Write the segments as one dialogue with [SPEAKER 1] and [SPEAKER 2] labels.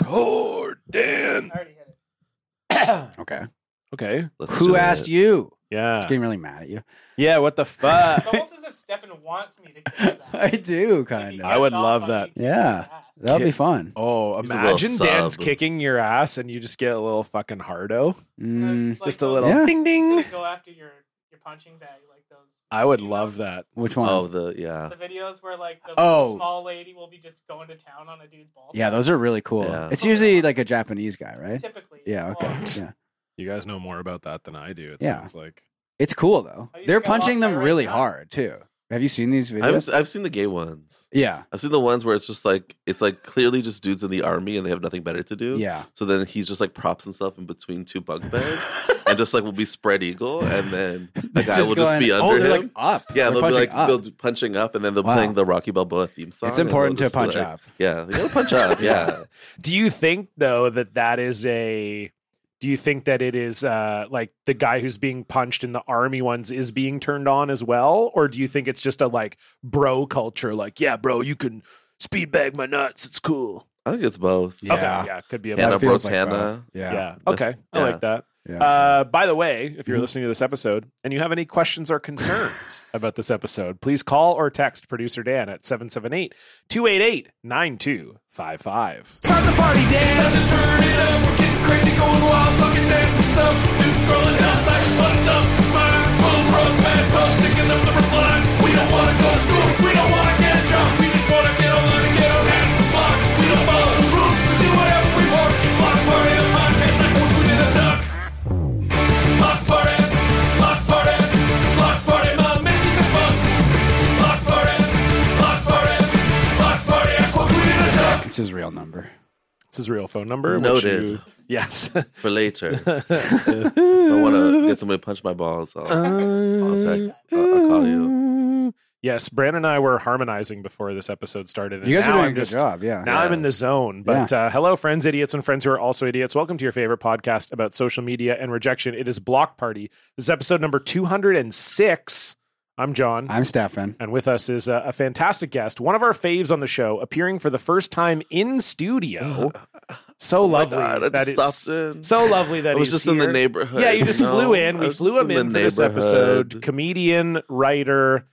[SPEAKER 1] Record, Dan.
[SPEAKER 2] I already hit it.
[SPEAKER 3] Okay.
[SPEAKER 1] Okay.
[SPEAKER 4] Let's
[SPEAKER 3] Who
[SPEAKER 4] do
[SPEAKER 3] asked
[SPEAKER 4] it. Uh,
[SPEAKER 3] you?
[SPEAKER 1] Yeah.
[SPEAKER 3] Getting really mad at you.
[SPEAKER 1] Yeah. What the fuck?
[SPEAKER 2] It's almost as if Stefan wants me to kick his ass.
[SPEAKER 3] I do
[SPEAKER 2] If he
[SPEAKER 3] kind
[SPEAKER 1] I
[SPEAKER 3] of.
[SPEAKER 2] gets
[SPEAKER 1] would
[SPEAKER 2] off
[SPEAKER 1] love
[SPEAKER 2] on
[SPEAKER 1] that.
[SPEAKER 2] me kicking
[SPEAKER 3] Yeah.
[SPEAKER 2] his ass.
[SPEAKER 3] That'll be fun.
[SPEAKER 1] Oh,
[SPEAKER 4] He's a little
[SPEAKER 1] imagine Dan's
[SPEAKER 4] sub.
[SPEAKER 1] kicking your ass and you just get a little fucking hardo.
[SPEAKER 3] Mm,
[SPEAKER 2] Like
[SPEAKER 1] Just a
[SPEAKER 2] those-
[SPEAKER 1] little
[SPEAKER 3] Yeah.
[SPEAKER 1] ding
[SPEAKER 2] He's
[SPEAKER 1] ding.
[SPEAKER 2] gonna go after your your punching bag like those.
[SPEAKER 1] I would
[SPEAKER 2] you
[SPEAKER 1] love
[SPEAKER 2] know,
[SPEAKER 1] that.
[SPEAKER 3] which one?
[SPEAKER 4] Oh, the yeah.
[SPEAKER 2] The videos where like the
[SPEAKER 3] Oh.
[SPEAKER 2] small lady will be just going to town on a dude's ball.
[SPEAKER 3] yeah, those are really cool.
[SPEAKER 4] Yeah.
[SPEAKER 3] It's usually like a Japanese guy, right?
[SPEAKER 2] typically.
[SPEAKER 3] Yeah. Okay.
[SPEAKER 2] Well,
[SPEAKER 3] Yeah.
[SPEAKER 1] You guys know more about that than I do. It
[SPEAKER 3] Yeah.
[SPEAKER 1] sounds like.
[SPEAKER 3] It's cool though.
[SPEAKER 2] Oh, you
[SPEAKER 3] They're
[SPEAKER 2] think I lost
[SPEAKER 3] punching
[SPEAKER 2] my
[SPEAKER 3] them
[SPEAKER 2] right
[SPEAKER 3] really
[SPEAKER 2] now?
[SPEAKER 3] hard too. Have you seen these
[SPEAKER 4] I've
[SPEAKER 3] videos?
[SPEAKER 4] I've seen the gay ones.
[SPEAKER 3] Yeah.
[SPEAKER 4] I've seen the ones where it's just like it's like clearly just dudes in the army and they have nothing better to do.
[SPEAKER 3] Yeah.
[SPEAKER 4] So then he's just like props himself in between two bunk beds and just like will be spread eagle and then the guy will just be
[SPEAKER 3] going,
[SPEAKER 4] under
[SPEAKER 3] oh, they're
[SPEAKER 4] him.
[SPEAKER 3] like up. They're
[SPEAKER 4] yeah, they'll be
[SPEAKER 3] punching
[SPEAKER 4] like
[SPEAKER 3] up.
[SPEAKER 4] they'll do punching up and then they're
[SPEAKER 3] Wow.
[SPEAKER 4] playing the Rocky Balboa theme song.
[SPEAKER 3] It's
[SPEAKER 4] and they'll
[SPEAKER 3] important to
[SPEAKER 4] just,
[SPEAKER 3] punch
[SPEAKER 4] like-
[SPEAKER 3] up.
[SPEAKER 4] Yeah, you gotta punch up. Yeah,
[SPEAKER 1] Do you think though that that is a? Do you think that it is uh, like the guy who's being punched in the army ones is being turned on as well, or do you think it's just a like bro culture? Like, yeah, bro, you can speed bag my nuts. It's cool.
[SPEAKER 4] I think it's both.
[SPEAKER 3] Yeah.
[SPEAKER 1] Okay, yeah, could be a
[SPEAKER 4] Hannah
[SPEAKER 3] That
[SPEAKER 1] both.
[SPEAKER 3] feels
[SPEAKER 4] Bros
[SPEAKER 3] like
[SPEAKER 4] Hannah.
[SPEAKER 3] rough.
[SPEAKER 1] Yeah.
[SPEAKER 3] Yeah.
[SPEAKER 4] That's-
[SPEAKER 1] Okay. I
[SPEAKER 4] yeah.
[SPEAKER 1] like that.
[SPEAKER 3] Yeah.
[SPEAKER 1] Uh, by the way, if you're
[SPEAKER 3] Mhm.
[SPEAKER 1] listening to this episode and you have any questions or concerns about this episode, please call or text producer Dan at 778 288 9255. Start the party, Dan!
[SPEAKER 3] It's his real number.
[SPEAKER 1] This is real phone number. which
[SPEAKER 4] Noted.
[SPEAKER 1] you- yes.
[SPEAKER 4] For later, if I want to get somebody to punch my balls. I'll, I'll text. I'll, I'll call you.
[SPEAKER 1] yes. Brandon and I were harmonizing before this episode started. and
[SPEAKER 3] You guys are
[SPEAKER 1] now
[SPEAKER 3] doing
[SPEAKER 1] I'm
[SPEAKER 3] a good
[SPEAKER 1] just-
[SPEAKER 3] job. Yeah.
[SPEAKER 1] Now I'm in the zone. But uh, hello, friends, idiots, and friends who are also idiots. Welcome to your favorite podcast about social media and rejection. It is Block Party. This is episode number 206. I'm John.
[SPEAKER 3] I'm Stefan.
[SPEAKER 1] and with us is uh, a fantastic guest, one of our faves on the show, appearing for the first time in studio. So
[SPEAKER 4] Oh my
[SPEAKER 1] lovely
[SPEAKER 4] God, I
[SPEAKER 1] that
[SPEAKER 4] just
[SPEAKER 1] it's-
[SPEAKER 4] stopped in.
[SPEAKER 1] so lovely that
[SPEAKER 4] I was
[SPEAKER 1] he's
[SPEAKER 4] just in the
[SPEAKER 1] here.
[SPEAKER 4] neighborhood.
[SPEAKER 1] Yeah, you just
[SPEAKER 4] know?
[SPEAKER 1] flew in.
[SPEAKER 4] I
[SPEAKER 1] We
[SPEAKER 4] was
[SPEAKER 1] flew
[SPEAKER 4] just
[SPEAKER 1] him
[SPEAKER 4] the
[SPEAKER 1] in for this
[SPEAKER 4] neighborhood.
[SPEAKER 1] episode. Comedian, writer,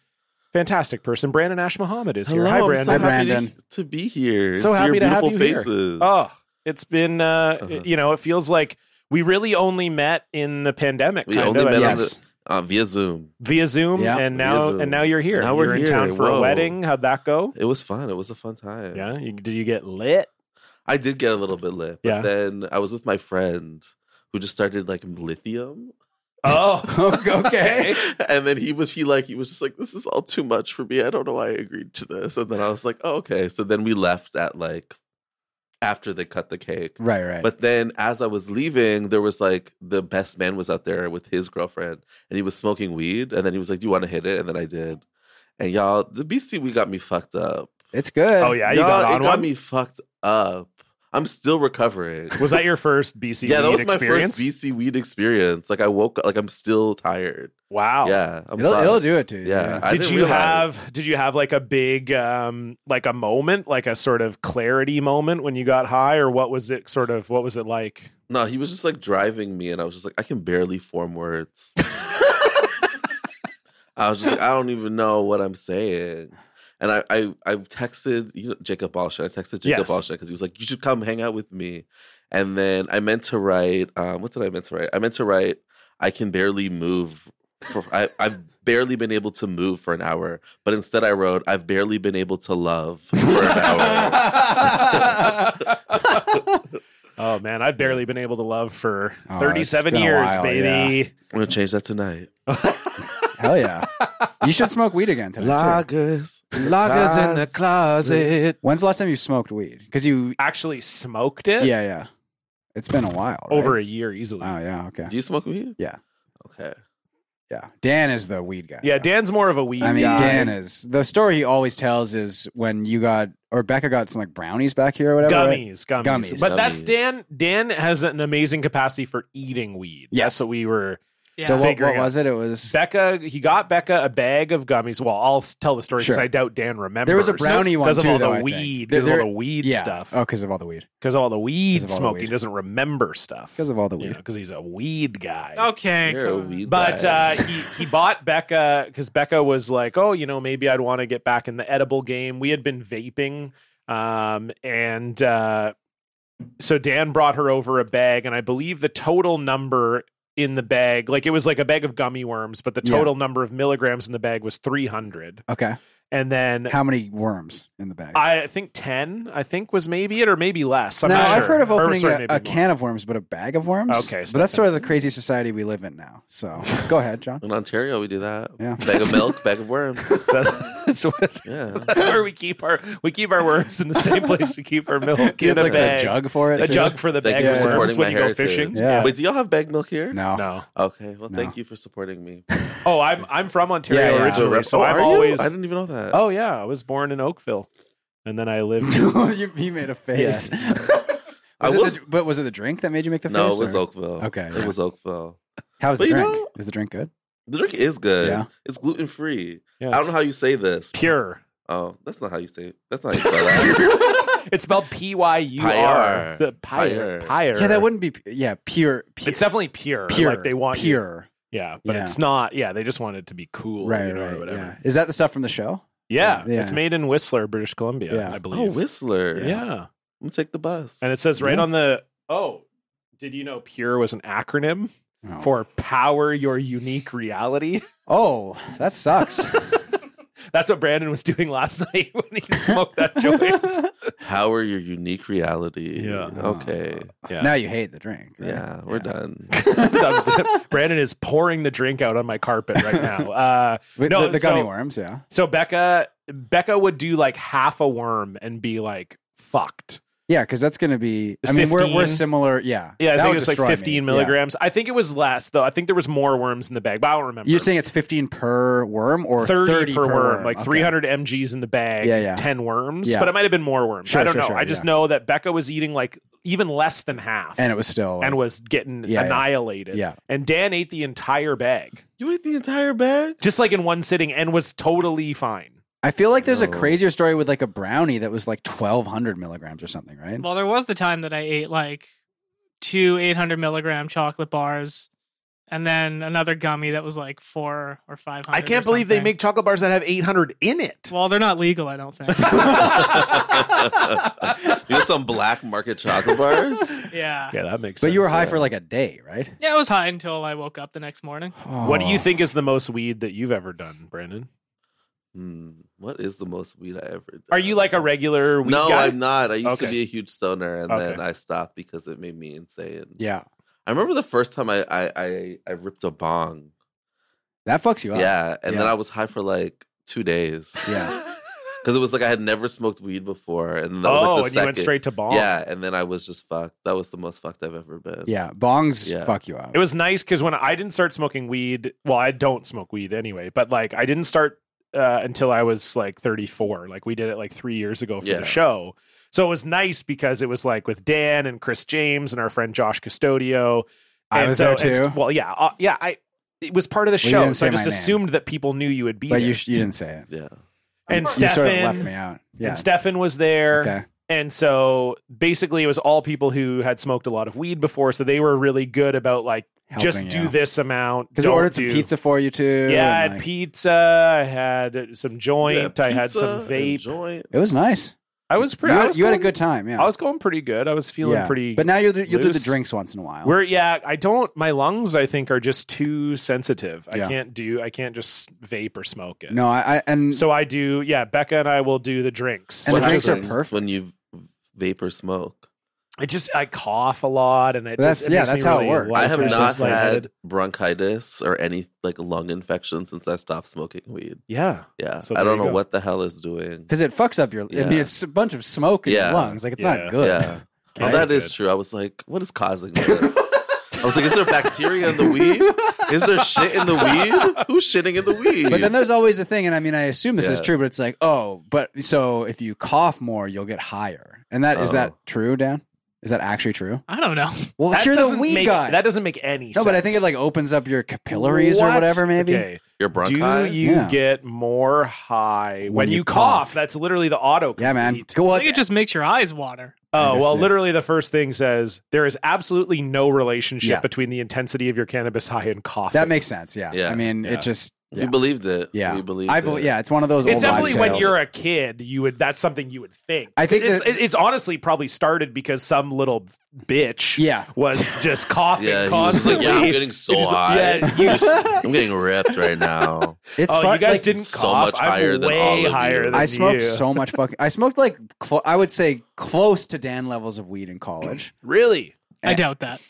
[SPEAKER 1] fantastic person. Brandon Ash Mohammed is here.
[SPEAKER 4] Hello,
[SPEAKER 1] Hi,
[SPEAKER 4] I'm
[SPEAKER 1] Brandon.
[SPEAKER 4] so
[SPEAKER 3] Hi,
[SPEAKER 4] happy to-
[SPEAKER 3] Brandon.
[SPEAKER 4] To, be here.
[SPEAKER 1] So
[SPEAKER 4] and see
[SPEAKER 1] happy
[SPEAKER 4] your
[SPEAKER 1] to have
[SPEAKER 4] beautiful
[SPEAKER 1] you here.
[SPEAKER 4] faces.
[SPEAKER 1] Oh, it's been uh,
[SPEAKER 4] Uh-huh.
[SPEAKER 1] you know, it feels like we really only met in the pandemic,
[SPEAKER 4] we
[SPEAKER 1] kind
[SPEAKER 4] only
[SPEAKER 1] of,
[SPEAKER 4] met
[SPEAKER 1] and-
[SPEAKER 4] on
[SPEAKER 3] Yes.
[SPEAKER 4] the, uh, via Zoom.
[SPEAKER 1] via Zoom,
[SPEAKER 3] Yeah.
[SPEAKER 1] and now
[SPEAKER 4] Via Zoom.
[SPEAKER 1] and now you're here.
[SPEAKER 4] Now we're
[SPEAKER 1] You're in town
[SPEAKER 4] here.
[SPEAKER 1] for a
[SPEAKER 4] Whoa.
[SPEAKER 1] wedding. How'd that go?
[SPEAKER 4] It was fun. It was a fun time.
[SPEAKER 1] Yeah, you, did you get lit?
[SPEAKER 4] I did get a little bit lit, but
[SPEAKER 1] Yeah.
[SPEAKER 4] then I was with my friend who just started like lithium.
[SPEAKER 1] Oh,
[SPEAKER 3] okay.
[SPEAKER 4] and then he was he like he was just like this is all too much for me. I don't know why I agreed to this. And then I was like, oh, okay. So then we left at like after they cut the cake.
[SPEAKER 3] Right. Right.
[SPEAKER 4] But then as I was leaving, there was like the best man was out there with his girlfriend and he was smoking weed. And then he was like, Do you want to hit it? And then I did. And y'all, the BC we got me fucked up.
[SPEAKER 3] it's good.
[SPEAKER 1] oh yeah, you
[SPEAKER 4] y'all,
[SPEAKER 1] got
[SPEAKER 4] it
[SPEAKER 1] on
[SPEAKER 4] got
[SPEAKER 1] one.
[SPEAKER 4] me fucked up. I'm still recovering.
[SPEAKER 1] Was that your first BC?
[SPEAKER 4] yeah, that
[SPEAKER 1] weed
[SPEAKER 4] was my
[SPEAKER 1] experience?
[SPEAKER 4] first BC weed experience. Like I woke up like I'm still tired.
[SPEAKER 1] Wow.
[SPEAKER 4] Yeah. I'm
[SPEAKER 3] It'll,
[SPEAKER 4] fucked.
[SPEAKER 3] it'll do it to you.
[SPEAKER 4] Yeah, I
[SPEAKER 1] Oh. did
[SPEAKER 4] didn't
[SPEAKER 1] you
[SPEAKER 4] realize.
[SPEAKER 1] have did you have like a big um like a moment like a sort of clarity moment when you got high or what was it sort of what was it like
[SPEAKER 4] No, he was just like driving me, and I was just like, I can barely form words. I was just like, I don't even know what I'm saying. And I, I, I texted you know, Jacob Balsha. I texted Jacob
[SPEAKER 1] Yes.
[SPEAKER 4] yes. because he was like, you should come hang out with me. And then I meant to write, um, what did I meant to write? I meant to write, I can barely move. For, I, I've barely been able to move for an hour, but instead I wrote, I've barely been able to love for an hour.
[SPEAKER 1] oh man i've barely been able to love for
[SPEAKER 3] Oh, it's
[SPEAKER 1] 37
[SPEAKER 3] been a
[SPEAKER 1] years
[SPEAKER 3] while,
[SPEAKER 1] baby
[SPEAKER 4] I'm gonna change that tonight.
[SPEAKER 3] Hell yeah. You should smoke weed again tonight. too.
[SPEAKER 4] Lagers.
[SPEAKER 3] Loggers in the
[SPEAKER 1] closet
[SPEAKER 3] When's the last time you smoked weed? Because you,
[SPEAKER 1] actually smoked it
[SPEAKER 3] yeah, yeah. It's been a while. right?
[SPEAKER 1] over a year easily
[SPEAKER 3] Oh yeah. Okay.
[SPEAKER 4] Do you smoke weed?
[SPEAKER 3] Yeah.
[SPEAKER 4] Okay.
[SPEAKER 3] Yeah. Dan is the weed guy.
[SPEAKER 1] yeah dan's more of a weed
[SPEAKER 3] I mean,
[SPEAKER 1] guy.
[SPEAKER 3] Dan is the story he always tells is when you got or Becca got some like brownies back here or whatever. right?
[SPEAKER 1] Gummies, gummies,
[SPEAKER 3] Gummies.
[SPEAKER 1] But that's
[SPEAKER 4] Gummies.
[SPEAKER 1] Dan. Dan has an amazing capacity for eating weed. That's
[SPEAKER 3] Yes.
[SPEAKER 1] what we were.
[SPEAKER 2] Yeah.
[SPEAKER 3] So what,
[SPEAKER 1] Figuring
[SPEAKER 3] what
[SPEAKER 1] out.
[SPEAKER 3] was it? It was
[SPEAKER 1] Becca, he got Becca a bag of gummies. Well, I'll s- tell the story because
[SPEAKER 3] Sure.
[SPEAKER 1] I doubt Dan remembers.
[SPEAKER 3] there was a brownie one
[SPEAKER 1] because of
[SPEAKER 3] too,
[SPEAKER 1] all
[SPEAKER 3] though, I
[SPEAKER 1] the
[SPEAKER 3] think.
[SPEAKER 1] weed,
[SPEAKER 3] There-
[SPEAKER 1] because of all
[SPEAKER 3] there-
[SPEAKER 1] the weed
[SPEAKER 3] yeah.
[SPEAKER 1] stuff,
[SPEAKER 3] Oh, because of all the weed.
[SPEAKER 1] because of all the weed
[SPEAKER 3] Because of all the
[SPEAKER 1] smoking. He
[SPEAKER 3] weed.
[SPEAKER 1] doesn't remember stuff
[SPEAKER 3] Because of all the
[SPEAKER 1] you
[SPEAKER 3] weed.
[SPEAKER 1] know, 'cause he's a weed guy.
[SPEAKER 2] Okay.
[SPEAKER 4] You're a
[SPEAKER 2] come on.
[SPEAKER 4] weed
[SPEAKER 1] But uh,
[SPEAKER 4] guy.
[SPEAKER 1] he, he bought Becca because Becca was like, oh, you know, maybe I'd want to get back in the edible game. We had been vaping. Um, and uh, so Dan brought her over a bag, and I believe the total number in the bag, like it was like a bag of gummy worms, but the
[SPEAKER 3] Yeah.
[SPEAKER 1] total number of milligrams in the bag was 300.
[SPEAKER 3] Okay.
[SPEAKER 1] And then
[SPEAKER 3] How many worms in the bag?
[SPEAKER 1] I think 10, I think was maybe it or maybe less. I'm
[SPEAKER 3] now
[SPEAKER 1] not
[SPEAKER 3] I've
[SPEAKER 1] sure.
[SPEAKER 3] heard of
[SPEAKER 1] Or,
[SPEAKER 3] opening
[SPEAKER 1] sorry,
[SPEAKER 3] a,
[SPEAKER 1] maybe
[SPEAKER 3] a
[SPEAKER 1] more.
[SPEAKER 3] can of worms, but a bag of worms.
[SPEAKER 1] Okay, so
[SPEAKER 3] but that's
[SPEAKER 1] that's-
[SPEAKER 3] sort of the crazy society we live in now. So go ahead, John.
[SPEAKER 4] in Ontario, we do that.
[SPEAKER 3] Yeah.
[SPEAKER 4] Bag of milk, bag of worms.
[SPEAKER 1] That's, that's what,
[SPEAKER 4] Yeah.
[SPEAKER 1] That's where we keep our we keep our worms in the same place we keep our milk
[SPEAKER 3] Do you
[SPEAKER 1] in
[SPEAKER 3] have
[SPEAKER 1] a
[SPEAKER 3] like
[SPEAKER 1] bag,
[SPEAKER 3] a jug for it.
[SPEAKER 1] a
[SPEAKER 3] too?
[SPEAKER 1] jug for the
[SPEAKER 4] Thank
[SPEAKER 1] bag
[SPEAKER 3] you
[SPEAKER 1] of
[SPEAKER 3] for
[SPEAKER 1] worms
[SPEAKER 4] supporting
[SPEAKER 1] when
[SPEAKER 4] my
[SPEAKER 1] you go
[SPEAKER 4] heritage.
[SPEAKER 1] fishing.
[SPEAKER 3] Yeah.
[SPEAKER 4] Wait, do y'all have bag milk here?
[SPEAKER 3] No.
[SPEAKER 1] No.
[SPEAKER 4] Okay. Well,
[SPEAKER 3] No.
[SPEAKER 4] thank you for supporting me.
[SPEAKER 1] Oh, I'm I'm from Ontario
[SPEAKER 3] Yeah, yeah.
[SPEAKER 1] originally, so
[SPEAKER 4] Oh,
[SPEAKER 1] I'm
[SPEAKER 4] are you?
[SPEAKER 1] always.
[SPEAKER 4] I didn't even know that.
[SPEAKER 1] Oh yeah, I was born in Oakville, and then I lived.
[SPEAKER 3] you, he made a face.
[SPEAKER 4] I
[SPEAKER 3] Was it
[SPEAKER 4] was-
[SPEAKER 3] the- but was it the drink that made you make the
[SPEAKER 4] no,
[SPEAKER 3] face?
[SPEAKER 4] it was
[SPEAKER 3] or-
[SPEAKER 4] Oakville.
[SPEAKER 3] Okay,
[SPEAKER 4] It
[SPEAKER 3] yeah.
[SPEAKER 4] was Oakville.
[SPEAKER 3] How was
[SPEAKER 4] But
[SPEAKER 3] the
[SPEAKER 4] you
[SPEAKER 3] drink?
[SPEAKER 4] know-
[SPEAKER 3] Is the drink good?
[SPEAKER 4] The drink is good.
[SPEAKER 3] Yeah.
[SPEAKER 4] It's gluten free.
[SPEAKER 1] Yeah,
[SPEAKER 4] I don't
[SPEAKER 1] it's
[SPEAKER 4] know how you say this.
[SPEAKER 1] pure.
[SPEAKER 4] Oh, that's not how you say it. That's not how you spell that.
[SPEAKER 1] It's spelled P Y U R.
[SPEAKER 4] Pyre.
[SPEAKER 1] The pyre.
[SPEAKER 4] Pyre.
[SPEAKER 1] Pyre.
[SPEAKER 3] Yeah, that wouldn't be. Yeah, pure. pure
[SPEAKER 1] It's definitely pure.
[SPEAKER 3] pure.
[SPEAKER 1] Like they want you-
[SPEAKER 3] pure.
[SPEAKER 1] Yeah, but
[SPEAKER 3] Yeah.
[SPEAKER 1] it's not. Yeah, they just want it to be cool.
[SPEAKER 3] Right,
[SPEAKER 1] you know,
[SPEAKER 3] right.
[SPEAKER 1] Or whatever.
[SPEAKER 3] Yeah. Is that the stuff from the show?
[SPEAKER 1] Yeah.
[SPEAKER 3] Yeah.
[SPEAKER 1] It's made in Whistler, British Columbia,
[SPEAKER 3] Yeah.
[SPEAKER 1] I
[SPEAKER 4] oh,
[SPEAKER 1] believe.
[SPEAKER 4] Whistler. I'm
[SPEAKER 1] yeah.
[SPEAKER 4] gonna take the bus.
[SPEAKER 1] And it says right
[SPEAKER 3] Yeah.
[SPEAKER 1] on the oh, did you know Pure was an acronym
[SPEAKER 3] Oh.
[SPEAKER 1] for Power Your Unique Reality?
[SPEAKER 3] Oh, that sucks.
[SPEAKER 1] That's what Brandon was doing last night when he smoked that joint.
[SPEAKER 4] Power your unique reality.
[SPEAKER 1] Yeah.
[SPEAKER 3] Oh.
[SPEAKER 4] Okay.
[SPEAKER 1] Yeah.
[SPEAKER 3] Now you hate the drink. right?
[SPEAKER 4] Yeah, we're done.
[SPEAKER 1] Brandon is pouring the drink out on my carpet right now. Uh,
[SPEAKER 3] With
[SPEAKER 1] No,
[SPEAKER 3] the, the gummy
[SPEAKER 1] so-
[SPEAKER 3] worms. Yeah.
[SPEAKER 1] so Becca, Becca would do like half a worm and be like fucked.
[SPEAKER 3] Yeah, because that's going to be. I mean, we're, we're
[SPEAKER 1] 15.
[SPEAKER 3] similar. Yeah.
[SPEAKER 1] Yeah, I
[SPEAKER 3] That
[SPEAKER 1] think
[SPEAKER 3] would
[SPEAKER 1] it was
[SPEAKER 3] destroy
[SPEAKER 1] like
[SPEAKER 3] me.
[SPEAKER 1] 15
[SPEAKER 3] Yeah.
[SPEAKER 1] milligrams. I think it was less though. I think there was more worms in the bag, but I don't remember.
[SPEAKER 3] You're saying it's 15 per worm or
[SPEAKER 1] 30,
[SPEAKER 3] 30,
[SPEAKER 1] per, worm, like
[SPEAKER 3] Okay.
[SPEAKER 1] 300 mgs in the bag,
[SPEAKER 3] Yeah, yeah.
[SPEAKER 1] 10 worms,
[SPEAKER 3] Yeah.
[SPEAKER 1] but it might have been more worms.
[SPEAKER 3] Sure,
[SPEAKER 1] I don't
[SPEAKER 3] sure,
[SPEAKER 1] know.
[SPEAKER 3] sure,
[SPEAKER 1] I just
[SPEAKER 3] yeah.
[SPEAKER 1] know that Becca was eating like even less than half
[SPEAKER 3] And it was still. like-
[SPEAKER 1] and was getting
[SPEAKER 3] Yeah, yeah.
[SPEAKER 1] annihilated.
[SPEAKER 3] Yeah.
[SPEAKER 1] And Dan ate the entire bag,
[SPEAKER 4] you ate the entire bag?
[SPEAKER 1] just like in one sitting, and was totally fine.
[SPEAKER 3] I feel like there's a
[SPEAKER 4] No.
[SPEAKER 3] crazier story with like a brownie that was like 1,200 milligrams or something, right?
[SPEAKER 2] Well, there was the time that I ate like two 800 milligram chocolate bars and then another gummy that was like four or 500.
[SPEAKER 1] I can't
[SPEAKER 2] or
[SPEAKER 1] believe they
[SPEAKER 2] something.
[SPEAKER 1] make chocolate bars that have 800 in it.
[SPEAKER 2] Well, they're not legal, I don't think.
[SPEAKER 4] You got some black market chocolate bars?
[SPEAKER 2] yeah.
[SPEAKER 1] yeah, that makes sense.
[SPEAKER 3] But you were high
[SPEAKER 4] so-
[SPEAKER 3] for like a day, right?
[SPEAKER 2] Yeah, it was high until I woke up the next morning.
[SPEAKER 1] What do you
[SPEAKER 3] Oh.
[SPEAKER 1] think is the most weed that you've ever done, Brandon?
[SPEAKER 4] Hmm. What is the most weed I ever did?
[SPEAKER 1] Are you like a regular weed
[SPEAKER 4] No,
[SPEAKER 1] guy?
[SPEAKER 4] I'm not. I used
[SPEAKER 1] Okay.
[SPEAKER 4] to be a huge stoner and then
[SPEAKER 1] Okay.
[SPEAKER 4] I stopped because it made me insane.
[SPEAKER 3] Yeah.
[SPEAKER 4] I remember the first time I I I, I ripped a bong.
[SPEAKER 3] That fucks you up.
[SPEAKER 4] Yeah. And then
[SPEAKER 3] Yeah.
[SPEAKER 4] I was high for like two days.
[SPEAKER 3] Yeah.
[SPEAKER 4] Because it was like I had never smoked weed before. And that was
[SPEAKER 1] oh,
[SPEAKER 4] like the
[SPEAKER 1] and
[SPEAKER 4] second.
[SPEAKER 1] you went straight to bomb.
[SPEAKER 4] Yeah, and then I was just fucked. That was the most fucked I've ever been.
[SPEAKER 3] Yeah. Bongs
[SPEAKER 4] Yeah.
[SPEAKER 3] fuck you up.
[SPEAKER 1] It was nice because when I didn't start smoking weed, well, I don't smoke weed anyway, but like I didn't start uh, until I was like 34. Like we did it like three years ago for
[SPEAKER 4] Yeah.
[SPEAKER 1] the show. So it was nice because it was like with Dan and Chris James and our friend Josh Custodio.
[SPEAKER 3] I
[SPEAKER 1] And
[SPEAKER 3] was
[SPEAKER 1] so,
[SPEAKER 3] there too.
[SPEAKER 1] and- well, yeah, uh, yeah. I it was part of the
[SPEAKER 3] Well, you
[SPEAKER 1] show,
[SPEAKER 3] didn't
[SPEAKER 1] so I
[SPEAKER 3] say my
[SPEAKER 1] just
[SPEAKER 3] name.
[SPEAKER 1] assumed that people knew you would be
[SPEAKER 3] but
[SPEAKER 1] there.
[SPEAKER 3] you, sh- you didn't say it.
[SPEAKER 4] Yeah.
[SPEAKER 1] and
[SPEAKER 2] You
[SPEAKER 3] You sort of
[SPEAKER 1] Stefan
[SPEAKER 3] left me out. Yeah.
[SPEAKER 1] and Stefan was there.
[SPEAKER 3] Okay.
[SPEAKER 1] And so basically, it was all people who had smoked a lot of weed before. So they were really good about like just
[SPEAKER 3] Helping
[SPEAKER 1] do
[SPEAKER 3] you.
[SPEAKER 1] this amount.
[SPEAKER 3] Because we
[SPEAKER 1] don't
[SPEAKER 3] ordered some
[SPEAKER 1] do-
[SPEAKER 3] pizza for you too.
[SPEAKER 1] Yeah, I
[SPEAKER 3] and,
[SPEAKER 1] had
[SPEAKER 3] like,
[SPEAKER 1] pizza. I had some joint. I had some
[SPEAKER 4] Pizza and
[SPEAKER 1] vape.
[SPEAKER 4] Joint.
[SPEAKER 3] it was nice.
[SPEAKER 1] I was
[SPEAKER 3] You,
[SPEAKER 1] pretty. I
[SPEAKER 3] had,
[SPEAKER 1] was
[SPEAKER 3] you had a
[SPEAKER 1] going-
[SPEAKER 3] good time. Yeah.
[SPEAKER 1] I was going pretty good. I was feeling
[SPEAKER 3] Yeah.
[SPEAKER 1] pretty.
[SPEAKER 3] But now you'll do, you'll do the
[SPEAKER 1] loose.
[SPEAKER 3] drinks once in a while.
[SPEAKER 1] we're yeah. I don't. My lungs, I think, are just too sensitive. I
[SPEAKER 3] Yeah.
[SPEAKER 1] can't do. I can't just vape or smoke it.
[SPEAKER 3] no, I, I and
[SPEAKER 1] So I do. Yeah, Becca and I will do the drinks.
[SPEAKER 3] And the
[SPEAKER 1] which
[SPEAKER 3] drinks
[SPEAKER 1] is-
[SPEAKER 3] are
[SPEAKER 4] happens
[SPEAKER 3] perfect.
[SPEAKER 4] when you vapor smoke.
[SPEAKER 1] I just I cough a lot, and it
[SPEAKER 3] But that's-
[SPEAKER 1] just, it
[SPEAKER 3] yeah,
[SPEAKER 1] makes me
[SPEAKER 3] that's how it
[SPEAKER 1] really
[SPEAKER 3] works.
[SPEAKER 1] light-
[SPEAKER 4] I
[SPEAKER 3] That's
[SPEAKER 4] have
[SPEAKER 3] what
[SPEAKER 1] it's
[SPEAKER 4] not
[SPEAKER 1] just
[SPEAKER 4] had
[SPEAKER 1] lightheaded.
[SPEAKER 4] bronchitis or any like lung infection since I stopped smoking weed.
[SPEAKER 1] Yeah,
[SPEAKER 4] Yeah,
[SPEAKER 1] So
[SPEAKER 4] I
[SPEAKER 1] there
[SPEAKER 4] don't
[SPEAKER 1] you
[SPEAKER 4] know
[SPEAKER 1] go.
[SPEAKER 4] what the hell is doing.
[SPEAKER 3] because it fucks up your. I mean,
[SPEAKER 4] Yeah.
[SPEAKER 3] it's a bunch of smoke in
[SPEAKER 4] Yeah.
[SPEAKER 3] your lungs. Like it's
[SPEAKER 1] Yeah.
[SPEAKER 3] not good.
[SPEAKER 4] Yeah.
[SPEAKER 1] Okay.
[SPEAKER 4] Oh, that
[SPEAKER 1] Very
[SPEAKER 4] is
[SPEAKER 1] good.
[SPEAKER 4] true. I was like, what is causing this? I was like, is there bacteria in the weed? Is there shit in the weed? Who's shitting in the weed?
[SPEAKER 3] But then there's always the thing, and I mean, I assume this is
[SPEAKER 4] Yeah.
[SPEAKER 3] true, but it's like, oh, but so if you cough more, you'll get higher, and that is that
[SPEAKER 4] Oh.
[SPEAKER 3] true, Dan? Is that actually true?
[SPEAKER 2] I don't know.
[SPEAKER 3] Well,
[SPEAKER 1] That
[SPEAKER 3] you're the
[SPEAKER 1] doesn't
[SPEAKER 3] weed
[SPEAKER 1] make,
[SPEAKER 3] guy.
[SPEAKER 1] That doesn't make any
[SPEAKER 3] no,
[SPEAKER 1] sense.
[SPEAKER 3] but I think it like opens up your capillaries or
[SPEAKER 1] What?
[SPEAKER 3] whatever. Maybe.
[SPEAKER 1] Okay.
[SPEAKER 4] Your
[SPEAKER 1] Do
[SPEAKER 4] bronchi.
[SPEAKER 1] you
[SPEAKER 3] Yeah.
[SPEAKER 1] get more high when, you, cough? That's literally the auto.
[SPEAKER 3] Yeah, man. Go
[SPEAKER 2] I
[SPEAKER 3] what?
[SPEAKER 2] think it just makes your eyes water.
[SPEAKER 1] Oh,
[SPEAKER 3] guess
[SPEAKER 1] well,
[SPEAKER 3] it-
[SPEAKER 1] literally the first thing says there is absolutely no relationship
[SPEAKER 3] Yeah.
[SPEAKER 1] between the intensity of your cannabis high and cough.
[SPEAKER 3] That makes sense. Yeah.
[SPEAKER 4] Yeah.
[SPEAKER 3] I mean,
[SPEAKER 1] Yeah.
[SPEAKER 3] it just.
[SPEAKER 4] We believed it.
[SPEAKER 3] Yeah.
[SPEAKER 4] We believed
[SPEAKER 3] I
[SPEAKER 4] it.
[SPEAKER 3] believe. Yeah, it's one of those.
[SPEAKER 1] it's
[SPEAKER 3] old wives'
[SPEAKER 1] definitely when
[SPEAKER 3] tales.
[SPEAKER 1] you're a kid, you would that's something you would think.
[SPEAKER 3] I think
[SPEAKER 1] it's,
[SPEAKER 3] that-
[SPEAKER 1] it's honestly probably started because some little bitch
[SPEAKER 3] Yeah.
[SPEAKER 1] was just coughing
[SPEAKER 4] Yeah, he was like,
[SPEAKER 1] constantly.
[SPEAKER 4] yeah, I'm getting so
[SPEAKER 1] It just-
[SPEAKER 4] high.
[SPEAKER 1] yeah,
[SPEAKER 4] you I'm getting ripped right now.
[SPEAKER 3] It's
[SPEAKER 1] oh,
[SPEAKER 3] fun-
[SPEAKER 1] you guys
[SPEAKER 3] like,
[SPEAKER 1] didn't
[SPEAKER 4] so
[SPEAKER 1] cough.
[SPEAKER 4] much higher
[SPEAKER 1] I'm
[SPEAKER 4] than
[SPEAKER 1] way
[SPEAKER 4] all of you.
[SPEAKER 1] higher than
[SPEAKER 3] I smoked
[SPEAKER 1] you.
[SPEAKER 3] so much fucking. I smoked like clo- I would say close to Dan levels of weed in college.
[SPEAKER 1] really.
[SPEAKER 2] I
[SPEAKER 3] Eh.
[SPEAKER 2] doubt that.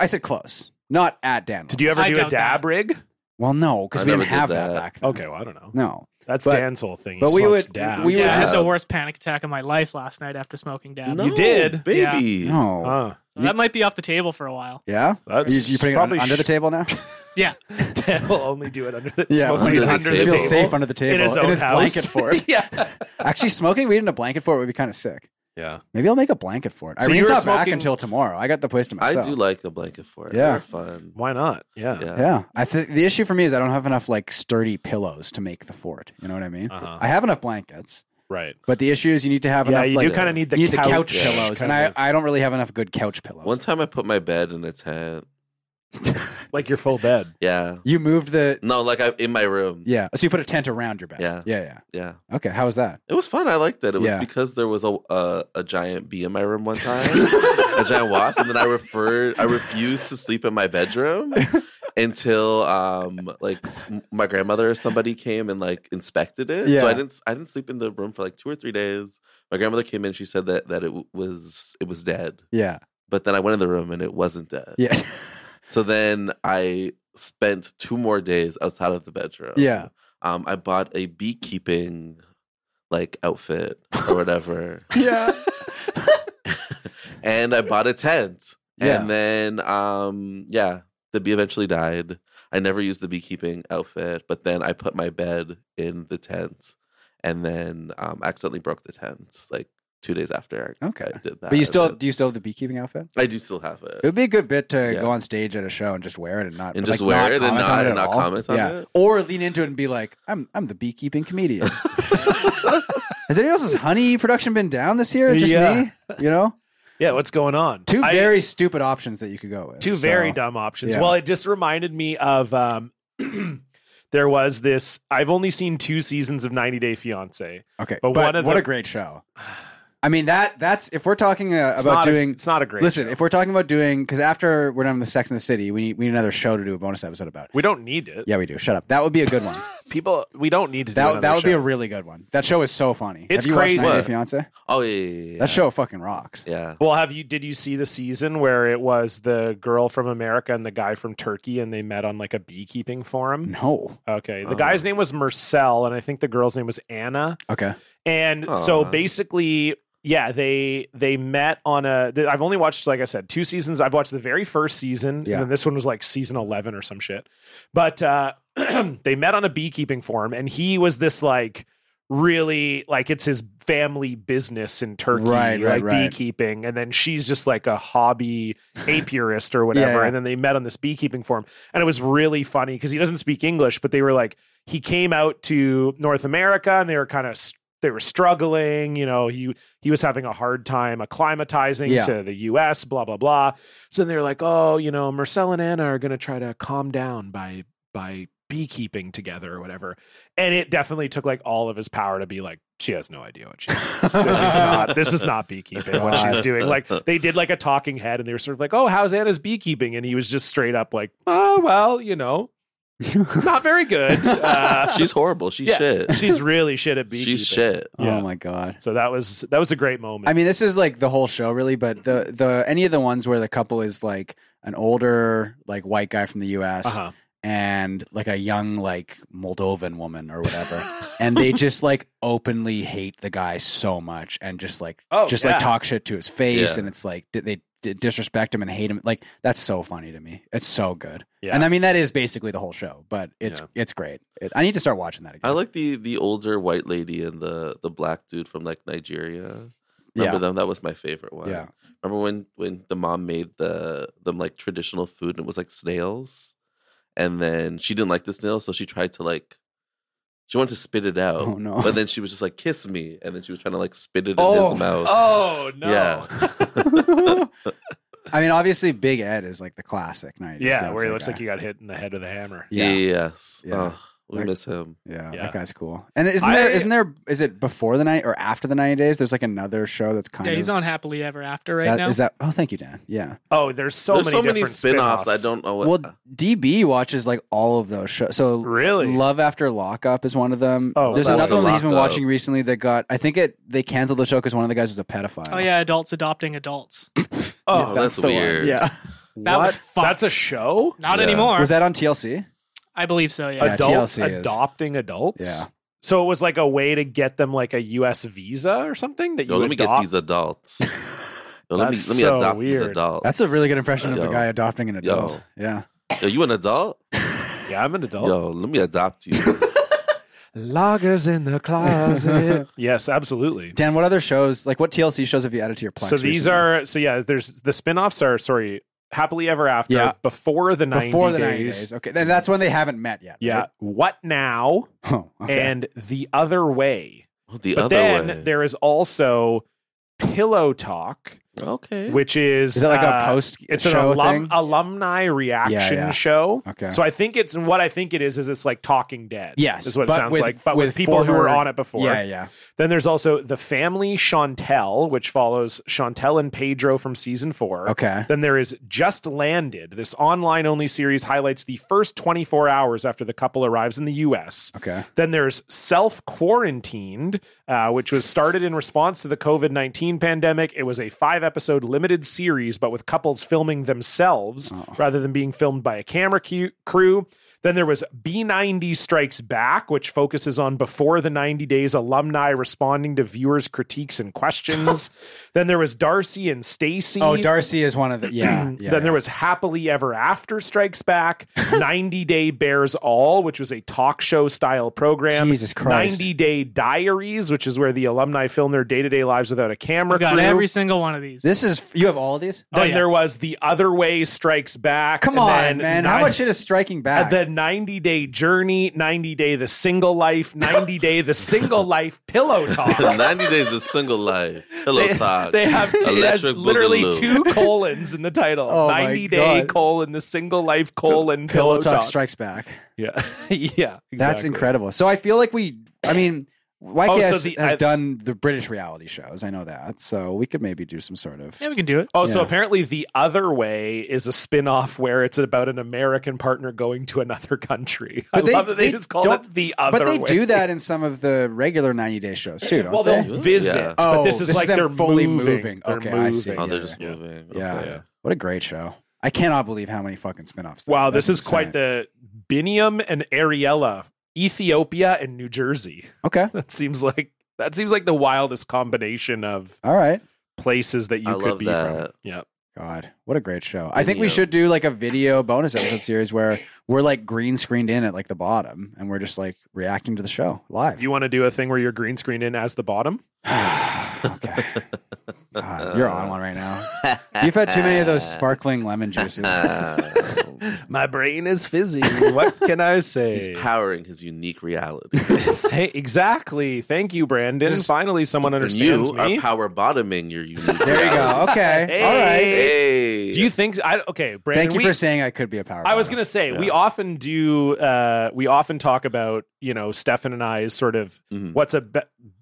[SPEAKER 3] I said close, not at Dan.
[SPEAKER 1] Did you ever
[SPEAKER 2] I
[SPEAKER 1] do a
[SPEAKER 2] doubt
[SPEAKER 1] dab
[SPEAKER 2] that.
[SPEAKER 1] rig?
[SPEAKER 3] Well, no, because
[SPEAKER 4] I
[SPEAKER 3] we didn't
[SPEAKER 4] never did
[SPEAKER 3] have that.
[SPEAKER 4] that.
[SPEAKER 3] back then.
[SPEAKER 1] Okay, well I don't know.
[SPEAKER 3] No,
[SPEAKER 1] That's
[SPEAKER 3] But-
[SPEAKER 1] Dan's whole thing. He
[SPEAKER 3] but we
[SPEAKER 1] smokes
[SPEAKER 3] would-
[SPEAKER 1] dab.
[SPEAKER 3] we
[SPEAKER 2] Yeah,
[SPEAKER 3] would-
[SPEAKER 2] I had
[SPEAKER 4] Yeah.
[SPEAKER 2] the worst panic attack of my life last night after smoking dabs.
[SPEAKER 1] No. You did?
[SPEAKER 4] baby.
[SPEAKER 3] no.
[SPEAKER 1] Huh.
[SPEAKER 2] So that might be off the table for a while.
[SPEAKER 3] yeah,
[SPEAKER 1] Uh, That's
[SPEAKER 3] you, you putting it
[SPEAKER 1] probably
[SPEAKER 3] un- under the table now.
[SPEAKER 2] Yeah.
[SPEAKER 1] Dan will only do it under the
[SPEAKER 3] Yeah,
[SPEAKER 1] smoke
[SPEAKER 4] under
[SPEAKER 1] weed
[SPEAKER 4] the
[SPEAKER 1] under the
[SPEAKER 4] table.
[SPEAKER 3] Feel
[SPEAKER 1] table.
[SPEAKER 4] Feels
[SPEAKER 3] safe under the table
[SPEAKER 1] in his own house.
[SPEAKER 3] blanket fort.
[SPEAKER 1] yeah.
[SPEAKER 3] Actually, smoking weed in a blanket fort would be kind of sick.
[SPEAKER 1] Yeah.
[SPEAKER 3] Maybe I'll make a blanket fort.
[SPEAKER 1] So you
[SPEAKER 3] Irene's
[SPEAKER 1] were
[SPEAKER 3] not back
[SPEAKER 1] smoking-
[SPEAKER 3] until tomorrow. I got the place to
[SPEAKER 4] I
[SPEAKER 3] myself.
[SPEAKER 4] do like a blanket for it.
[SPEAKER 3] Yeah.
[SPEAKER 4] They're fun.
[SPEAKER 1] Why not? Yeah.
[SPEAKER 4] Yeah.
[SPEAKER 3] yeah, I think the issue for me is I don't have enough like sturdy pillows to make the fort. You know what I mean?
[SPEAKER 1] Uh-huh.
[SPEAKER 3] I have enough blankets,
[SPEAKER 1] Right.
[SPEAKER 3] but the issue is you need to have
[SPEAKER 1] yeah,
[SPEAKER 3] enough.
[SPEAKER 1] you
[SPEAKER 3] like,
[SPEAKER 1] do kind of need the
[SPEAKER 3] you need
[SPEAKER 1] couch,
[SPEAKER 3] the couch pillows,
[SPEAKER 1] kind
[SPEAKER 3] and I,
[SPEAKER 1] of.
[SPEAKER 3] I don't really have enough good couch pillows.
[SPEAKER 4] One time I put my bed in a tent.
[SPEAKER 1] like your full bed.
[SPEAKER 4] Yeah.
[SPEAKER 3] you moved the
[SPEAKER 4] No, like I in my room. Yeah.
[SPEAKER 3] yeah, so you put a tent around your bed.
[SPEAKER 4] Mm. Yeah.
[SPEAKER 3] yeah, yeah. Okay, how was that?
[SPEAKER 4] It was fun. I liked it. It was
[SPEAKER 3] Yeah.
[SPEAKER 4] because there was a, a a giant bee in my room one time, a giant wasp, and then I referred. I refused to sleep in my bedroom until um like s- my grandmother or somebody came and like inspected it. So
[SPEAKER 3] Yeah.
[SPEAKER 4] I didn't I didn't sleep in the room for like two or three days. My grandmother came in. She said that that it w- was it was dead.
[SPEAKER 3] Yeah,
[SPEAKER 4] But then I went in the room and it wasn't dead.
[SPEAKER 3] yeah,
[SPEAKER 4] So then I spent two more days outside of the bedroom.
[SPEAKER 3] Yeah.
[SPEAKER 4] Um, I bought a beekeeping like outfit or whatever.
[SPEAKER 3] yeah.
[SPEAKER 4] and I bought a tent.
[SPEAKER 3] Yeah.
[SPEAKER 4] And then um yeah, the bee eventually died. I never used the beekeeping outfit, but then I put my bed in the tent and then um accidentally broke the tent like two days after I,
[SPEAKER 3] Okay.
[SPEAKER 4] I did that.
[SPEAKER 3] But you still
[SPEAKER 4] And
[SPEAKER 3] do you still have the beekeeping outfit?
[SPEAKER 4] I do still have it.
[SPEAKER 3] It would be a good bit to
[SPEAKER 4] Yeah.
[SPEAKER 3] go on stage at a show and just wear it and not
[SPEAKER 4] And
[SPEAKER 3] like,
[SPEAKER 4] just wear
[SPEAKER 3] not
[SPEAKER 4] it and
[SPEAKER 3] comment
[SPEAKER 4] not-
[SPEAKER 3] on
[SPEAKER 4] and
[SPEAKER 3] at
[SPEAKER 4] not
[SPEAKER 3] all.
[SPEAKER 4] comment on it?
[SPEAKER 3] Or lean into it and be like, I'm I'm the beekeeping comedian. Has anyone else's honey production been down this year? Just
[SPEAKER 1] Yeah.
[SPEAKER 3] me? You know?
[SPEAKER 1] Yeah, what's going on?
[SPEAKER 3] Two
[SPEAKER 1] I-
[SPEAKER 3] very stupid options that you could go with.
[SPEAKER 1] two
[SPEAKER 3] so-
[SPEAKER 1] very dumb options.
[SPEAKER 3] yeah.
[SPEAKER 1] Well, it just reminded me of um there was this I've only seen two seasons of 90 Day Fiancé.
[SPEAKER 3] Okay.
[SPEAKER 1] but
[SPEAKER 3] But,
[SPEAKER 1] one of
[SPEAKER 3] what
[SPEAKER 1] the-
[SPEAKER 3] a great show. I mean that that's if we're talking uh,
[SPEAKER 1] It's
[SPEAKER 3] about
[SPEAKER 1] not a-
[SPEAKER 3] doing
[SPEAKER 1] It's not a great
[SPEAKER 3] Listen,
[SPEAKER 1] show.
[SPEAKER 3] if we're talking about doing because after we're done with Sex in the City, we need we need another show to do a bonus episode about.
[SPEAKER 1] we don't need it.
[SPEAKER 3] Yeah, we do. Shut up. That would be a good one.
[SPEAKER 1] People we don't need to do
[SPEAKER 3] That, that
[SPEAKER 1] another
[SPEAKER 3] would be a
[SPEAKER 1] show.
[SPEAKER 3] really good one. That show is so funny.
[SPEAKER 1] It's
[SPEAKER 3] Have you
[SPEAKER 1] crazy.
[SPEAKER 3] watched 90 Day
[SPEAKER 4] What?
[SPEAKER 3] Fiance?
[SPEAKER 4] Oh yeah, yeah, yeah, yeah.
[SPEAKER 3] That show fucking rocks.
[SPEAKER 4] Yeah.
[SPEAKER 1] Well, have you did you see the season where it was the girl from America and the guy from Turkey and they met on like a beekeeping forum?
[SPEAKER 3] No.
[SPEAKER 1] Okay. The
[SPEAKER 4] Oh.
[SPEAKER 1] guy's name was Marcel and I think the girl's name was Anna.
[SPEAKER 3] Okay.
[SPEAKER 1] And so
[SPEAKER 4] Aw.
[SPEAKER 1] basically, yeah, they they met on a. th- I've only watched, like I said, two seasons. I've watched the very first season,
[SPEAKER 3] Yeah.
[SPEAKER 1] and then this one was like season eleven or some shit. But uh, they met on a beekeeping forum, and he was this like really like it's his family business in Turkey,
[SPEAKER 3] Right,
[SPEAKER 1] like
[SPEAKER 3] right, right.
[SPEAKER 1] beekeeping, and then she's just like a hobby apiarist or whatever.
[SPEAKER 3] yeah.
[SPEAKER 1] And then they met on this beekeeping forum, and it was really funny because he doesn't speak English, but they were like he came out to North America, and they were kind of they were struggling. You know, he he was having a hard time acclimatizing
[SPEAKER 3] Yeah.
[SPEAKER 1] to the U.S. Blah blah blah. So they're like, oh, you know, Marcel and Anna are going to try to calm down by by beekeeping together or whatever. And it definitely took like all of his power to be like, she has no idea what she's this is not this is not beekeeping what she's doing like they did like a talking head and they were sort of like oh how's anna's beekeeping and he was just straight up like oh well you know not very good uh,
[SPEAKER 4] She's horrible. She's
[SPEAKER 1] yeah,
[SPEAKER 4] shit.
[SPEAKER 1] she's really shit at beekeeping
[SPEAKER 4] She's shit.
[SPEAKER 1] Yeah.
[SPEAKER 3] Oh my god.
[SPEAKER 1] so that was that was a great moment
[SPEAKER 3] I mean, this is like the whole show, really. But the the any of the ones where the couple is like an older like white guy from the U.S.
[SPEAKER 1] uh-huh.
[SPEAKER 3] and like a young like Moldovan woman or whatever, and they just like openly hate the guy so much and just like
[SPEAKER 1] Oh,
[SPEAKER 3] just
[SPEAKER 1] yeah.
[SPEAKER 3] like talk shit to his face,
[SPEAKER 4] Yeah.
[SPEAKER 3] and it's like di- they di- disrespect him and hate him. Like that's so funny to me. It's so good.
[SPEAKER 1] yeah
[SPEAKER 3] And I mean, that is basically the whole show, but it's
[SPEAKER 1] Yeah.
[SPEAKER 3] it's great. It, I need to start watching that again.
[SPEAKER 4] I like the the older white lady and the the black dude from like Nigeria. Remember
[SPEAKER 3] yeah.
[SPEAKER 4] them? That was my favorite one.
[SPEAKER 3] Yeah.
[SPEAKER 4] Remember when when the mom made the them like traditional food and it was like snails, and then she didn't like the snails, so she tried to like she wanted to spit it out,
[SPEAKER 3] Oh, no.
[SPEAKER 4] but then she was just like kiss me, and then she was trying to like spit it in
[SPEAKER 1] Oh,
[SPEAKER 4] his mouth.
[SPEAKER 1] oh no.
[SPEAKER 3] I mean, obviously, Big Ed is like the classic night.
[SPEAKER 1] yeah, where he looks like he got hit in the head with a hammer.
[SPEAKER 3] Yeah.
[SPEAKER 4] Yes.
[SPEAKER 3] Yeah.
[SPEAKER 4] Ugh, we
[SPEAKER 3] Like-
[SPEAKER 4] miss him.
[SPEAKER 3] Yeah,
[SPEAKER 1] Yeah.
[SPEAKER 3] that guy's cool. And isn't there
[SPEAKER 1] I-
[SPEAKER 3] isn't there is it before the night or after the ninety days? There's like another show that's kind
[SPEAKER 2] yeah,
[SPEAKER 3] of
[SPEAKER 2] he's on Happily Ever After right
[SPEAKER 3] that-
[SPEAKER 2] now.
[SPEAKER 3] Is that? Oh, thank you, Dan. Yeah.
[SPEAKER 1] Oh, there's so
[SPEAKER 4] There's
[SPEAKER 1] many
[SPEAKER 4] so many
[SPEAKER 1] different
[SPEAKER 4] spin-offs. I
[SPEAKER 1] spin-offs.
[SPEAKER 4] don't know what.
[SPEAKER 3] Well, DB watches like all of those shows. So
[SPEAKER 1] really.
[SPEAKER 3] Love After Lockup is one of them.
[SPEAKER 1] Oh,
[SPEAKER 3] there's
[SPEAKER 4] Love
[SPEAKER 3] another
[SPEAKER 4] After
[SPEAKER 3] one that he's been
[SPEAKER 4] Lockup.
[SPEAKER 3] watching recently that got. I think it they canceled the show because one of the guys was a pedophile.
[SPEAKER 2] oh yeah, adults adopting adults.
[SPEAKER 4] Oh,
[SPEAKER 1] oh,
[SPEAKER 4] that's
[SPEAKER 3] the one.
[SPEAKER 4] weird.
[SPEAKER 3] Yeah.
[SPEAKER 2] That
[SPEAKER 1] what?
[SPEAKER 2] was fun.
[SPEAKER 1] That's a show.
[SPEAKER 2] Not
[SPEAKER 4] Yeah.
[SPEAKER 2] anymore.
[SPEAKER 3] Was that on TLC?
[SPEAKER 2] I believe so. Yeah.
[SPEAKER 3] Yeah,
[SPEAKER 1] adults
[SPEAKER 3] TLC is.
[SPEAKER 1] adopting adults.
[SPEAKER 3] Yeah.
[SPEAKER 1] So it was like a way to get them like a U.S. visa or something that you
[SPEAKER 4] Yo, let me get
[SPEAKER 1] adopt?
[SPEAKER 4] these adults. Yo, let me
[SPEAKER 1] That's
[SPEAKER 4] let me
[SPEAKER 1] so
[SPEAKER 4] adopt these
[SPEAKER 1] weird.
[SPEAKER 4] adults.
[SPEAKER 3] That's a really good impression of
[SPEAKER 4] Yo.
[SPEAKER 3] a guy adopting an adult.
[SPEAKER 4] Yo.
[SPEAKER 3] Yeah.
[SPEAKER 4] Yo, you an adult?
[SPEAKER 1] Yeah, I'm an adult.
[SPEAKER 4] Yo, let me adopt you.
[SPEAKER 1] Loggers in the yes, absolutely.
[SPEAKER 3] Dan, what other shows like what TLC shows have you added to your Plex?
[SPEAKER 1] So these
[SPEAKER 3] recently?
[SPEAKER 1] are so yeah. There's the spin-offs are sorry, happily ever after.
[SPEAKER 3] Yeah.
[SPEAKER 1] before the 90
[SPEAKER 3] before the
[SPEAKER 1] days.
[SPEAKER 3] ninety days. Okay, then that's when they haven't met yet.
[SPEAKER 1] Yeah,
[SPEAKER 3] right?
[SPEAKER 1] what now?
[SPEAKER 3] Oh, okay.
[SPEAKER 1] And the other way.
[SPEAKER 4] the
[SPEAKER 1] but
[SPEAKER 4] other
[SPEAKER 1] then
[SPEAKER 4] way.
[SPEAKER 1] there is also Pillow Talk,
[SPEAKER 4] Okay.
[SPEAKER 1] which is
[SPEAKER 3] is it like
[SPEAKER 1] uh,
[SPEAKER 3] a post
[SPEAKER 1] It's an
[SPEAKER 3] show
[SPEAKER 1] alum,
[SPEAKER 3] thing?
[SPEAKER 1] alumni reaction
[SPEAKER 3] yeah.
[SPEAKER 1] show.
[SPEAKER 3] Okay.
[SPEAKER 1] So I think it's and what I think it is is it's like Talking Dead.
[SPEAKER 3] Yes,
[SPEAKER 1] is what it
[SPEAKER 3] but
[SPEAKER 1] sounds
[SPEAKER 3] with-
[SPEAKER 1] like, but with,
[SPEAKER 3] with
[SPEAKER 1] people who
[SPEAKER 3] former-
[SPEAKER 1] were on it before.
[SPEAKER 3] yeah, yeah.
[SPEAKER 1] Then there's also the family Chantel, which follows Chantel and Pedro from season four.
[SPEAKER 3] Okay.
[SPEAKER 1] Then there is Just Landed. This online only series highlights the first 24 hours after the couple arrives in the U.S.
[SPEAKER 3] Okay.
[SPEAKER 1] Then there's Self Quarantined, uh, which was started in response to the COVID 19 pandemic. It was a five episode limited series, but with couples filming themselves rather than being filmed by a camera cu- crew. Then there was B90 Strikes Back, which focuses on before the 90 days alumni responding to viewers' critiques and questions. then there was Darcy and Stacy.
[SPEAKER 3] Oh, Darcy is one of the yeah.
[SPEAKER 1] Mm.
[SPEAKER 3] yeah
[SPEAKER 1] then
[SPEAKER 3] yeah.
[SPEAKER 1] there was Happily Ever After Strikes Back, 90 Day Bears All, which was a talk show style program.
[SPEAKER 3] Jesus Christ.
[SPEAKER 1] 90 Day Diaries, which is where the alumni film their day to day lives without a camera
[SPEAKER 2] We've got
[SPEAKER 1] crew.
[SPEAKER 2] every single one of these.
[SPEAKER 3] This is you have all of these.
[SPEAKER 1] then
[SPEAKER 2] Oh, yeah.
[SPEAKER 1] there was The Other Way Strikes Back.
[SPEAKER 3] Come
[SPEAKER 1] and
[SPEAKER 3] on,
[SPEAKER 1] then
[SPEAKER 3] man. How
[SPEAKER 1] nine-
[SPEAKER 3] much shit is striking back?
[SPEAKER 1] and then 90 Day Journey, 90 Day The Single Life, 90 Day The Single Life Pillow Talk.
[SPEAKER 4] 90 days of single life. Hello,
[SPEAKER 1] They,
[SPEAKER 4] Todd.
[SPEAKER 1] they have two, it has
[SPEAKER 4] Electric
[SPEAKER 1] literally
[SPEAKER 4] Boogaloo.
[SPEAKER 1] two colons in the title.
[SPEAKER 3] Oh my
[SPEAKER 1] 90 day
[SPEAKER 3] God.
[SPEAKER 1] colon, the single life colon,
[SPEAKER 3] Pillow,
[SPEAKER 1] pillow,
[SPEAKER 3] Talk,
[SPEAKER 1] talk.
[SPEAKER 3] strikes back.
[SPEAKER 1] Yeah. yeah.
[SPEAKER 3] That's
[SPEAKER 1] exactly.
[SPEAKER 3] incredible. So I feel like we. I mean. YKS
[SPEAKER 1] Oh, so the-
[SPEAKER 3] has
[SPEAKER 1] I-
[SPEAKER 3] done the British reality shows. I know that. So we could maybe do some sort of.
[SPEAKER 2] yeah, we can do it.
[SPEAKER 1] Oh, so
[SPEAKER 3] Yeah.
[SPEAKER 1] apparently the other way is a spin-off where it's about an American partner going to another country. I
[SPEAKER 3] But they-
[SPEAKER 1] love that they,
[SPEAKER 3] they
[SPEAKER 1] just call
[SPEAKER 3] don't-
[SPEAKER 1] it the other
[SPEAKER 3] But they
[SPEAKER 1] way.
[SPEAKER 3] do that in some of the regular 90 day shows too, don't
[SPEAKER 1] Well,
[SPEAKER 3] they?
[SPEAKER 1] they'll
[SPEAKER 4] they?
[SPEAKER 1] visit,
[SPEAKER 4] Yeah.
[SPEAKER 1] but
[SPEAKER 3] Oh,
[SPEAKER 1] this is
[SPEAKER 3] this is
[SPEAKER 1] like
[SPEAKER 3] them
[SPEAKER 1] they're
[SPEAKER 3] fully
[SPEAKER 1] moving.
[SPEAKER 3] moving.
[SPEAKER 1] They're
[SPEAKER 3] Okay,
[SPEAKER 1] moving.
[SPEAKER 3] I see.
[SPEAKER 4] Oh,
[SPEAKER 3] Yeah,
[SPEAKER 4] they're just
[SPEAKER 3] yeah.
[SPEAKER 4] moving.
[SPEAKER 3] Yeah.
[SPEAKER 4] Okay.
[SPEAKER 3] What a great show. I cannot believe how many fucking spinoffs. there
[SPEAKER 1] Wow,
[SPEAKER 3] are.
[SPEAKER 1] this
[SPEAKER 3] That's
[SPEAKER 1] is quite
[SPEAKER 3] insane.
[SPEAKER 1] the Binium and Ariella, Ethiopia and New Jersey.
[SPEAKER 3] Okay.
[SPEAKER 1] That seems like that seems like the wildest combination of
[SPEAKER 3] All right.
[SPEAKER 1] places that you
[SPEAKER 4] I
[SPEAKER 1] could
[SPEAKER 4] love
[SPEAKER 1] be from.
[SPEAKER 4] that.
[SPEAKER 1] Yeah.
[SPEAKER 3] God, what a great show. I think we
[SPEAKER 4] Video.
[SPEAKER 3] should do like a video bonus episode series where we're like green screened in at like the bottom and we're just like reacting to the show live.
[SPEAKER 1] If you want to do a thing where you're green screened in as the bottom,
[SPEAKER 3] okay. God, you're on one right now. You've had too many of those sparkling lemon juices.
[SPEAKER 4] Ah,
[SPEAKER 1] my brain is fizzy. what can I say?
[SPEAKER 4] He's powering his unique reality.
[SPEAKER 1] hey, exactly. Thank you, Brandon.
[SPEAKER 3] Just-
[SPEAKER 1] Finally, someone
[SPEAKER 4] And you
[SPEAKER 1] understands me.
[SPEAKER 4] are power bottoming your unique
[SPEAKER 3] There you go. Okay. All right.
[SPEAKER 4] Hey.
[SPEAKER 1] Do you think? I okay, Brandon.
[SPEAKER 3] Thank you
[SPEAKER 1] we-
[SPEAKER 3] for saying I could be a power.
[SPEAKER 1] I was
[SPEAKER 3] bottom.
[SPEAKER 1] gonna say we
[SPEAKER 4] Yeah.
[SPEAKER 1] often do. Uh, we often talk about you know Stefan and I's sort of
[SPEAKER 4] Mhm.
[SPEAKER 1] what's a be-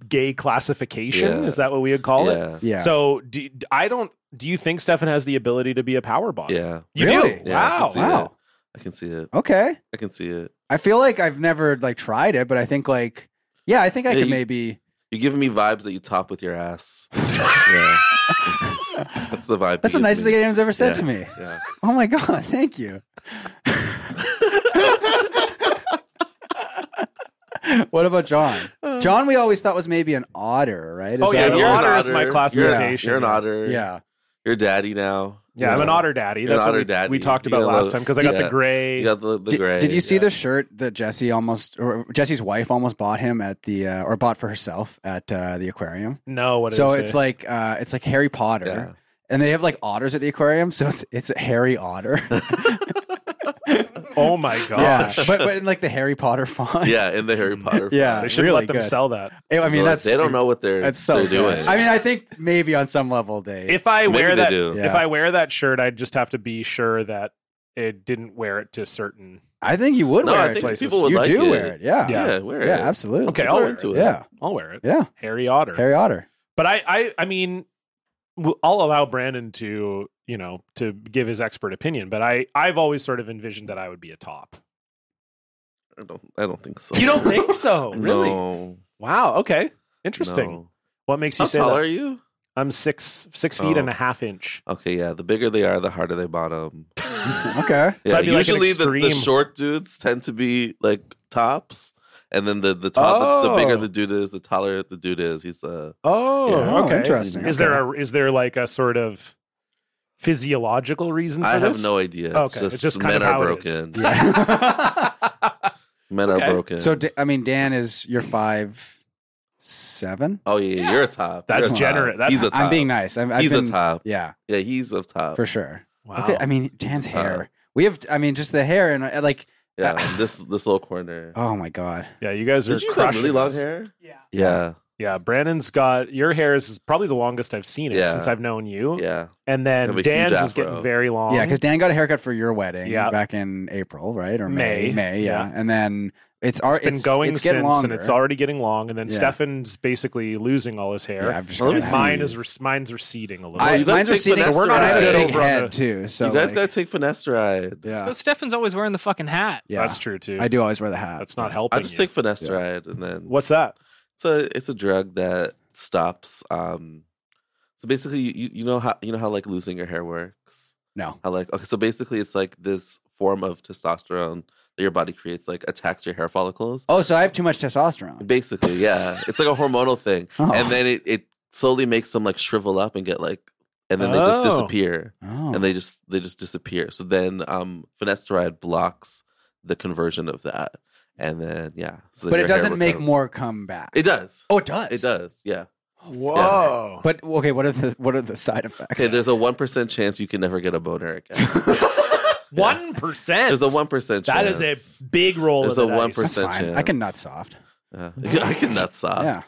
[SPEAKER 1] gay classification?
[SPEAKER 4] Yeah.
[SPEAKER 1] Is that what we would call it?
[SPEAKER 4] yeah.
[SPEAKER 3] Yeah.
[SPEAKER 1] So do, I don't. Do you think Stefan has the ability to be a power bot?
[SPEAKER 4] Yeah.
[SPEAKER 1] you
[SPEAKER 3] Really?
[SPEAKER 1] do.
[SPEAKER 4] Yeah, I can
[SPEAKER 1] wow,
[SPEAKER 4] see
[SPEAKER 1] wow.
[SPEAKER 3] Wow.
[SPEAKER 4] I can see it.
[SPEAKER 3] Okay.
[SPEAKER 4] I can see it.
[SPEAKER 3] I feel like I've never like tried it, but I think like yeah, I think I
[SPEAKER 4] Yeah,
[SPEAKER 3] could
[SPEAKER 4] you-
[SPEAKER 3] maybe
[SPEAKER 4] You're giving me vibes that you top with your ass. yeah. That's the vibe.
[SPEAKER 3] That's the
[SPEAKER 4] you give
[SPEAKER 3] nicest
[SPEAKER 4] me.
[SPEAKER 3] thing anyone's ever said
[SPEAKER 4] Yeah.
[SPEAKER 3] to me.
[SPEAKER 4] Yeah.
[SPEAKER 3] Oh my god, thank you. what about John? John we always thought was maybe an otter, right?
[SPEAKER 1] Oh, yeah,
[SPEAKER 3] that-
[SPEAKER 1] you're-
[SPEAKER 4] an
[SPEAKER 1] otter is my classification.
[SPEAKER 4] You're, an otter.
[SPEAKER 3] yeah.
[SPEAKER 4] You're daddy now.
[SPEAKER 1] Yeah, I'm an otter daddy.
[SPEAKER 4] You're an
[SPEAKER 1] That's what
[SPEAKER 4] otter
[SPEAKER 1] we,
[SPEAKER 4] daddy.
[SPEAKER 1] we talked
[SPEAKER 4] You
[SPEAKER 1] about
[SPEAKER 4] got
[SPEAKER 1] last
[SPEAKER 4] love-
[SPEAKER 1] time because I got
[SPEAKER 4] Yeah.
[SPEAKER 1] the gray.
[SPEAKER 4] You got the, the
[SPEAKER 3] Did,
[SPEAKER 4] gray.
[SPEAKER 3] did you see
[SPEAKER 4] yeah.
[SPEAKER 3] the shirt that Jesse almost or Jesse's wife almost bought him at the uh, or bought for herself at uh, the aquarium?
[SPEAKER 1] No, what
[SPEAKER 3] so
[SPEAKER 1] is
[SPEAKER 3] it's
[SPEAKER 1] it?
[SPEAKER 3] like uh, it's like Harry Potter,
[SPEAKER 4] Yeah.
[SPEAKER 3] and they have like otters at the aquarium, so it's it's a hairy otter.
[SPEAKER 1] Oh my
[SPEAKER 3] yeah,
[SPEAKER 1] gosh.
[SPEAKER 3] but but in like the Harry Potter font.
[SPEAKER 4] yeah, in the Harry Potter.
[SPEAKER 3] yeah,
[SPEAKER 1] They should
[SPEAKER 3] really
[SPEAKER 1] let them
[SPEAKER 3] good.
[SPEAKER 1] sell that.
[SPEAKER 3] I mean,
[SPEAKER 4] Well,
[SPEAKER 3] that's
[SPEAKER 4] they don't know what they're
[SPEAKER 3] That's so
[SPEAKER 4] they're
[SPEAKER 3] good.
[SPEAKER 4] doing.
[SPEAKER 3] I mean, I think maybe on some level they.
[SPEAKER 1] If I
[SPEAKER 4] Maybe
[SPEAKER 1] wear
[SPEAKER 4] they
[SPEAKER 1] that
[SPEAKER 4] do.
[SPEAKER 1] if
[SPEAKER 3] Yeah.
[SPEAKER 1] I wear that shirt, I'd just have to be sure that it didn't wear it to certain
[SPEAKER 3] I think you would
[SPEAKER 4] No,
[SPEAKER 3] wear
[SPEAKER 4] I
[SPEAKER 3] it
[SPEAKER 4] think
[SPEAKER 3] places.
[SPEAKER 4] people would
[SPEAKER 3] you
[SPEAKER 4] like
[SPEAKER 3] do
[SPEAKER 4] it.
[SPEAKER 3] wear it. Yeah.
[SPEAKER 1] Yeah.
[SPEAKER 4] yeah, wear
[SPEAKER 3] Yeah,
[SPEAKER 4] it.
[SPEAKER 3] absolutely.
[SPEAKER 1] Okay,
[SPEAKER 4] People
[SPEAKER 1] I'll
[SPEAKER 4] are
[SPEAKER 1] wear
[SPEAKER 4] into
[SPEAKER 1] it.
[SPEAKER 4] it.
[SPEAKER 3] Yeah.
[SPEAKER 1] I'll wear it.
[SPEAKER 3] Yeah.
[SPEAKER 1] Harry Otter.
[SPEAKER 3] Harry Otter.
[SPEAKER 1] But I, I, I mean, w- I'll allow Brandon to, you know, to give his expert opinion. But I, I've always sort of envisioned that I would be a top.
[SPEAKER 4] I don't. I don't think so.
[SPEAKER 1] You don't think so, really?
[SPEAKER 4] No,
[SPEAKER 1] Wow. Okay. Interesting.
[SPEAKER 4] no.
[SPEAKER 1] What makes you
[SPEAKER 4] How
[SPEAKER 1] say
[SPEAKER 4] tall
[SPEAKER 1] that?
[SPEAKER 4] are you?
[SPEAKER 1] I'm six, six feet
[SPEAKER 4] Oh.
[SPEAKER 1] and a half inch.
[SPEAKER 4] Okay, yeah. The bigger they are, the harder they bottom.
[SPEAKER 3] Okay.
[SPEAKER 1] So
[SPEAKER 4] Yeah,
[SPEAKER 1] I'd be like an
[SPEAKER 4] usually the, the
[SPEAKER 1] extreme-
[SPEAKER 4] short dudes tend to be like tops, and then the the top the, the
[SPEAKER 1] Oh.
[SPEAKER 4] bigger the dude is, the taller the dude is. He's uh
[SPEAKER 1] Oh,
[SPEAKER 3] Yeah.
[SPEAKER 1] okay.
[SPEAKER 3] Interesting.
[SPEAKER 1] Is
[SPEAKER 3] Okay.
[SPEAKER 1] there a, is there like a sort of physiological reason? Hmm, For
[SPEAKER 4] I have
[SPEAKER 1] this?
[SPEAKER 4] no idea. It's
[SPEAKER 1] Okay,
[SPEAKER 4] just,
[SPEAKER 1] it's just kind
[SPEAKER 4] men
[SPEAKER 1] of
[SPEAKER 4] are
[SPEAKER 1] how it is.
[SPEAKER 4] broken.
[SPEAKER 3] Yeah.
[SPEAKER 4] Men
[SPEAKER 1] Okay.
[SPEAKER 4] are broken.
[SPEAKER 3] so Da- I mean, Dan is you're five seven.
[SPEAKER 4] oh yeah,
[SPEAKER 2] Yeah.
[SPEAKER 4] you're a top.
[SPEAKER 1] That's
[SPEAKER 4] You're a top.
[SPEAKER 1] generous. That's-
[SPEAKER 4] he's a top.
[SPEAKER 3] I'm being nice. I've, I've
[SPEAKER 4] he's
[SPEAKER 3] been,
[SPEAKER 4] a top.
[SPEAKER 3] Yeah,
[SPEAKER 4] Yeah, he's a top.
[SPEAKER 3] for sure.
[SPEAKER 1] Wow.
[SPEAKER 3] Okay. I mean, Dan's
[SPEAKER 4] Wow.
[SPEAKER 3] hair. We have. I mean, just the hair and uh, like.
[SPEAKER 4] Yeah, this this little corner.
[SPEAKER 3] Oh my god.
[SPEAKER 1] yeah, you guys are
[SPEAKER 4] Did you have
[SPEAKER 1] crushing
[SPEAKER 4] really long
[SPEAKER 1] this.
[SPEAKER 4] hair?
[SPEAKER 2] Yeah.
[SPEAKER 4] Yeah,
[SPEAKER 1] Yeah, Brandon's got your hair is probably the longest I've seen it
[SPEAKER 4] Yeah.
[SPEAKER 1] since I've known you.
[SPEAKER 4] yeah.
[SPEAKER 1] And
[SPEAKER 4] I have
[SPEAKER 1] then
[SPEAKER 4] a
[SPEAKER 1] Dan's
[SPEAKER 4] huge
[SPEAKER 1] is getting
[SPEAKER 4] afro.
[SPEAKER 1] very long.
[SPEAKER 3] Yeah, because Dan got a haircut for your wedding
[SPEAKER 1] Yeah.
[SPEAKER 3] back in April, right? Or May.
[SPEAKER 1] May.
[SPEAKER 3] yeah. And then it's
[SPEAKER 1] it's
[SPEAKER 3] our
[SPEAKER 1] been going
[SPEAKER 3] it's
[SPEAKER 1] since,
[SPEAKER 3] getting longer.
[SPEAKER 1] and it's already getting long. And then
[SPEAKER 3] Yeah.
[SPEAKER 1] Stefan's basically losing all his hair.
[SPEAKER 3] Yeah, I've just
[SPEAKER 4] Well, let
[SPEAKER 3] got
[SPEAKER 4] me see.
[SPEAKER 1] Mine is rec- mine's receding a little.
[SPEAKER 3] I,
[SPEAKER 4] you
[SPEAKER 1] bit.
[SPEAKER 4] gotta
[SPEAKER 3] mine's
[SPEAKER 4] take
[SPEAKER 3] receding.
[SPEAKER 4] finesse
[SPEAKER 3] So we're not
[SPEAKER 1] ride.
[SPEAKER 3] as good
[SPEAKER 1] Yeah.
[SPEAKER 3] over
[SPEAKER 1] Over on
[SPEAKER 3] head
[SPEAKER 1] the-
[SPEAKER 3] too. So
[SPEAKER 4] you guys
[SPEAKER 3] like,
[SPEAKER 4] gotta take finesse ride.
[SPEAKER 3] yeah,
[SPEAKER 2] Because Stefan's always wearing the fucking hat.
[SPEAKER 3] yeah.
[SPEAKER 1] That's true too.
[SPEAKER 3] I do always wear the hat.
[SPEAKER 1] That's not
[SPEAKER 3] Yeah.
[SPEAKER 1] helping.
[SPEAKER 4] I just
[SPEAKER 1] you.
[SPEAKER 4] take finesse
[SPEAKER 3] Yeah.
[SPEAKER 4] ride, and then
[SPEAKER 1] What's that?
[SPEAKER 4] it's a it's a drug that stops. um So basically, you- you you know how you know how like losing your hair works.
[SPEAKER 3] No.
[SPEAKER 4] How like okay, so basically, it's like this form of testosterone that your body creates, like attacks your hair follicles.
[SPEAKER 3] Oh, so I have too much testosterone.
[SPEAKER 4] Basically, yeah, it's like a hormonal thing,
[SPEAKER 3] Oh.
[SPEAKER 4] and then it it slowly makes them like shrivel up and get like, and then they
[SPEAKER 1] Oh.
[SPEAKER 4] just disappear.
[SPEAKER 3] Oh.
[SPEAKER 4] and they just they just disappear. So then um finasteride blocks the conversion of that. And then yeah. So
[SPEAKER 3] but
[SPEAKER 4] your
[SPEAKER 3] it
[SPEAKER 4] hair
[SPEAKER 3] doesn't
[SPEAKER 4] will
[SPEAKER 3] make
[SPEAKER 4] come-
[SPEAKER 3] more come back.
[SPEAKER 4] It does.
[SPEAKER 3] Oh, it does.
[SPEAKER 4] It does. Yeah.
[SPEAKER 1] Whoa!
[SPEAKER 3] But okay, what are the what are the side effects?
[SPEAKER 4] Okay, there's a 1% chance you can never get a boner again.
[SPEAKER 1] One percent.
[SPEAKER 4] There's a 1% chance.
[SPEAKER 1] That is a big roll.
[SPEAKER 4] There's
[SPEAKER 1] of
[SPEAKER 4] a
[SPEAKER 1] the dice.
[SPEAKER 4] 1%.
[SPEAKER 3] That's fine. I can nut soft.
[SPEAKER 4] Uh, I can nut soft.
[SPEAKER 3] Yeah,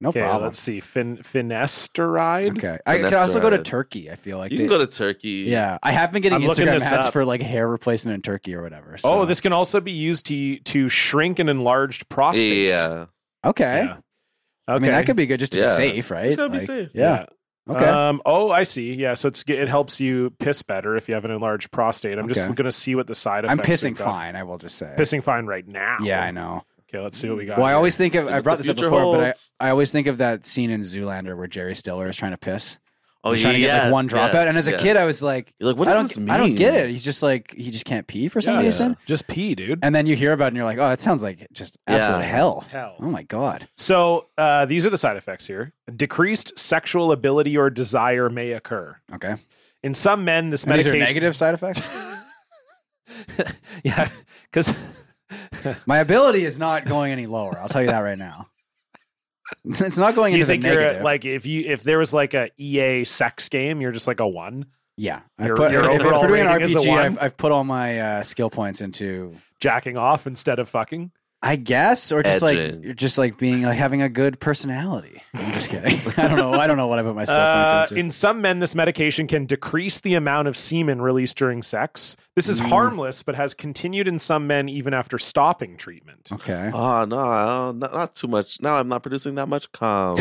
[SPEAKER 3] no
[SPEAKER 1] Okay,
[SPEAKER 3] problem.
[SPEAKER 1] let's see. Fin- finasteride.
[SPEAKER 3] Okay, I
[SPEAKER 4] And
[SPEAKER 3] could
[SPEAKER 4] that's
[SPEAKER 3] also go to
[SPEAKER 4] right.
[SPEAKER 3] Turkey. I feel like
[SPEAKER 4] you
[SPEAKER 3] they-
[SPEAKER 4] can go to Turkey.
[SPEAKER 3] Yeah, I have been getting
[SPEAKER 1] I'm looking
[SPEAKER 3] Instagram
[SPEAKER 1] this
[SPEAKER 3] ads
[SPEAKER 1] up.
[SPEAKER 3] for like hair replacement in Turkey or whatever. so-
[SPEAKER 1] Oh, this can also be used to to shrink an enlarged prostate.
[SPEAKER 4] Yeah.
[SPEAKER 3] okay.
[SPEAKER 1] Yeah. Okay.
[SPEAKER 3] I mean, that could be good just to
[SPEAKER 4] Yeah.
[SPEAKER 3] be safe, right?
[SPEAKER 4] gotta be safe.
[SPEAKER 3] Yeah. Okay.
[SPEAKER 1] Um, oh, I see. Yeah. So it's it helps you piss better if you have an enlarged prostate. I'm just
[SPEAKER 3] Okay.
[SPEAKER 1] going to see what the side
[SPEAKER 3] I'm
[SPEAKER 1] effects.
[SPEAKER 3] pissing
[SPEAKER 1] we've got.
[SPEAKER 3] fine. I will just say.
[SPEAKER 1] Pissing fine right now.
[SPEAKER 3] yeah, I know.
[SPEAKER 1] Okay. Let's see what we got.
[SPEAKER 3] Well, I
[SPEAKER 1] here.
[SPEAKER 3] always think of.
[SPEAKER 4] See
[SPEAKER 3] I
[SPEAKER 4] what
[SPEAKER 3] brought
[SPEAKER 4] the
[SPEAKER 3] this up
[SPEAKER 4] future
[SPEAKER 3] before, but
[SPEAKER 4] holds.
[SPEAKER 3] I, I always think of that scene in Zoolander where Jerry Stiller is trying to piss.
[SPEAKER 4] Oh,
[SPEAKER 3] He's trying to get like
[SPEAKER 4] yes,
[SPEAKER 3] one dropout,
[SPEAKER 4] yes,
[SPEAKER 3] and as a
[SPEAKER 4] yes.
[SPEAKER 3] kid, I was like,
[SPEAKER 4] you're like, what does
[SPEAKER 3] I don't,
[SPEAKER 4] this
[SPEAKER 3] g-
[SPEAKER 4] mean?
[SPEAKER 3] I don't get it. He's just like he just can't pee for some
[SPEAKER 1] Yeah.
[SPEAKER 3] reason.
[SPEAKER 1] just pee, dude.
[SPEAKER 3] And then you hear about it, and you're like, oh, that sounds like just
[SPEAKER 4] Yeah.
[SPEAKER 3] absolute hell.
[SPEAKER 1] Hell.
[SPEAKER 3] Oh my god.
[SPEAKER 1] So uh, these are the side effects here. Decreased sexual ability or desire may occur.
[SPEAKER 3] Okay.
[SPEAKER 1] In some men, this
[SPEAKER 3] And these are
[SPEAKER 1] medication.
[SPEAKER 3] negative side effects.
[SPEAKER 1] yeah, because
[SPEAKER 3] my ability is not going any lower. I'll tell you that right now. it's not going
[SPEAKER 1] you
[SPEAKER 3] into
[SPEAKER 1] think
[SPEAKER 3] the
[SPEAKER 1] you're
[SPEAKER 3] negative.
[SPEAKER 1] a, like if you if there was like a EA sex game, you're just like a one.
[SPEAKER 3] Yeah, I've
[SPEAKER 1] Your-
[SPEAKER 3] put,
[SPEAKER 1] your
[SPEAKER 3] if- if,
[SPEAKER 1] overall
[SPEAKER 3] we're doing an
[SPEAKER 1] rating is a
[SPEAKER 3] RPG,
[SPEAKER 1] one?
[SPEAKER 3] I've, I've put all my uh, skill points into,
[SPEAKER 1] jacking off instead of fucking.
[SPEAKER 3] I guess, or just like
[SPEAKER 4] Edging.
[SPEAKER 3] you're just like being like having a good personality. I'm just kidding. I don't know. I don't know what I put my skill
[SPEAKER 1] Uh,
[SPEAKER 3] points into.
[SPEAKER 1] in some men, this medication can decrease the amount of semen released during sex. This is
[SPEAKER 3] Mm.
[SPEAKER 1] harmless, but has continued in some men even after stopping treatment.
[SPEAKER 3] okay.
[SPEAKER 4] Oh, no. I don't- Not, not too much. Now I'm not producing that much cum.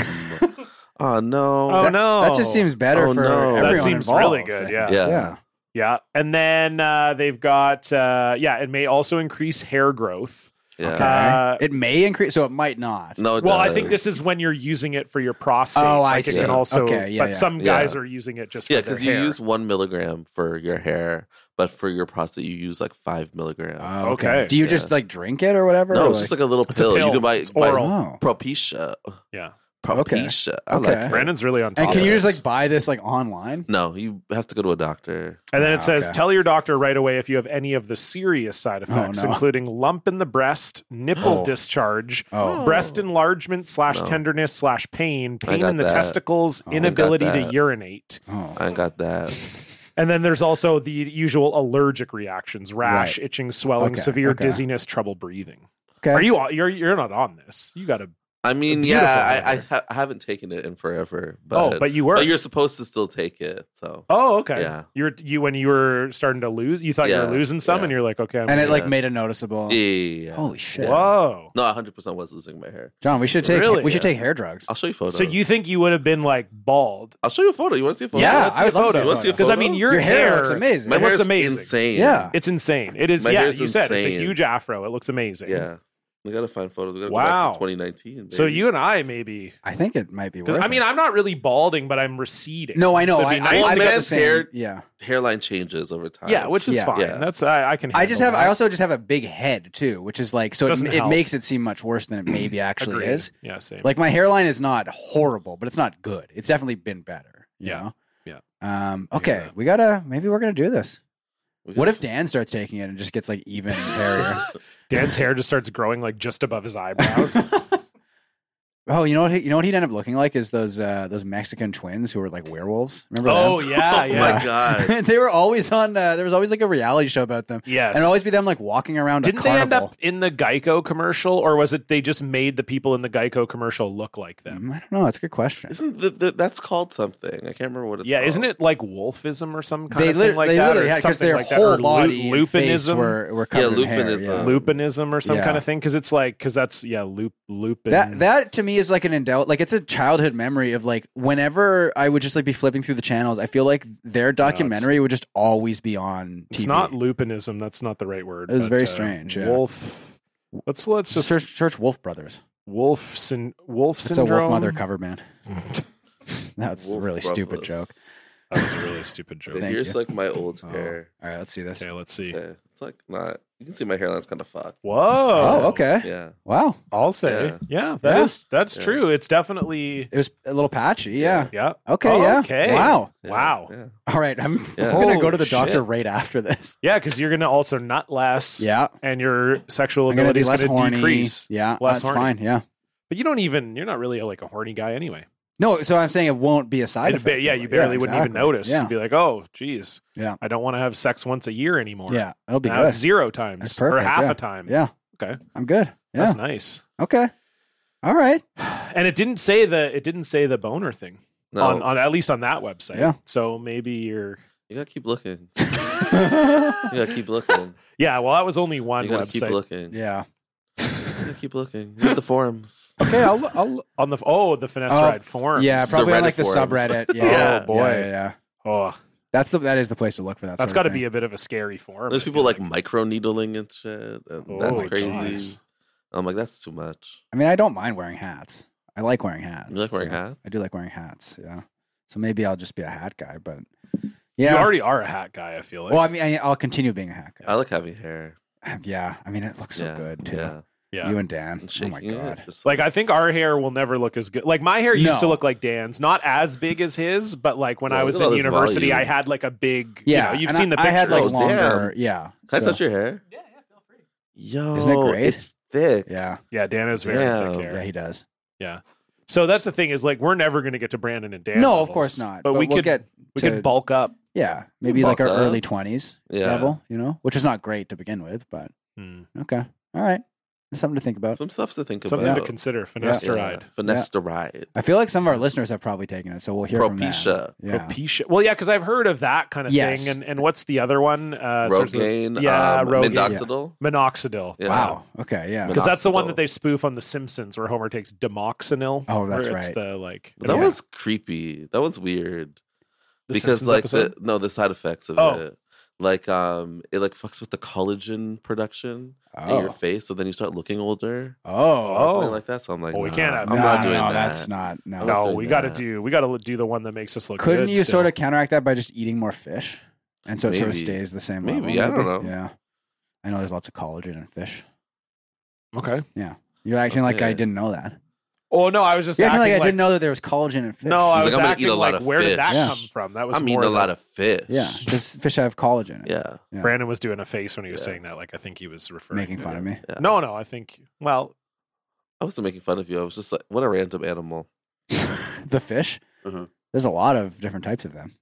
[SPEAKER 4] oh, no.
[SPEAKER 1] Oh
[SPEAKER 3] That-
[SPEAKER 1] no,
[SPEAKER 3] That just seems better
[SPEAKER 4] Oh,
[SPEAKER 3] for
[SPEAKER 4] no. That
[SPEAKER 3] everyone
[SPEAKER 1] seems
[SPEAKER 3] involved,
[SPEAKER 1] really
[SPEAKER 3] I
[SPEAKER 1] good,
[SPEAKER 3] think.
[SPEAKER 1] yeah.
[SPEAKER 4] Yeah.
[SPEAKER 3] yeah.
[SPEAKER 1] yeah. And then uh, they've got uh, yeah. It may also increase hair growth.
[SPEAKER 4] Yeah.
[SPEAKER 3] Okay.
[SPEAKER 1] Uh,
[SPEAKER 3] it may increase, so Oh, it might not.
[SPEAKER 4] No, it
[SPEAKER 1] Well, I think
[SPEAKER 4] does.
[SPEAKER 1] this is when you're using it for your prostate.
[SPEAKER 3] Oh, I
[SPEAKER 1] like It
[SPEAKER 4] see.
[SPEAKER 1] can also,
[SPEAKER 3] Okay, yeah,
[SPEAKER 1] but
[SPEAKER 3] yeah.
[SPEAKER 1] some
[SPEAKER 4] Yeah.
[SPEAKER 1] guys are using it just for
[SPEAKER 4] Yeah,
[SPEAKER 1] their
[SPEAKER 4] because you
[SPEAKER 1] hair.
[SPEAKER 4] use one milligram for your hair, but for your prostate, you use like five milligrams.
[SPEAKER 3] Oh,
[SPEAKER 1] Okay.
[SPEAKER 3] Do you
[SPEAKER 4] Yeah.
[SPEAKER 3] just like Oh. drink it or whatever?
[SPEAKER 4] no,
[SPEAKER 3] or
[SPEAKER 4] it's just like a little
[SPEAKER 1] It's a
[SPEAKER 4] pill.
[SPEAKER 1] pill.
[SPEAKER 4] You can buy,
[SPEAKER 1] It's
[SPEAKER 4] buy
[SPEAKER 1] oral.
[SPEAKER 3] oh.
[SPEAKER 4] Propecia.
[SPEAKER 1] yeah.
[SPEAKER 4] Propecia. I
[SPEAKER 3] Okay.
[SPEAKER 4] like
[SPEAKER 3] Okay.
[SPEAKER 4] her.
[SPEAKER 1] Brandon's really on top.
[SPEAKER 3] And can
[SPEAKER 1] of
[SPEAKER 3] you
[SPEAKER 1] this.
[SPEAKER 3] just like buy this like online?
[SPEAKER 4] No, you have to go to a doctor.
[SPEAKER 1] And then
[SPEAKER 3] Ah,
[SPEAKER 1] it says,
[SPEAKER 3] okay. Oh,
[SPEAKER 1] tell your doctor right away if you have any of the serious side effects,
[SPEAKER 3] no.
[SPEAKER 1] including lump in the breast, nipple
[SPEAKER 3] Oh.
[SPEAKER 1] discharge,
[SPEAKER 3] Oh.
[SPEAKER 1] breast enlargement slash
[SPEAKER 4] No.
[SPEAKER 1] tenderness slash pain, pain
[SPEAKER 4] got
[SPEAKER 1] in the
[SPEAKER 4] that.
[SPEAKER 1] testicles,
[SPEAKER 3] Oh. I got
[SPEAKER 1] inability to
[SPEAKER 4] that.
[SPEAKER 1] urinate.
[SPEAKER 3] Oh.
[SPEAKER 4] I ain't got that.
[SPEAKER 1] And then there's also the usual allergic reactions: rash, itching, swelling,
[SPEAKER 3] Okay,
[SPEAKER 1] severe
[SPEAKER 3] okay.
[SPEAKER 1] dizziness, trouble breathing.
[SPEAKER 3] Okay.
[SPEAKER 1] Are you? on- You're you're not on this. You got to.
[SPEAKER 4] I mean,
[SPEAKER 1] Beautiful
[SPEAKER 4] yeah, I, I,
[SPEAKER 1] hair.
[SPEAKER 4] ha- I haven't taken it in forever, but
[SPEAKER 1] Oh, but you were.
[SPEAKER 4] but you're supposed to still take it. So
[SPEAKER 1] oh, okay.
[SPEAKER 4] Yeah.
[SPEAKER 1] You were you when you were starting to lose. You thought you
[SPEAKER 4] Yeah,
[SPEAKER 1] were losing some,
[SPEAKER 4] yeah.
[SPEAKER 1] and you're like, okay. I'm
[SPEAKER 3] And it like
[SPEAKER 4] Yeah.
[SPEAKER 3] made it noticeable.
[SPEAKER 4] yeah, yeah, yeah.
[SPEAKER 3] Holy shit.
[SPEAKER 1] whoa.
[SPEAKER 4] no, 100 percent was losing my hair.
[SPEAKER 3] John, we should take
[SPEAKER 1] Really?
[SPEAKER 3] we should
[SPEAKER 4] Yeah.
[SPEAKER 3] take hair drugs.
[SPEAKER 4] I'll show you photos.
[SPEAKER 1] So you think you would have been like bald?
[SPEAKER 4] I'll show you a photo. You want to see a photo?
[SPEAKER 3] Yeah,
[SPEAKER 4] Let's see
[SPEAKER 3] I
[SPEAKER 4] a
[SPEAKER 3] would love to
[SPEAKER 4] photo.
[SPEAKER 3] see a
[SPEAKER 4] You wanna see a
[SPEAKER 1] Because
[SPEAKER 4] photo?
[SPEAKER 1] I mean, your, hair
[SPEAKER 3] looks amazing.
[SPEAKER 4] my
[SPEAKER 1] it looks
[SPEAKER 4] hair's
[SPEAKER 1] amazing.
[SPEAKER 4] insane.
[SPEAKER 3] Yeah.
[SPEAKER 1] It's insane. It is.
[SPEAKER 4] My
[SPEAKER 1] yeah,
[SPEAKER 4] hair's
[SPEAKER 1] you said it's a
[SPEAKER 4] insane.
[SPEAKER 1] huge afro. It looks amazing.
[SPEAKER 4] yeah. We gotta find photos. We gotta
[SPEAKER 1] Wow.
[SPEAKER 4] go back to 2019. Baby.
[SPEAKER 1] So you and I maybe.
[SPEAKER 3] I think it might be
[SPEAKER 1] 'cause,
[SPEAKER 3] worth
[SPEAKER 1] I mean, I'm not really balding, but I'm receding.
[SPEAKER 3] No, I know.
[SPEAKER 1] So it'd
[SPEAKER 3] I,
[SPEAKER 1] be nice
[SPEAKER 3] I,
[SPEAKER 1] to
[SPEAKER 3] I
[SPEAKER 1] get
[SPEAKER 3] got
[SPEAKER 1] the
[SPEAKER 3] the
[SPEAKER 4] man's
[SPEAKER 3] same.
[SPEAKER 4] hair-
[SPEAKER 3] Yeah.
[SPEAKER 4] hairline changes over time.
[SPEAKER 1] Yeah, which is
[SPEAKER 3] Yeah.
[SPEAKER 1] fine.
[SPEAKER 4] Yeah.
[SPEAKER 1] That's I, I can.
[SPEAKER 3] I just have.
[SPEAKER 1] handle
[SPEAKER 3] I
[SPEAKER 1] that.
[SPEAKER 3] also just have a big head too, which is like so. It,
[SPEAKER 1] Doesn't
[SPEAKER 3] it
[SPEAKER 1] help.
[SPEAKER 3] makes it seem much worse than it maybe actually
[SPEAKER 1] Agreed.
[SPEAKER 3] is.
[SPEAKER 1] Yeah, same.
[SPEAKER 3] Like my hairline is not horrible, but it's not good. It's definitely been better. You
[SPEAKER 1] Yeah.
[SPEAKER 3] Know?
[SPEAKER 1] Yeah.
[SPEAKER 3] Um.
[SPEAKER 1] I hear
[SPEAKER 3] Okay.
[SPEAKER 1] that.
[SPEAKER 3] We gotta. Maybe we're gonna do this.
[SPEAKER 4] We
[SPEAKER 3] What
[SPEAKER 4] gotta-
[SPEAKER 3] if Dan starts taking it and just gets like even hairier?
[SPEAKER 1] Dan's hair just starts growing like just above his eyebrows.
[SPEAKER 3] oh, you know what? He, you know what he'd end up looking like is those uh those Mexican twins who were like werewolves. Remember? them?
[SPEAKER 1] yeah,
[SPEAKER 4] Oh my god.
[SPEAKER 3] they were always on. Uh, there was always like a reality show about them,
[SPEAKER 1] yes.
[SPEAKER 3] and it'd always be them like walking around. a
[SPEAKER 1] Didn't they
[SPEAKER 3] carnival.
[SPEAKER 1] end up in the Geico commercial, or was it they just made the people in the Geico commercial look like them?
[SPEAKER 3] Mm, I don't know. That's a good question.
[SPEAKER 4] Isn't the, the, that's called something? I can't remember what it's.
[SPEAKER 1] Yeah,
[SPEAKER 4] called.
[SPEAKER 1] isn't it like wolfism or some kind
[SPEAKER 3] they
[SPEAKER 1] of
[SPEAKER 3] lit-
[SPEAKER 1] thing like
[SPEAKER 3] they
[SPEAKER 1] that?
[SPEAKER 3] literally
[SPEAKER 1] or
[SPEAKER 3] had
[SPEAKER 1] something
[SPEAKER 3] because their
[SPEAKER 1] like
[SPEAKER 3] whole
[SPEAKER 1] that, or lu-
[SPEAKER 3] body and face
[SPEAKER 1] lupinism,
[SPEAKER 3] were, were covered in hair.
[SPEAKER 4] lupinism.
[SPEAKER 3] yeah.
[SPEAKER 1] lupinism, or some
[SPEAKER 3] Um, Yeah.
[SPEAKER 1] kind of thing. Because it's like because that's yeah, loop lupin.
[SPEAKER 3] That that to me is like an indel like it's a childhood memory of like whenever I would just like be flipping through the channels, I feel like their documentary would just always be on TV.
[SPEAKER 1] it's not lupinism. That's not the right word.
[SPEAKER 3] It was
[SPEAKER 1] but,
[SPEAKER 3] very
[SPEAKER 1] uh,
[SPEAKER 3] strange, yeah.
[SPEAKER 1] Wolf. Let's let's just
[SPEAKER 3] Just search, search Wolf Brothers.
[SPEAKER 1] wolf syn- wolf
[SPEAKER 3] It's
[SPEAKER 1] syndrome.
[SPEAKER 3] a Wolf Mother cover band. That's a
[SPEAKER 4] Wolf
[SPEAKER 3] really stupid
[SPEAKER 4] Brothers.
[SPEAKER 3] joke.
[SPEAKER 1] That's a really stupid joke.
[SPEAKER 3] Thank
[SPEAKER 4] Here's
[SPEAKER 3] you.
[SPEAKER 4] like my old
[SPEAKER 1] Oh.
[SPEAKER 4] hair.
[SPEAKER 3] All right, let's see this.
[SPEAKER 1] Okay, let's see.
[SPEAKER 4] Yeah, it's like not. You can see my hairline's kind of fucked.
[SPEAKER 1] Whoa.
[SPEAKER 3] Oh, okay.
[SPEAKER 4] Yeah,
[SPEAKER 3] Wow,
[SPEAKER 1] I'll say. Yeah, that's
[SPEAKER 3] Yeah.
[SPEAKER 1] that's
[SPEAKER 4] Yeah.
[SPEAKER 1] true. It's definitely
[SPEAKER 3] it was a little patchy. Yeah.
[SPEAKER 1] yeah.
[SPEAKER 3] Okay. Yeah.
[SPEAKER 1] Okay.
[SPEAKER 3] Wow.
[SPEAKER 4] yeah,
[SPEAKER 1] Wow.
[SPEAKER 4] Yeah.
[SPEAKER 3] All right. I'm,
[SPEAKER 4] Yeah.
[SPEAKER 3] I'm gonna go to the
[SPEAKER 1] Holy
[SPEAKER 3] doctor
[SPEAKER 1] shit.
[SPEAKER 3] right after this.
[SPEAKER 1] Yeah, because you're gonna also nut less.
[SPEAKER 3] Yeah.
[SPEAKER 1] And your sexual
[SPEAKER 3] I'm gonna
[SPEAKER 1] ability
[SPEAKER 3] be
[SPEAKER 1] is
[SPEAKER 3] less
[SPEAKER 1] gonna,
[SPEAKER 3] horny.
[SPEAKER 1] decrease.
[SPEAKER 3] Yeah.
[SPEAKER 1] Less
[SPEAKER 3] that's
[SPEAKER 1] horny.
[SPEAKER 3] fine. Yeah.
[SPEAKER 1] But you don't even you're not really like a horny guy anyway.
[SPEAKER 3] No, so I'm saying it won't be a side
[SPEAKER 1] It-
[SPEAKER 3] effect.
[SPEAKER 1] yeah, you barely wouldn't even
[SPEAKER 3] exactly.
[SPEAKER 1] notice.
[SPEAKER 3] Yeah.
[SPEAKER 1] You'd be like, oh, geez,
[SPEAKER 3] Yeah.
[SPEAKER 1] I don't want to have sex once a year anymore.
[SPEAKER 3] Yeah, it'll be
[SPEAKER 1] now
[SPEAKER 3] good.
[SPEAKER 1] it's zero times
[SPEAKER 3] That's
[SPEAKER 1] or
[SPEAKER 3] perfect,
[SPEAKER 1] half a time.
[SPEAKER 3] Yeah.
[SPEAKER 1] Okay.
[SPEAKER 3] I'm good. Yeah.
[SPEAKER 1] That's nice.
[SPEAKER 3] Okay. All right.
[SPEAKER 1] And it didn't say the it didn't say the boner thing
[SPEAKER 4] No,
[SPEAKER 1] on, on at least on that website.
[SPEAKER 3] Yeah.
[SPEAKER 1] So maybe you're
[SPEAKER 4] you gotta keep looking. You gotta keep looking.
[SPEAKER 1] yeah. Well, that was only one
[SPEAKER 4] You gotta keep
[SPEAKER 1] website
[SPEAKER 4] looking.
[SPEAKER 3] yeah.
[SPEAKER 4] You gotta keep looking. Look at the forums.
[SPEAKER 3] Okay. I'll. I'll
[SPEAKER 1] on the oh the finesse
[SPEAKER 3] Oh,
[SPEAKER 1] ride forums.
[SPEAKER 3] yeah. Probably on
[SPEAKER 4] Reddit
[SPEAKER 3] like the
[SPEAKER 4] forums.
[SPEAKER 3] subreddit. Yeah.
[SPEAKER 4] Yeah.
[SPEAKER 1] Oh, boy.
[SPEAKER 3] Yeah, yeah, yeah.
[SPEAKER 1] Oh,
[SPEAKER 3] That's the that is the place to look for that.
[SPEAKER 1] that's got to be a bit of a scary forum.
[SPEAKER 4] There's
[SPEAKER 1] I
[SPEAKER 4] people
[SPEAKER 1] feel
[SPEAKER 4] like micro needling and shit. And
[SPEAKER 1] Oh,
[SPEAKER 4] that's
[SPEAKER 1] my
[SPEAKER 4] crazy.
[SPEAKER 1] goodness.
[SPEAKER 4] I'm like, that's too much.
[SPEAKER 3] I mean, I don't mind wearing hats. I like wearing hats.
[SPEAKER 4] You like wearing
[SPEAKER 3] so-
[SPEAKER 4] hats?
[SPEAKER 3] I do like wearing hats. Yeah. So maybe I'll just be a hat guy, but
[SPEAKER 1] You
[SPEAKER 3] yeah.
[SPEAKER 1] already are a hat guy. I feel like.
[SPEAKER 3] Well, I mean, I, I'll continue being a hat guy.
[SPEAKER 4] I like having hair.
[SPEAKER 3] Yeah. I mean, it looks so
[SPEAKER 4] yeah,
[SPEAKER 3] good too.
[SPEAKER 4] Yeah.
[SPEAKER 1] yeah.
[SPEAKER 3] You and Dan.
[SPEAKER 4] And
[SPEAKER 3] Oh my
[SPEAKER 4] shaking it,
[SPEAKER 3] god.
[SPEAKER 4] just
[SPEAKER 1] Like I think our hair will never look as good. Like my hair used to
[SPEAKER 3] No.
[SPEAKER 1] look like Dan's, not as big as his, but like when I
[SPEAKER 4] Well,
[SPEAKER 1] was
[SPEAKER 4] look at all
[SPEAKER 1] in
[SPEAKER 4] this
[SPEAKER 1] university,
[SPEAKER 4] volume.
[SPEAKER 1] I had like a big.
[SPEAKER 3] Yeah,
[SPEAKER 1] you know, you've
[SPEAKER 3] and
[SPEAKER 1] seen the
[SPEAKER 3] I,
[SPEAKER 1] pictures.
[SPEAKER 3] I had like
[SPEAKER 4] pictures.
[SPEAKER 3] longer. Yeah.
[SPEAKER 4] Can Oh, I
[SPEAKER 3] so-
[SPEAKER 4] touch your hair? Yeah, yeah, feel free. Yo,
[SPEAKER 3] Isn't it great?
[SPEAKER 4] It's thick.
[SPEAKER 3] Yeah.
[SPEAKER 1] yeah, Dan has very
[SPEAKER 4] Yeah.
[SPEAKER 1] thick hair.
[SPEAKER 3] Yeah, he does.
[SPEAKER 1] So that's the thing is like we're never going to get to Brandon and Dan.
[SPEAKER 3] no,
[SPEAKER 1] levels,
[SPEAKER 3] of course not.
[SPEAKER 1] But, we
[SPEAKER 3] we'll
[SPEAKER 1] could
[SPEAKER 3] get
[SPEAKER 1] we
[SPEAKER 3] to-
[SPEAKER 1] could bulk up.
[SPEAKER 3] yeah, maybe like our
[SPEAKER 4] bulk up.
[SPEAKER 3] early twenties
[SPEAKER 4] Yeah.
[SPEAKER 3] level, you know, which is not great to begin with, but
[SPEAKER 1] Hmm.
[SPEAKER 3] okay, all right, It's something to think about.
[SPEAKER 4] Some stuff to think
[SPEAKER 1] Something
[SPEAKER 4] about.
[SPEAKER 1] to consider. Finasteride.
[SPEAKER 4] Finasteride.
[SPEAKER 3] I feel like some of our listeners have probably taken it, so we'll hear from them.
[SPEAKER 4] Propecia.
[SPEAKER 3] Yeah,
[SPEAKER 1] Propecia. Well, yeah, because I've heard of that kind of
[SPEAKER 3] Yes.
[SPEAKER 1] thing. And and what's the other one? Uh, it starts with
[SPEAKER 4] Rogaine.
[SPEAKER 1] yeah,
[SPEAKER 4] um,
[SPEAKER 1] Rogaine.
[SPEAKER 4] Minoxidil.
[SPEAKER 1] minoxidil.
[SPEAKER 4] Yeah.
[SPEAKER 3] wow. Okay, yeah.
[SPEAKER 1] Because that's the one
[SPEAKER 4] Minoxidil.
[SPEAKER 1] that they spoof on The Simpsons, where Homer takes demoxenil.
[SPEAKER 3] Oh, that's
[SPEAKER 1] where it's
[SPEAKER 3] right.
[SPEAKER 1] The like
[SPEAKER 4] That
[SPEAKER 1] yeah.
[SPEAKER 4] was creepy. That was weird.
[SPEAKER 1] The
[SPEAKER 4] because
[SPEAKER 1] Simpsons
[SPEAKER 4] like
[SPEAKER 1] episode?
[SPEAKER 4] the no, the side effects of
[SPEAKER 1] Oh.
[SPEAKER 4] it. Like um it like fucks with the collagen production in your
[SPEAKER 3] Oh,
[SPEAKER 4] face, so then you start looking older. Or
[SPEAKER 3] oh,
[SPEAKER 1] Oh.
[SPEAKER 4] something like that. So I'm like,
[SPEAKER 1] Oh, we
[SPEAKER 4] nah,
[SPEAKER 1] can't have
[SPEAKER 4] I'm
[SPEAKER 1] that.
[SPEAKER 4] not
[SPEAKER 3] No,
[SPEAKER 4] doing
[SPEAKER 3] no,
[SPEAKER 4] that.
[SPEAKER 3] That's not no.
[SPEAKER 4] No.
[SPEAKER 1] no,
[SPEAKER 4] doing
[SPEAKER 1] we got to
[SPEAKER 4] that.
[SPEAKER 1] do we got to do the one that makes us look.
[SPEAKER 3] Couldn't
[SPEAKER 1] good
[SPEAKER 3] you
[SPEAKER 1] still.
[SPEAKER 3] sort of counteract that by just eating more fish, and so it sort of
[SPEAKER 4] Maybe.
[SPEAKER 3] stays the same?
[SPEAKER 4] Maybe,
[SPEAKER 3] level,
[SPEAKER 4] I don't know.
[SPEAKER 3] Yeah, I know there's lots of collagen in fish.
[SPEAKER 1] okay?
[SPEAKER 3] You're acting like I
[SPEAKER 4] Okay.
[SPEAKER 3] didn't know that.
[SPEAKER 1] Oh no, I was just
[SPEAKER 3] You're
[SPEAKER 1] acting
[SPEAKER 3] acting like,
[SPEAKER 1] like
[SPEAKER 3] I didn't know that there was collagen in fish.
[SPEAKER 1] No, I
[SPEAKER 4] He's like,
[SPEAKER 1] was
[SPEAKER 4] "I'm gonna eat
[SPEAKER 1] acting
[SPEAKER 4] a lot
[SPEAKER 1] like,
[SPEAKER 4] of
[SPEAKER 1] where did that
[SPEAKER 3] fish."
[SPEAKER 1] come from? That was
[SPEAKER 4] I'm eating
[SPEAKER 1] more
[SPEAKER 4] a
[SPEAKER 1] than-
[SPEAKER 4] lot of fish.
[SPEAKER 3] Yeah, does fish have collagen? in it?
[SPEAKER 4] Yeah.
[SPEAKER 3] Yeah.
[SPEAKER 1] Brandon was doing a face when he was
[SPEAKER 4] Yeah.
[SPEAKER 1] saying that. Like I think he was referring
[SPEAKER 3] Making
[SPEAKER 1] to
[SPEAKER 3] fun
[SPEAKER 1] it.
[SPEAKER 3] of me.
[SPEAKER 4] Yeah.
[SPEAKER 1] No, no, I think. Well,
[SPEAKER 4] I wasn't making fun of you. I was just like, what a random animal.
[SPEAKER 3] the fish.
[SPEAKER 1] Mm-hmm.
[SPEAKER 4] Mhm.
[SPEAKER 3] There's a lot of different types of them.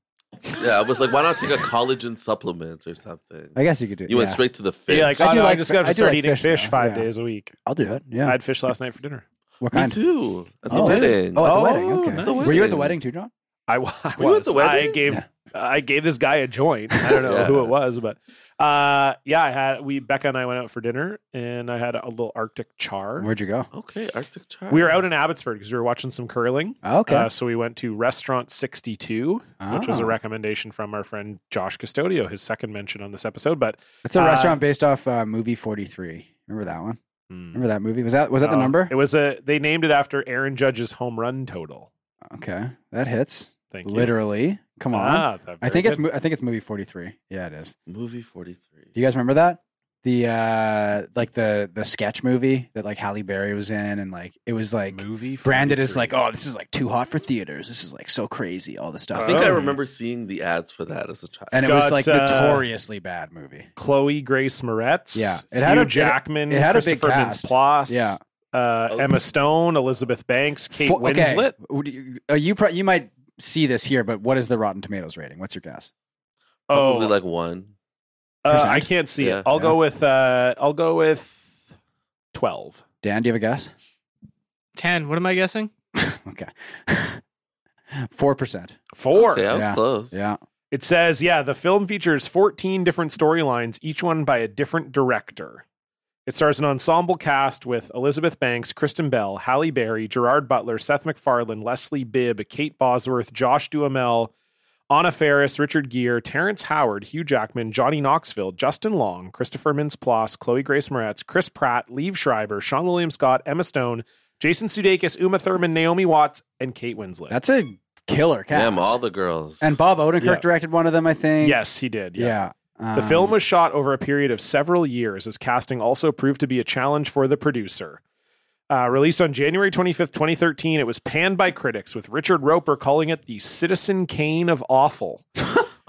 [SPEAKER 4] Yeah. I was like, why not take a collagen supplement or something?
[SPEAKER 3] I guess you could do.
[SPEAKER 4] You went
[SPEAKER 3] yeah.
[SPEAKER 4] straight to the fish.
[SPEAKER 1] yeah, like,
[SPEAKER 3] I
[SPEAKER 1] I,
[SPEAKER 3] do
[SPEAKER 1] do I
[SPEAKER 3] like
[SPEAKER 1] just
[SPEAKER 3] fi-
[SPEAKER 1] got
[SPEAKER 3] I
[SPEAKER 1] to
[SPEAKER 3] do
[SPEAKER 1] start
[SPEAKER 3] like
[SPEAKER 1] eating
[SPEAKER 3] fish,
[SPEAKER 1] fish,
[SPEAKER 3] though.
[SPEAKER 1] five
[SPEAKER 3] Yeah.
[SPEAKER 1] days a week.
[SPEAKER 3] I'll do it. Yeah.
[SPEAKER 1] I had fish last night for dinner.
[SPEAKER 3] what
[SPEAKER 4] Me
[SPEAKER 3] kind?
[SPEAKER 4] too. At the
[SPEAKER 3] Oh.
[SPEAKER 4] wedding.
[SPEAKER 3] Oh, at the
[SPEAKER 1] Oh,
[SPEAKER 3] wedding. Okay.
[SPEAKER 1] nice.
[SPEAKER 4] The
[SPEAKER 3] Were you at the
[SPEAKER 4] wedding.
[SPEAKER 3] wedding too, John?
[SPEAKER 1] I, wa- I
[SPEAKER 4] Were you at
[SPEAKER 1] was.
[SPEAKER 4] the wedding?
[SPEAKER 1] I gave
[SPEAKER 3] Yeah.
[SPEAKER 1] I gave this guy a joint. I don't know
[SPEAKER 4] Yeah.
[SPEAKER 1] who it was, but uh, yeah, I had we Becca and I went out for dinner, and I had a little Arctic char.
[SPEAKER 3] Where'd you go?
[SPEAKER 4] Okay, Arctic Char.
[SPEAKER 1] we were out in Abbotsford because we were watching some curling.
[SPEAKER 3] Oh, okay.
[SPEAKER 1] Uh, so we went to Restaurant 62, Uh, which was
[SPEAKER 3] Ah.
[SPEAKER 1] a recommendation from our friend Josh Custodio, his second mention on this episode. But
[SPEAKER 3] It's a
[SPEAKER 1] uh,
[SPEAKER 3] restaurant based off uh, movie 43. Remember that one?
[SPEAKER 1] mm,
[SPEAKER 3] Remember that movie? Was that was that the
[SPEAKER 1] no,
[SPEAKER 3] number?
[SPEAKER 1] Um, Uh, It was a. They named it after Aaron Judge's home run total.
[SPEAKER 3] Okay, that hits
[SPEAKER 1] Thank you.
[SPEAKER 3] literally. Come on.
[SPEAKER 1] Ah, that-
[SPEAKER 3] I
[SPEAKER 1] very
[SPEAKER 3] think it's
[SPEAKER 1] good.
[SPEAKER 3] mo- I think it's movie 43. Yeah, it is.
[SPEAKER 4] movie 43.
[SPEAKER 3] Do you guys remember that? The uh like the the sketch movie that like Halle Berry was in and like it was like
[SPEAKER 1] movie
[SPEAKER 3] branded as
[SPEAKER 1] 43.
[SPEAKER 3] like oh this is like too hot for theaters. This is like so crazy all this stuff.
[SPEAKER 4] I think I
[SPEAKER 1] Oh.
[SPEAKER 4] remember seeing the ads for that as a child.
[SPEAKER 3] and it was
[SPEAKER 1] Scott,
[SPEAKER 3] like
[SPEAKER 1] uh,
[SPEAKER 3] notoriously bad movie.
[SPEAKER 1] Chloe Grace Moretz.
[SPEAKER 3] Yeah.
[SPEAKER 1] it
[SPEAKER 3] It
[SPEAKER 1] had
[SPEAKER 3] had
[SPEAKER 1] Hugh
[SPEAKER 3] a- it-
[SPEAKER 1] Jackman.
[SPEAKER 3] it had a big
[SPEAKER 1] Christopher
[SPEAKER 3] cast.
[SPEAKER 1] Mintz-Plasse,
[SPEAKER 3] Yeah.
[SPEAKER 1] uh,
[SPEAKER 4] Oh.
[SPEAKER 1] Emma Stone, Elizabeth Banks, Kate
[SPEAKER 3] Fo- okay.
[SPEAKER 1] Winslet.
[SPEAKER 3] Would you uh, you, pro- you might see this here, but what is the Rotten Tomatoes rating? What's your guess?
[SPEAKER 1] Oh,
[SPEAKER 4] Probably like one.
[SPEAKER 1] uh, I
[SPEAKER 3] percent.
[SPEAKER 1] can't see
[SPEAKER 4] Yeah.
[SPEAKER 1] it. I'll
[SPEAKER 3] Yeah.
[SPEAKER 1] go with. Uh, I'll go with twelve.
[SPEAKER 3] Dan, do you have a guess?
[SPEAKER 2] Ten. What am I guessing?
[SPEAKER 3] Okay. Four percent.
[SPEAKER 1] Four.
[SPEAKER 4] Okay, I was
[SPEAKER 3] Yeah.
[SPEAKER 4] close.
[SPEAKER 3] Yeah.
[SPEAKER 1] It says, yeah, the film features 14 different storylines, each one by a different director. It stars an ensemble cast with Elizabeth Banks, Kristen Bell, Halle Berry, Gerard Butler, Seth MacFarlane, Leslie Bibb, Kate Bosworth, Josh Duhamel, Anna Faris, Richard Gere, Terrence Howard, Hugh Jackman, Johnny Knoxville, Justin Long, Christopher Mintz-Plasse, Chloe Grace Moretz, Chris Pratt, Liev Schreiber, Sean William Scott, Emma Stone, Jason Sudeikis, Uma Thurman, Naomi Watts, and Kate Winslet.
[SPEAKER 3] That's a killer cast.
[SPEAKER 4] Damn, all the girls.
[SPEAKER 3] and Bob Odenkirk
[SPEAKER 1] Yeah.
[SPEAKER 3] directed one of them, I think.
[SPEAKER 1] yes, he did. yeah.
[SPEAKER 3] Yeah.
[SPEAKER 1] The
[SPEAKER 3] Um,
[SPEAKER 1] film was shot over a period of several years, as casting also proved to be a challenge for the producer. Uh, released on January 25th, 2013, it was panned by critics, with Richard Roper calling it the Citizen Kane of Awful.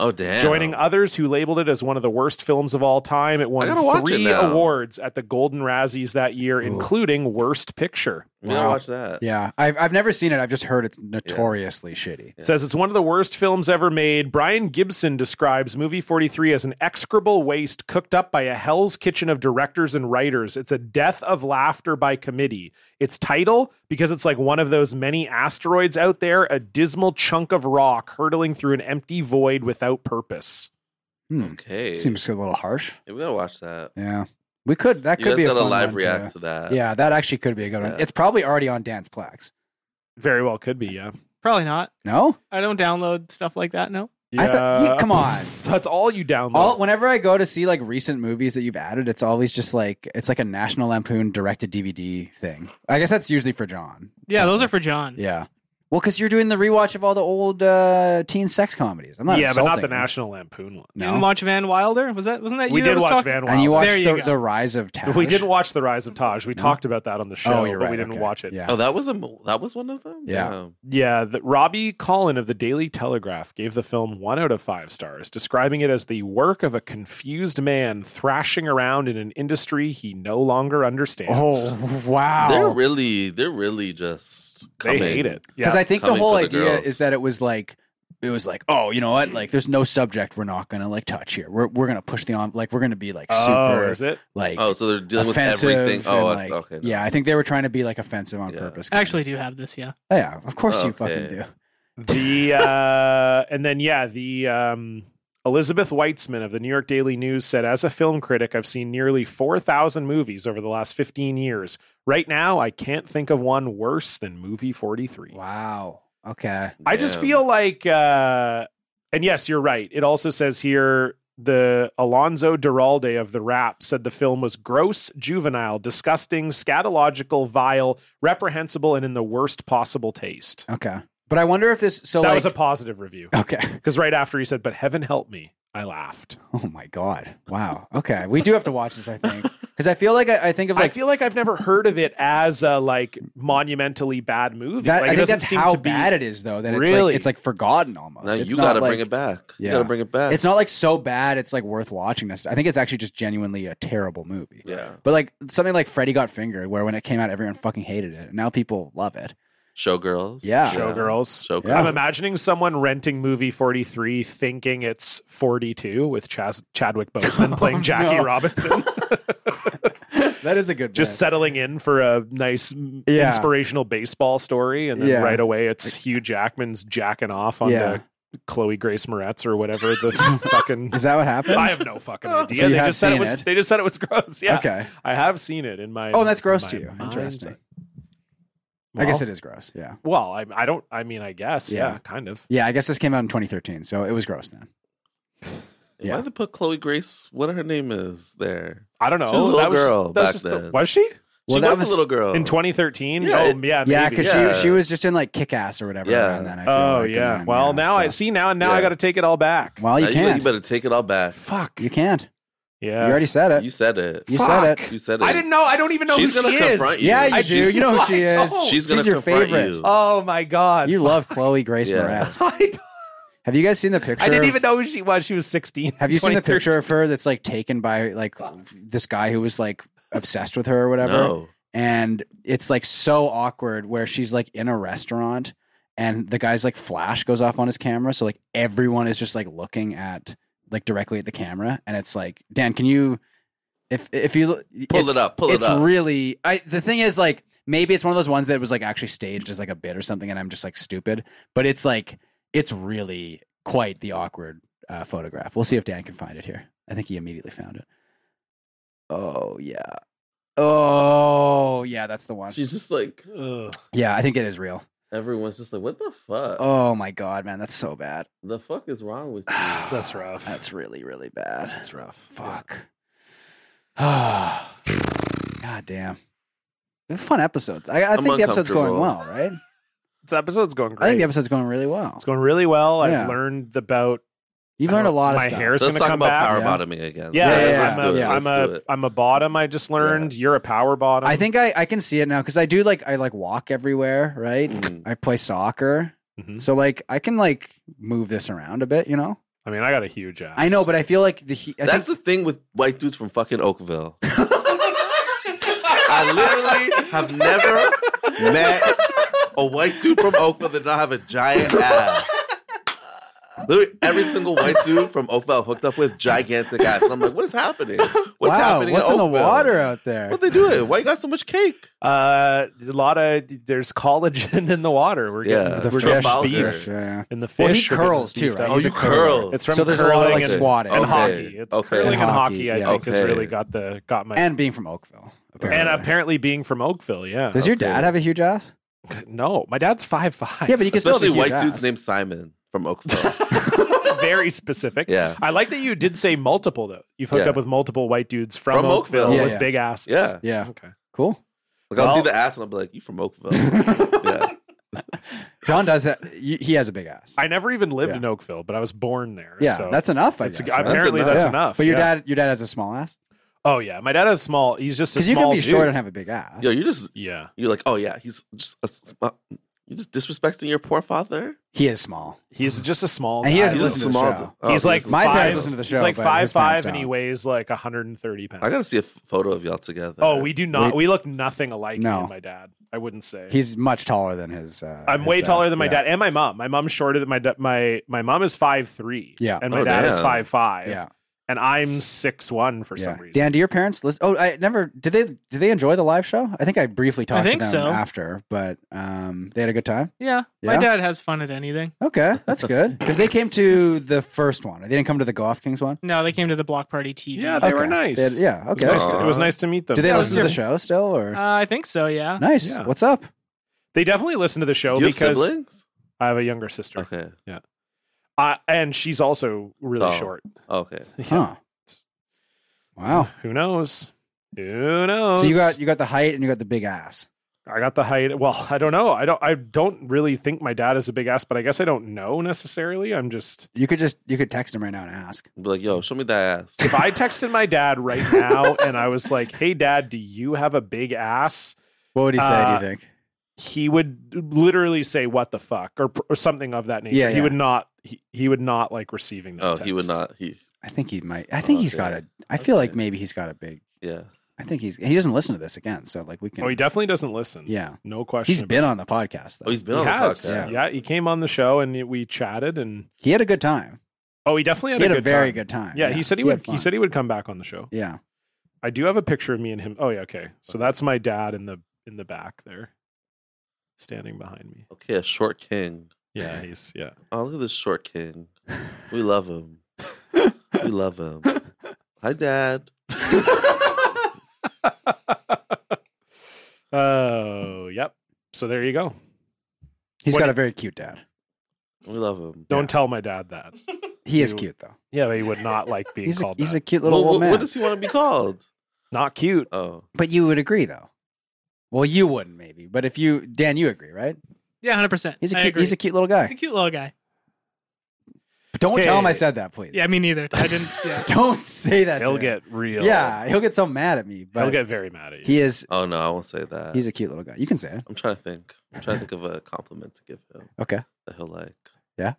[SPEAKER 4] oh, damn.
[SPEAKER 1] Joining others who labeled it as one of the worst films of all time, it
[SPEAKER 4] gotta
[SPEAKER 1] won
[SPEAKER 4] watch it
[SPEAKER 1] three
[SPEAKER 4] now.
[SPEAKER 1] awards at the Golden Razzies that year,
[SPEAKER 3] Ooh.
[SPEAKER 1] including Worst Picture.
[SPEAKER 4] We gotta
[SPEAKER 3] Wow.
[SPEAKER 4] watch that.
[SPEAKER 3] Yeah. I've, I've never seen it. I've just heard it's notoriously shitty.
[SPEAKER 1] It Says it's one of the worst films ever made. Brian Gibson describes movie 43 as an execrable waste cooked up by a hell's kitchen of directors and writers. It's a death of laughter by committee. Its title, because it's like one of those many asteroids out there, a dismal chunk of rock hurtling through an empty void without purpose.
[SPEAKER 3] Hmm.
[SPEAKER 4] Okay.
[SPEAKER 3] Seems a little harsh.
[SPEAKER 4] Yeah, we gotta watch that.
[SPEAKER 3] Yeah. We could. That
[SPEAKER 4] you
[SPEAKER 3] could
[SPEAKER 4] guys
[SPEAKER 3] be a
[SPEAKER 4] gotta
[SPEAKER 3] fun
[SPEAKER 4] live
[SPEAKER 3] one
[SPEAKER 4] react to,
[SPEAKER 3] To,
[SPEAKER 4] that.
[SPEAKER 3] yeah, that actually could be a good one.
[SPEAKER 4] Yeah.
[SPEAKER 3] It's probably already on Dan's Plax.
[SPEAKER 1] Very well could be, yeah.
[SPEAKER 2] Probably not.
[SPEAKER 3] No?
[SPEAKER 2] I don't download stuff like that. No.
[SPEAKER 3] I thought-
[SPEAKER 1] Yeah.
[SPEAKER 3] you- come on.
[SPEAKER 1] That's all you download.
[SPEAKER 3] All whenever I go to see like recent movies that you've added, it's always just like it's like a National Lampoon directed DVD thing. I guess that's usually for John.
[SPEAKER 2] Yeah, those are for John.
[SPEAKER 4] Mm-hmm.
[SPEAKER 3] Yeah. Well, because you're doing the rewatch of all the old uh, teen sex comedies. I'm not
[SPEAKER 1] yeah, but not
[SPEAKER 3] insulting
[SPEAKER 1] the
[SPEAKER 3] you.
[SPEAKER 1] National Lampoon one.
[SPEAKER 3] No.
[SPEAKER 2] Didn't watch Van Wilder. Was that? Wasn't that?
[SPEAKER 1] We
[SPEAKER 2] you that
[SPEAKER 1] did
[SPEAKER 2] was
[SPEAKER 1] watch
[SPEAKER 2] talking-
[SPEAKER 1] Van Wilder.
[SPEAKER 3] and you watched
[SPEAKER 2] There you
[SPEAKER 3] the,
[SPEAKER 2] go.
[SPEAKER 3] the rise of Tash.
[SPEAKER 1] we didn't watch The Rise of Taj. We talked about that on the show,
[SPEAKER 3] oh, you're
[SPEAKER 1] but
[SPEAKER 3] right.
[SPEAKER 1] we didn't
[SPEAKER 3] okay.
[SPEAKER 1] watch it.
[SPEAKER 3] Yeah.
[SPEAKER 4] Oh, that was a mo- that was one of them.
[SPEAKER 3] Yeah.
[SPEAKER 1] Yeah, the, Robbie Collin of the Daily Telegraph gave the film one out of five stars, describing it as the work of a confused man thrashing around in an industry he no longer understands.
[SPEAKER 3] Oh wow!
[SPEAKER 4] They're really, they're really just.
[SPEAKER 1] they
[SPEAKER 4] Coming.
[SPEAKER 1] hate it.
[SPEAKER 3] Because
[SPEAKER 1] Yeah,
[SPEAKER 3] I think the
[SPEAKER 4] Coming
[SPEAKER 3] whole
[SPEAKER 4] for the
[SPEAKER 3] idea
[SPEAKER 4] girls.
[SPEAKER 3] is that it was like it was like oh you know what like there's no subject we're not gonna like touch here we're we're gonna push the on like we're gonna be like
[SPEAKER 1] oh,
[SPEAKER 3] super
[SPEAKER 1] is it?
[SPEAKER 3] like
[SPEAKER 4] Oh, so they're dealing with
[SPEAKER 3] offensive
[SPEAKER 4] everything. Oh,
[SPEAKER 3] and,
[SPEAKER 4] I-
[SPEAKER 3] like,
[SPEAKER 4] okay. no.
[SPEAKER 3] yeah I think they were trying to be like offensive on
[SPEAKER 4] Yeah.
[SPEAKER 3] purpose
[SPEAKER 2] I
[SPEAKER 3] kinda. Oh,
[SPEAKER 2] actually do have this. Yeah.
[SPEAKER 3] yeah of course you
[SPEAKER 4] Okay.
[SPEAKER 3] fucking do
[SPEAKER 1] The uh, and then yeah, the um, Elizabeth Weitzman of the New York Daily News said, "As a film critic, I've seen nearly four thousand movies over the last fifteen years. Right now, I can't think of one worse than movie forty-three.
[SPEAKER 3] wow okay
[SPEAKER 1] I just
[SPEAKER 4] Damn.
[SPEAKER 1] feel like, uh, and yes, you're right. It also says here the Alonzo Duralde of The Rap said the film was gross, juvenile, disgusting, scatological, vile, reprehensible, and in the worst possible taste.
[SPEAKER 3] okay but I wonder if this so
[SPEAKER 1] that
[SPEAKER 3] like
[SPEAKER 1] was a positive review
[SPEAKER 3] okay
[SPEAKER 1] because right after he said, "But heaven help me, I laughed.
[SPEAKER 3] Oh my god! Wow. Okay, we do have to watch this. I think because I feel like I, I think of
[SPEAKER 1] I
[SPEAKER 3] like
[SPEAKER 1] feel like I've never heard of it as a like monumentally bad movie.
[SPEAKER 3] that.
[SPEAKER 1] like,
[SPEAKER 3] I
[SPEAKER 1] it
[SPEAKER 3] think
[SPEAKER 1] doesn't
[SPEAKER 3] that's
[SPEAKER 1] seem
[SPEAKER 3] how
[SPEAKER 1] to be-
[SPEAKER 3] bad it is, though. That it's
[SPEAKER 1] Really?
[SPEAKER 3] like it's like forgotten almost.
[SPEAKER 4] Now
[SPEAKER 3] it's
[SPEAKER 4] you
[SPEAKER 3] not
[SPEAKER 4] gotta
[SPEAKER 3] like,
[SPEAKER 4] bring it back.
[SPEAKER 3] yeah.
[SPEAKER 4] You gotta bring it back.
[SPEAKER 3] It's not like so bad. It's like worth watching. This. I think it's actually just genuinely a terrible movie.
[SPEAKER 4] yeah.
[SPEAKER 3] But like something like Freddy Got Fingered, where when it came out, everyone fucking hated it. Now people love it.
[SPEAKER 4] Showgirls.
[SPEAKER 3] Yeah.
[SPEAKER 1] Showgirls.
[SPEAKER 4] Showgirls.
[SPEAKER 3] Yeah.
[SPEAKER 1] I'm imagining someone renting movie 43 thinking it's 42 with Chas- Chadwick Boseman playing Jackie
[SPEAKER 3] Oh, no.
[SPEAKER 1] Robinson,
[SPEAKER 3] That is a good.
[SPEAKER 1] just settling in for a nice mm,
[SPEAKER 3] Yeah.
[SPEAKER 1] inspirational baseball story. And then
[SPEAKER 3] Yeah.
[SPEAKER 1] right away, it's Hugh Jackman's jacking off on
[SPEAKER 3] Yeah.
[SPEAKER 1] the Chloe Grace Moretz or whatever the fucking.
[SPEAKER 3] Is that what happened?
[SPEAKER 1] I have no fucking idea.
[SPEAKER 3] you
[SPEAKER 1] they
[SPEAKER 3] have
[SPEAKER 1] just said
[SPEAKER 3] seen
[SPEAKER 1] it was.
[SPEAKER 3] it?
[SPEAKER 1] They just said it was gross. Yeah,
[SPEAKER 3] Okay.
[SPEAKER 1] I have seen it in my.
[SPEAKER 3] Oh, and that's gross
[SPEAKER 1] my
[SPEAKER 3] to you.
[SPEAKER 1] mind's
[SPEAKER 3] Interesting.
[SPEAKER 1] eye.
[SPEAKER 3] I guess
[SPEAKER 1] Well,
[SPEAKER 3] it is gross. Yeah.
[SPEAKER 1] Well, I, I don't. I mean, I guess.
[SPEAKER 3] Yeah.
[SPEAKER 1] yeah kind of.
[SPEAKER 3] Yeah. I guess this came out in 2013, so it was gross then.
[SPEAKER 4] Why did they put Chloe Grace? What her name is there?
[SPEAKER 1] I don't know.
[SPEAKER 4] She was a little
[SPEAKER 1] that was
[SPEAKER 4] girl
[SPEAKER 1] just, that was
[SPEAKER 4] back
[SPEAKER 1] just the-
[SPEAKER 4] then.
[SPEAKER 1] was she
[SPEAKER 4] She
[SPEAKER 3] Well, that
[SPEAKER 4] was,
[SPEAKER 3] was-
[SPEAKER 4] a little girl
[SPEAKER 1] in 2013?
[SPEAKER 4] Yeah,
[SPEAKER 1] oh,
[SPEAKER 4] it-
[SPEAKER 1] yeah,
[SPEAKER 3] yeah,
[SPEAKER 1] maybe.
[SPEAKER 3] because
[SPEAKER 4] yeah.
[SPEAKER 3] she she was just in like Kick Ass or whatever.
[SPEAKER 4] Yeah.
[SPEAKER 3] around then, I feel
[SPEAKER 1] Oh
[SPEAKER 3] like, and
[SPEAKER 1] yeah.
[SPEAKER 3] then,
[SPEAKER 1] well,
[SPEAKER 3] yeah,
[SPEAKER 1] now I
[SPEAKER 3] so-
[SPEAKER 1] see. Now and now I
[SPEAKER 4] Yeah.
[SPEAKER 1] got to take it all back.
[SPEAKER 3] Well, you
[SPEAKER 4] Now
[SPEAKER 3] can't. You,
[SPEAKER 4] You better take it all back.
[SPEAKER 1] fuck.
[SPEAKER 3] can't.
[SPEAKER 1] yeah.
[SPEAKER 3] You already said it.
[SPEAKER 4] You said it.
[SPEAKER 3] You said it.
[SPEAKER 4] You said it.
[SPEAKER 1] I didn't know. I don't even know
[SPEAKER 4] She's
[SPEAKER 1] who
[SPEAKER 4] gonna
[SPEAKER 1] she is.
[SPEAKER 4] confront you.
[SPEAKER 3] Yeah, you
[SPEAKER 1] I
[SPEAKER 3] do. You know who she
[SPEAKER 1] I
[SPEAKER 3] is.
[SPEAKER 1] don't.
[SPEAKER 4] She's gonna
[SPEAKER 3] your
[SPEAKER 4] confront
[SPEAKER 3] favorite.
[SPEAKER 4] you.
[SPEAKER 1] Oh my god.
[SPEAKER 3] You love Chloe Grace
[SPEAKER 4] Yeah.
[SPEAKER 3] Moretz.
[SPEAKER 1] I, don't-
[SPEAKER 3] Have you guys seen the picture?
[SPEAKER 1] I didn't
[SPEAKER 3] of-
[SPEAKER 1] even know who she was. She was 16.
[SPEAKER 3] Have you seen the
[SPEAKER 1] 23.
[SPEAKER 3] picture of her that's like taken by like this guy who was like obsessed with her or whatever?
[SPEAKER 4] No.
[SPEAKER 3] And it's like so awkward where she's like in a restaurant and the guy's like flash goes off on his camera. So like everyone is just like looking at like directly at the camera. And it's like, Dan, can you, if, if you
[SPEAKER 4] Pull
[SPEAKER 3] it's-
[SPEAKER 4] it up, pull it
[SPEAKER 3] it's
[SPEAKER 4] up.
[SPEAKER 3] really, I, the thing is like, maybe it's one of those ones that was like actually staged as like a bit or something. And I'm just like stupid, but it's like, it's really quite the awkward uh, photograph. We'll see if Dan can find it here. I think he immediately found it. Oh yeah. Oh yeah, that's the one.
[SPEAKER 4] She's just like
[SPEAKER 1] Ugh.
[SPEAKER 3] Yeah, I think it is real.
[SPEAKER 4] everyone's just like, what the fuck?
[SPEAKER 3] Oh my god, man, that's so bad.
[SPEAKER 4] The fuck is wrong with you?
[SPEAKER 1] That's rough.
[SPEAKER 3] That's really really bad.
[SPEAKER 1] That's rough.
[SPEAKER 3] Fuck. god damn. They're fun episodes. I, I
[SPEAKER 4] I'm
[SPEAKER 3] think the episode's going well,
[SPEAKER 4] uncomfortable.
[SPEAKER 3] right?
[SPEAKER 1] This episode's going great.
[SPEAKER 3] I think the episode's going really well.
[SPEAKER 1] it's going really well.
[SPEAKER 3] Yeah.
[SPEAKER 1] I've learned about.
[SPEAKER 3] You've
[SPEAKER 1] I
[SPEAKER 3] learned a
[SPEAKER 1] don't-
[SPEAKER 3] lot of
[SPEAKER 1] my
[SPEAKER 3] stuff.
[SPEAKER 1] hair's- It's
[SPEAKER 4] Let's
[SPEAKER 1] gonna
[SPEAKER 4] talk
[SPEAKER 1] come
[SPEAKER 4] about
[SPEAKER 1] back.
[SPEAKER 4] power
[SPEAKER 3] Yeah.
[SPEAKER 4] bottoming again.
[SPEAKER 1] Yeah,
[SPEAKER 3] Yeah,
[SPEAKER 1] yeah,
[SPEAKER 4] let's
[SPEAKER 1] I'm,
[SPEAKER 4] do
[SPEAKER 1] a,
[SPEAKER 4] it.
[SPEAKER 3] yeah.
[SPEAKER 1] I'm,
[SPEAKER 4] Let's do
[SPEAKER 1] a,
[SPEAKER 4] it.
[SPEAKER 1] I'm a bottom. I just learned you're a power bottom.
[SPEAKER 3] I think I, I can see it now because I do like I like walk everywhere, right?
[SPEAKER 4] Mm.
[SPEAKER 3] I play soccer.
[SPEAKER 1] Mhm.
[SPEAKER 3] So like I can like move this around a bit, you know?
[SPEAKER 1] I mean, I got a huge ass.
[SPEAKER 3] I know, but I feel like the he- I
[SPEAKER 4] That's
[SPEAKER 3] think,
[SPEAKER 4] the thing with white dudes from fucking Oakville. I literally have never met a white dude from Oakville that did not have a giant ass. Literally every single white dude from Oakville I've hooked up with gigantic ass. And I'm like, what is happening? What's
[SPEAKER 3] wow,
[SPEAKER 4] happening?
[SPEAKER 3] what's in, the
[SPEAKER 4] Oakville?
[SPEAKER 3] water out there?
[SPEAKER 4] What they doing? Why you got so much cake?
[SPEAKER 1] Uh, a lot of there's collagen in the water. We're
[SPEAKER 4] Yeah.
[SPEAKER 1] getting
[SPEAKER 4] The
[SPEAKER 1] we're
[SPEAKER 4] fish.
[SPEAKER 1] getting
[SPEAKER 4] The
[SPEAKER 1] beef
[SPEAKER 4] fish. Oh,
[SPEAKER 3] yeah.
[SPEAKER 1] and the fish.
[SPEAKER 3] Well, he
[SPEAKER 1] are getting
[SPEAKER 3] curls too,
[SPEAKER 1] beefed
[SPEAKER 3] right?
[SPEAKER 1] up.
[SPEAKER 3] He's a
[SPEAKER 4] you curl.
[SPEAKER 3] curler.
[SPEAKER 1] It's from
[SPEAKER 3] so there's a lot of
[SPEAKER 1] curling
[SPEAKER 3] like
[SPEAKER 1] and-
[SPEAKER 3] squatting
[SPEAKER 1] and
[SPEAKER 4] Okay.
[SPEAKER 1] hockey. It's
[SPEAKER 4] Okay.
[SPEAKER 1] curling and
[SPEAKER 3] And
[SPEAKER 1] hockey.
[SPEAKER 3] hockey,
[SPEAKER 1] I
[SPEAKER 3] yeah.
[SPEAKER 1] think has
[SPEAKER 4] Okay.
[SPEAKER 1] really got the got my
[SPEAKER 3] and being from Oakville. Apparently.
[SPEAKER 1] and apparently being from Oakville. Yeah.
[SPEAKER 3] does your
[SPEAKER 4] Okay.
[SPEAKER 3] dad have a huge ass?
[SPEAKER 1] no, my dad's five five.
[SPEAKER 3] Yeah, but he can still have a
[SPEAKER 4] Especially white
[SPEAKER 3] huge ass.
[SPEAKER 4] dudes named Simon from Oakville.
[SPEAKER 1] very specific.
[SPEAKER 4] Yeah.
[SPEAKER 1] I like that you did say multiple though. You've hooked
[SPEAKER 4] Yeah.
[SPEAKER 1] up with multiple white dudes from,
[SPEAKER 4] From
[SPEAKER 1] Oakville,
[SPEAKER 4] Oakville.
[SPEAKER 3] Yeah,
[SPEAKER 1] with
[SPEAKER 3] yeah.
[SPEAKER 1] big asses.
[SPEAKER 4] Yeah.
[SPEAKER 3] Yeah,
[SPEAKER 1] Okay.
[SPEAKER 3] cool.
[SPEAKER 4] Like I'll see
[SPEAKER 1] Well-
[SPEAKER 4] the ass and I'll be like, you from Oakville. yeah.
[SPEAKER 3] John does that. y- He has a big ass.
[SPEAKER 1] I never even lived
[SPEAKER 3] Yeah.
[SPEAKER 1] in Oakville, but I was born there.
[SPEAKER 3] yeah,
[SPEAKER 1] so.
[SPEAKER 3] that's enough. I
[SPEAKER 1] That's-
[SPEAKER 3] guess, right?
[SPEAKER 1] apparently
[SPEAKER 4] That's
[SPEAKER 1] that's enough.
[SPEAKER 3] Yeah. But your
[SPEAKER 1] yeah.
[SPEAKER 3] dad, your dad has a small ass
[SPEAKER 1] Oh yeah, my dad has small. He's just a
[SPEAKER 3] because you
[SPEAKER 1] small
[SPEAKER 3] can be
[SPEAKER 1] dude.
[SPEAKER 3] short and have a big ass.
[SPEAKER 4] Yo, you just
[SPEAKER 1] yeah.
[SPEAKER 4] you're like, oh yeah, he's just a, sm- you just disrespecting your poor father.
[SPEAKER 3] he is small,
[SPEAKER 1] He's just a small.
[SPEAKER 3] and he
[SPEAKER 1] guy.
[SPEAKER 3] doesn't
[SPEAKER 4] He's a
[SPEAKER 3] listen to the
[SPEAKER 4] small-
[SPEAKER 3] show.
[SPEAKER 4] Oh,
[SPEAKER 1] he's
[SPEAKER 4] he
[SPEAKER 1] like
[SPEAKER 4] doesn't
[SPEAKER 3] My
[SPEAKER 1] five,
[SPEAKER 3] parents listen to the show,
[SPEAKER 1] He's like
[SPEAKER 3] but his
[SPEAKER 1] five
[SPEAKER 3] parents
[SPEAKER 1] five, and he
[SPEAKER 3] don't.
[SPEAKER 1] weighs like 130 pounds.
[SPEAKER 4] I gotta see a f- photo of y'all together.
[SPEAKER 1] oh, we do not.
[SPEAKER 3] We-
[SPEAKER 1] We, look nothing alike. me
[SPEAKER 3] No.
[SPEAKER 1] and my dad. I wouldn't say.
[SPEAKER 3] He's much taller than his. Uh,
[SPEAKER 1] I'm
[SPEAKER 3] his
[SPEAKER 1] way
[SPEAKER 3] dad.
[SPEAKER 1] taller than my
[SPEAKER 3] Yeah.
[SPEAKER 1] dad and my mom. My mom's shorter than my da- my my mom is five three.
[SPEAKER 3] Yeah.
[SPEAKER 1] and my
[SPEAKER 4] Oh,
[SPEAKER 1] dad is
[SPEAKER 4] damn.
[SPEAKER 1] five five.
[SPEAKER 3] Yeah,
[SPEAKER 1] and I'm six one for
[SPEAKER 3] yeah.
[SPEAKER 1] some reason.
[SPEAKER 3] Dan, do your parents listen? Oh, I never did. They did they enjoy the live show? I think I briefly talked
[SPEAKER 2] think
[SPEAKER 3] to them
[SPEAKER 2] so.
[SPEAKER 3] after, but um, they had a good time.
[SPEAKER 2] Yeah,
[SPEAKER 3] Yeah?
[SPEAKER 2] my dad has fun at anything.
[SPEAKER 3] Okay, that's good because they came to the first one. They didn't come to the Golf Kings one.
[SPEAKER 2] No, they came to the block party TV.
[SPEAKER 1] Yeah,
[SPEAKER 2] uh,
[SPEAKER 1] they were
[SPEAKER 3] Okay.
[SPEAKER 1] nice.
[SPEAKER 3] They had- yeah,
[SPEAKER 1] It was
[SPEAKER 3] okay.
[SPEAKER 1] nice
[SPEAKER 3] that's
[SPEAKER 1] to-
[SPEAKER 3] good.
[SPEAKER 1] it was nice to meet them.
[SPEAKER 3] Do they
[SPEAKER 2] Yeah,
[SPEAKER 3] listen to the
[SPEAKER 2] let's
[SPEAKER 3] show still or
[SPEAKER 2] I think so. Yeah,
[SPEAKER 3] nice?
[SPEAKER 1] yeah.
[SPEAKER 3] What's up?
[SPEAKER 1] They definitely listen to the show
[SPEAKER 4] Do you have
[SPEAKER 1] because
[SPEAKER 4] siblings?
[SPEAKER 1] I have a younger sister,
[SPEAKER 4] Okay. Oh.
[SPEAKER 1] uh, and she's also really
[SPEAKER 4] Tall.
[SPEAKER 1] short.
[SPEAKER 4] Okay.
[SPEAKER 3] Huh? Wow.
[SPEAKER 1] Who knows? Who knows?
[SPEAKER 3] So you got you got the height and you got the big ass.
[SPEAKER 1] I got the height. Well, I don't know. I don't. I don't really think my dad is a big ass, but I guess I don't know necessarily. I'm just.
[SPEAKER 3] You could just you could text him right now and ask.
[SPEAKER 4] Be like, yo, show me that ass.
[SPEAKER 1] If I texted my dad right now and I was like, "Hey, dad, do you have a big ass?"
[SPEAKER 3] What would he say?
[SPEAKER 1] Uh,
[SPEAKER 3] do you think?
[SPEAKER 1] He would literally say, "What the fuck," or or something of that nature.
[SPEAKER 3] Yeah,
[SPEAKER 1] He
[SPEAKER 3] yeah.
[SPEAKER 1] would not. He, he would not like receiving that.
[SPEAKER 4] oh, he would
[SPEAKER 1] text.
[SPEAKER 4] not. He
[SPEAKER 3] I think he might. I think
[SPEAKER 4] Oh,
[SPEAKER 3] he's got a.
[SPEAKER 4] okay.
[SPEAKER 3] I feel like
[SPEAKER 4] Okay.
[SPEAKER 3] maybe he's got a big.
[SPEAKER 4] yeah.
[SPEAKER 3] I think he's. He doesn't listen to this again, so like we can.
[SPEAKER 1] Oh, he definitely doesn't listen.
[SPEAKER 3] yeah,
[SPEAKER 1] no question.
[SPEAKER 3] he's
[SPEAKER 1] about
[SPEAKER 3] been on the podcast. Though.
[SPEAKER 4] Oh, he's been
[SPEAKER 1] He
[SPEAKER 4] on
[SPEAKER 1] has.
[SPEAKER 4] the podcast.
[SPEAKER 1] Yeah. he came on the show and we chatted and
[SPEAKER 3] he had a good time.
[SPEAKER 1] oh, he definitely had
[SPEAKER 3] He had,
[SPEAKER 1] a
[SPEAKER 3] a,
[SPEAKER 1] good
[SPEAKER 3] very
[SPEAKER 1] time.
[SPEAKER 3] good time.
[SPEAKER 1] Yeah, he said he, would.
[SPEAKER 3] had
[SPEAKER 1] He
[SPEAKER 3] fun.
[SPEAKER 1] said he would come back on the show.
[SPEAKER 3] Yeah,
[SPEAKER 1] I do have a picture of me and him. Oh yeah, okay. So that's my dad in the in the back there, standing behind me.
[SPEAKER 4] Okay, a short king.
[SPEAKER 1] Yeah, he's yeah.
[SPEAKER 4] Oh, look at this short king. We love him. we love him. Hi, Dad.
[SPEAKER 1] Oh, yep. So there you go.
[SPEAKER 3] he's
[SPEAKER 1] What-
[SPEAKER 3] got a very cute dad.
[SPEAKER 4] We love him.
[SPEAKER 1] Don't
[SPEAKER 3] Yeah.
[SPEAKER 1] tell my dad that.
[SPEAKER 3] He is
[SPEAKER 1] You-
[SPEAKER 3] cute though.
[SPEAKER 1] Yeah, but he would not like being
[SPEAKER 3] He's a,
[SPEAKER 1] called
[SPEAKER 3] he's a
[SPEAKER 1] that.
[SPEAKER 3] cute little
[SPEAKER 4] Well,
[SPEAKER 3] old
[SPEAKER 4] what,
[SPEAKER 3] man.
[SPEAKER 4] what does he want to be called?
[SPEAKER 1] not cute.
[SPEAKER 4] Oh,
[SPEAKER 3] but you would agree though. Well, you wouldn't maybe, but if you Dan, you agree, right?
[SPEAKER 2] Yeah, hundred percent.
[SPEAKER 3] He's a cute, he's a cute little
[SPEAKER 2] he's a
[SPEAKER 3] guy.
[SPEAKER 2] cute little guy.
[SPEAKER 3] Don't tell him I
[SPEAKER 1] Okay.
[SPEAKER 3] said that, please.
[SPEAKER 2] Yeah, me neither. I didn't. Yeah.
[SPEAKER 3] Don't say that.
[SPEAKER 1] He'll
[SPEAKER 3] to him.
[SPEAKER 1] get real.
[SPEAKER 3] Yeah, he'll get so mad at me. But
[SPEAKER 1] he'll get very mad at you.
[SPEAKER 3] he is.
[SPEAKER 4] oh no, I won't say that.
[SPEAKER 3] He's a cute little guy. You can say it.
[SPEAKER 4] I'm trying to think. I'm trying to think of a compliment to give him
[SPEAKER 3] Okay.
[SPEAKER 4] that he'll like.
[SPEAKER 3] Yeah?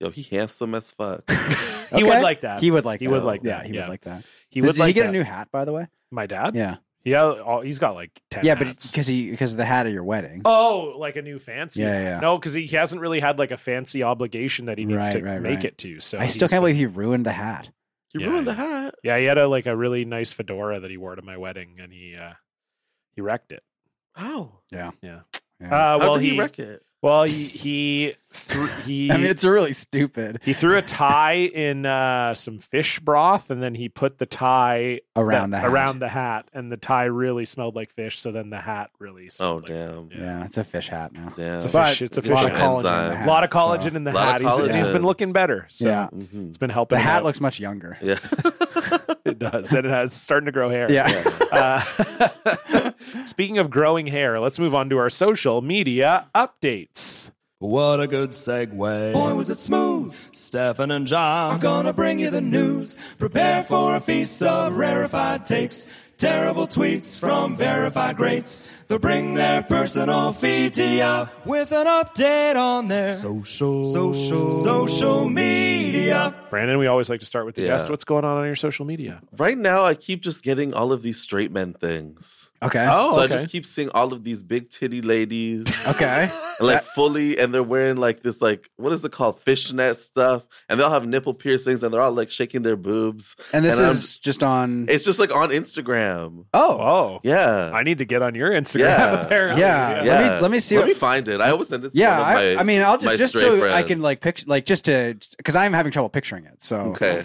[SPEAKER 4] Yo, he handsome as fuck.
[SPEAKER 1] He
[SPEAKER 3] Okay.
[SPEAKER 1] would like that.
[SPEAKER 3] He would like.
[SPEAKER 1] He
[SPEAKER 3] that.
[SPEAKER 1] would like
[SPEAKER 3] Yeah,
[SPEAKER 1] that,
[SPEAKER 3] he
[SPEAKER 1] yeah.
[SPEAKER 3] would like that.
[SPEAKER 1] He
[SPEAKER 3] Did,
[SPEAKER 1] would
[SPEAKER 3] did
[SPEAKER 1] like
[SPEAKER 3] he get
[SPEAKER 1] that.
[SPEAKER 3] a new hat, by the way?
[SPEAKER 1] my dad.
[SPEAKER 3] Yeah,
[SPEAKER 1] Yeah, all, he's got like ten.
[SPEAKER 3] yeah, but
[SPEAKER 1] hats.
[SPEAKER 3] because he because of the hat of your wedding.
[SPEAKER 1] Oh, like a new fancy.
[SPEAKER 3] Yeah, yeah.
[SPEAKER 1] No, because he hasn't really had like a fancy obligation that he needs
[SPEAKER 3] Right,
[SPEAKER 1] to
[SPEAKER 3] right,
[SPEAKER 1] make
[SPEAKER 3] right.
[SPEAKER 1] it to. So
[SPEAKER 3] I still
[SPEAKER 1] he's
[SPEAKER 3] can't
[SPEAKER 1] been-
[SPEAKER 3] believe he ruined the hat.
[SPEAKER 4] You
[SPEAKER 1] Yeah.
[SPEAKER 4] ruined the hat.
[SPEAKER 1] Yeah, he had a like a really nice fedora that he wore to my wedding, and he uh he wrecked it.
[SPEAKER 4] How?
[SPEAKER 3] Yeah.
[SPEAKER 1] Uh,
[SPEAKER 4] How
[SPEAKER 1] well,
[SPEAKER 4] did he,
[SPEAKER 1] he
[SPEAKER 4] wreck it?
[SPEAKER 1] well he he thr- he.
[SPEAKER 3] I mean, it's really stupid.
[SPEAKER 1] he threw a tie in uh, some fish broth, and then he put the tie
[SPEAKER 3] Around the
[SPEAKER 1] that-
[SPEAKER 3] hat.
[SPEAKER 1] around the hat, and the tie really smelled like fish. So then the hat really
[SPEAKER 4] Oh
[SPEAKER 1] smelled like
[SPEAKER 4] damn,
[SPEAKER 1] yeah.
[SPEAKER 3] yeah. it's a fish hat now.
[SPEAKER 4] damn.
[SPEAKER 1] It's a
[SPEAKER 3] But
[SPEAKER 1] fish. It's a
[SPEAKER 4] it's
[SPEAKER 1] fish.
[SPEAKER 3] lot of
[SPEAKER 1] hat.
[SPEAKER 3] collagen. in the
[SPEAKER 4] Enzyme.
[SPEAKER 1] A
[SPEAKER 3] hat,
[SPEAKER 1] lot of collagen
[SPEAKER 3] so-
[SPEAKER 1] in the
[SPEAKER 4] Lot
[SPEAKER 1] hat.
[SPEAKER 4] of
[SPEAKER 1] He's, and he's
[SPEAKER 4] collagen.
[SPEAKER 1] been looking better. So
[SPEAKER 3] Yeah,
[SPEAKER 4] Mhm.
[SPEAKER 1] it's been helping.
[SPEAKER 3] the
[SPEAKER 1] him
[SPEAKER 3] hat
[SPEAKER 1] out.
[SPEAKER 3] looks much younger.
[SPEAKER 4] Yeah.
[SPEAKER 1] It does. And it has it's starting to grow hair.
[SPEAKER 3] Yeah.
[SPEAKER 1] Uh, speaking of growing hair, let's move on to our social media updates.
[SPEAKER 5] What a good segue. Boy, was it smooth. Stefan and John are gonna bring you the news. Prepare for a feast of rarefied takes, terrible tweets from verified greats. They'll bring their personal E feed to ya with an update on their social, social, social media.
[SPEAKER 1] Brandon, we always like to start with the
[SPEAKER 4] Yeah.
[SPEAKER 1] guest. What's going on on your social media?
[SPEAKER 4] Right now, I keep just getting all of these straight men things.
[SPEAKER 3] Oh, Okay.
[SPEAKER 1] Oh.
[SPEAKER 4] so I just keep seeing all of these big titty ladies,
[SPEAKER 3] Okay.
[SPEAKER 4] like fully, and they're wearing like this, like what is it called, fishnet stuff, and they all have nipple piercings, and they're all like shaking their boobs.
[SPEAKER 3] And this
[SPEAKER 4] And I'm-
[SPEAKER 3] is just on.
[SPEAKER 4] It's just like on Instagram.
[SPEAKER 3] Oh.
[SPEAKER 1] Oh,
[SPEAKER 4] Yeah,
[SPEAKER 1] I need to get on your Instagram.
[SPEAKER 4] Yeah.
[SPEAKER 1] Apparently,
[SPEAKER 3] Yeah.
[SPEAKER 4] yeah.
[SPEAKER 3] Let me let me see.
[SPEAKER 4] Let
[SPEAKER 3] what,
[SPEAKER 4] me find it. I always send it. To
[SPEAKER 3] yeah.
[SPEAKER 4] one of
[SPEAKER 3] I,
[SPEAKER 4] my-
[SPEAKER 3] I mean, I'll
[SPEAKER 4] my
[SPEAKER 3] just just
[SPEAKER 4] stray
[SPEAKER 3] so I
[SPEAKER 4] friends.
[SPEAKER 3] can like picture like just to because I'm having trouble picturing it. So
[SPEAKER 4] Okay.
[SPEAKER 3] um,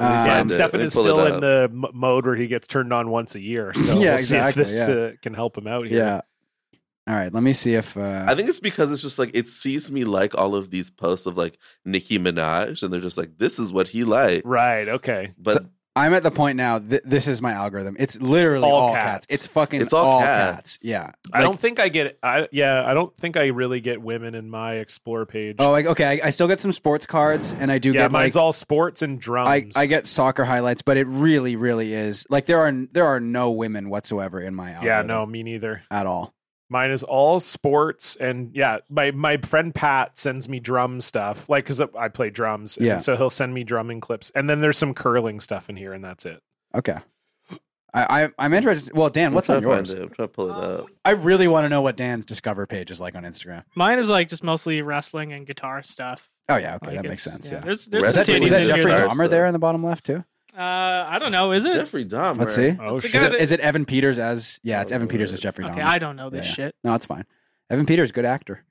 [SPEAKER 1] Yeah,
[SPEAKER 4] find
[SPEAKER 1] and
[SPEAKER 4] it.
[SPEAKER 1] Stefan
[SPEAKER 4] uh, Let me
[SPEAKER 1] is
[SPEAKER 4] pull it
[SPEAKER 1] still in
[SPEAKER 4] up.
[SPEAKER 1] the m- mode where he gets turned on once a year. So
[SPEAKER 3] Yeah,
[SPEAKER 1] we'll see if
[SPEAKER 3] exactly,
[SPEAKER 1] this
[SPEAKER 3] yeah.
[SPEAKER 1] uh, can help him out here.
[SPEAKER 3] yeah. All right. Let me see if. Uh,
[SPEAKER 4] I think it's because it's just like it sees me like all of these posts of like Nicki Minaj, and they're just like, this is what he likes,
[SPEAKER 1] Right. Okay.
[SPEAKER 4] But
[SPEAKER 3] So- I'm at the point now. Th- this is my algorithm. It's literally
[SPEAKER 1] All
[SPEAKER 3] all,
[SPEAKER 1] cats.
[SPEAKER 3] cats. It's fucking
[SPEAKER 4] It's all
[SPEAKER 3] all,
[SPEAKER 4] cats.
[SPEAKER 3] cats. Yeah.
[SPEAKER 1] I
[SPEAKER 3] Like-
[SPEAKER 1] don't think I get. I yeah. I don't think I really get women in my explore page.
[SPEAKER 3] Oh, like okay. I, I still get some sports cards, and I do
[SPEAKER 1] yeah.
[SPEAKER 3] get
[SPEAKER 1] Mine's
[SPEAKER 3] like
[SPEAKER 1] all sports and
[SPEAKER 3] I,
[SPEAKER 1] drums.
[SPEAKER 3] I get soccer highlights, but it really, really is like there are there are no women whatsoever in my
[SPEAKER 1] Yeah.
[SPEAKER 3] algorithm
[SPEAKER 1] No, me neither.
[SPEAKER 3] at all.
[SPEAKER 1] Mine is all sports and yeah, my my friend Pat sends me drum stuff like because I play drums. and
[SPEAKER 3] Yeah.
[SPEAKER 1] so he'll send me drumming clips, and then there's some curling stuff in here, and that's it.
[SPEAKER 3] Okay. I, I I'm interested. Well, Dan,
[SPEAKER 4] I'm
[SPEAKER 3] what's
[SPEAKER 4] trying
[SPEAKER 3] on
[SPEAKER 4] to find
[SPEAKER 3] yours?
[SPEAKER 4] it. I'm trying to
[SPEAKER 3] Um,
[SPEAKER 4] pull it up.
[SPEAKER 3] I really want to know what Dan's discover page is like on Instagram.
[SPEAKER 2] Mine is like just mostly wrestling and guitar stuff.
[SPEAKER 3] Oh yeah, okay,
[SPEAKER 2] Like,
[SPEAKER 3] that makes
[SPEAKER 2] it's-
[SPEAKER 3] sense. Yeah.
[SPEAKER 2] There's there's
[SPEAKER 3] Was
[SPEAKER 2] some
[SPEAKER 3] that,
[SPEAKER 4] Wrestling
[SPEAKER 2] titties
[SPEAKER 3] was that
[SPEAKER 2] in
[SPEAKER 4] and
[SPEAKER 3] Jeffrey
[SPEAKER 2] here.
[SPEAKER 3] Dahmer
[SPEAKER 4] guitar. stuff.
[SPEAKER 3] there in the bottom left too?
[SPEAKER 2] Uh, I don't know. Is it?
[SPEAKER 4] Jeffrey Dahmer.
[SPEAKER 3] Let's see.
[SPEAKER 1] Oh
[SPEAKER 2] It's a
[SPEAKER 1] shit!
[SPEAKER 2] guy
[SPEAKER 3] Is it, is it Evan Peters as yeah? It's
[SPEAKER 4] Oh,
[SPEAKER 3] Evan Peters
[SPEAKER 4] good.
[SPEAKER 3] as Jeffrey
[SPEAKER 2] okay,
[SPEAKER 3] Dahmer.
[SPEAKER 2] I don't know this
[SPEAKER 3] Yeah.
[SPEAKER 2] shit.
[SPEAKER 3] No, it's fine. Evan Peters, good actor.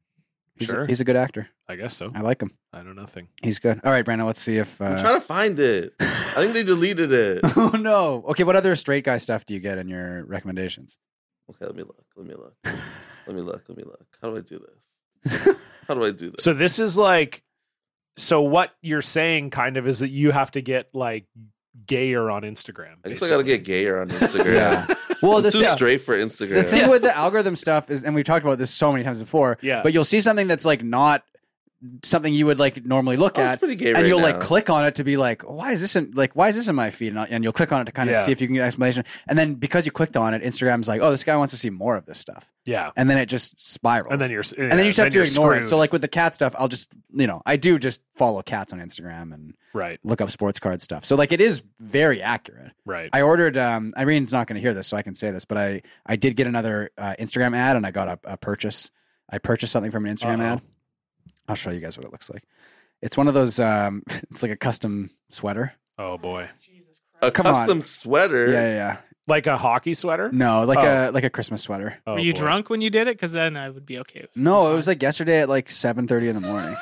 [SPEAKER 3] He's,
[SPEAKER 1] Sure.
[SPEAKER 3] a, he's a good actor.
[SPEAKER 1] I guess so.
[SPEAKER 3] I like him.
[SPEAKER 1] I know nothing.
[SPEAKER 3] He's good. All right, Brandon. Let's see if.
[SPEAKER 4] I'm
[SPEAKER 3] Uh...
[SPEAKER 4] trying to find it. I think they deleted it.
[SPEAKER 3] oh no. Okay. What other straight guy stuff do you get in your recommendations?
[SPEAKER 4] Okay, let me look. Let me look. Let me look. Let me look. How do I do this? How do I do this?
[SPEAKER 1] So this is like, so what you're saying kind of is that you have to get like gayer on Instagram.
[SPEAKER 4] I guess I
[SPEAKER 1] basically.
[SPEAKER 4] gotta get gayer on Instagram.
[SPEAKER 3] Well,
[SPEAKER 4] I'm
[SPEAKER 3] the,
[SPEAKER 4] too
[SPEAKER 3] thi-
[SPEAKER 4] straight for Instagram.
[SPEAKER 3] the thing with the algorithm stuff is, and we've talked about this so many times before.
[SPEAKER 1] Yeah.
[SPEAKER 3] But you'll see something that's like not something you would like normally look
[SPEAKER 4] Oh, it's
[SPEAKER 3] at,
[SPEAKER 4] pretty gay
[SPEAKER 3] and
[SPEAKER 4] right
[SPEAKER 3] you'll
[SPEAKER 4] now.
[SPEAKER 3] like click on it to be like, why is this in like why is this in my feed? And, I- and you'll click on it to kind of
[SPEAKER 1] Yeah.
[SPEAKER 3] see if you can get an explanation. And then because you clicked on it, Instagram's like, oh, this guy wants to see more of this stuff,
[SPEAKER 1] yeah,
[SPEAKER 3] and then it just spirals.
[SPEAKER 1] and then you're
[SPEAKER 3] and then you just have to ignore it. So like with the cat stuff, I'll just you know I do just follow cats on Instagram and
[SPEAKER 1] right,
[SPEAKER 3] look up sports card stuff. So like it is very accurate.
[SPEAKER 1] right.
[SPEAKER 3] I ordered. Um, Irene's not going to hear this, so I can say this. But I, I did get another uh, Instagram ad, and I got a, a purchase. I purchased something from an Instagram
[SPEAKER 1] Uh-oh.
[SPEAKER 3] ad. I'll show you guys what it looks like. It's one of those. Um, it's like a custom sweater.
[SPEAKER 1] oh boy,
[SPEAKER 4] a
[SPEAKER 3] come on.
[SPEAKER 4] custom
[SPEAKER 3] Yeah,
[SPEAKER 4] sweater.
[SPEAKER 3] yeah. yeah.
[SPEAKER 1] like a hockey sweater.
[SPEAKER 3] No, like
[SPEAKER 1] Oh.
[SPEAKER 3] a like a Christmas sweater.
[SPEAKER 1] Oh,
[SPEAKER 2] Were you
[SPEAKER 1] boy.
[SPEAKER 2] drunk when you did it? Because then I would be okay.
[SPEAKER 3] No, it was like yesterday at like seven thirty in the morning.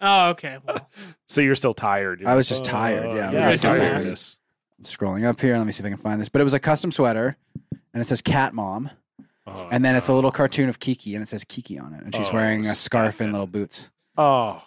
[SPEAKER 2] Oh, okay. Well,
[SPEAKER 1] So you're still tired. You're
[SPEAKER 3] I
[SPEAKER 1] like, "Oh,
[SPEAKER 3] was just tired, yeah,
[SPEAKER 2] I was
[SPEAKER 1] tired.
[SPEAKER 2] tired.
[SPEAKER 1] Yes.
[SPEAKER 3] Scrolling up here, let me see if I can find this. But it was a custom sweater, and it says Cat Mom,
[SPEAKER 1] Oh,
[SPEAKER 3] and then it's a little cartoon of Kiki, and it says Kiki on it, and she's
[SPEAKER 1] Oh,
[SPEAKER 3] wearing a scarf
[SPEAKER 1] Stefan.
[SPEAKER 3] and little boots.
[SPEAKER 1] oh,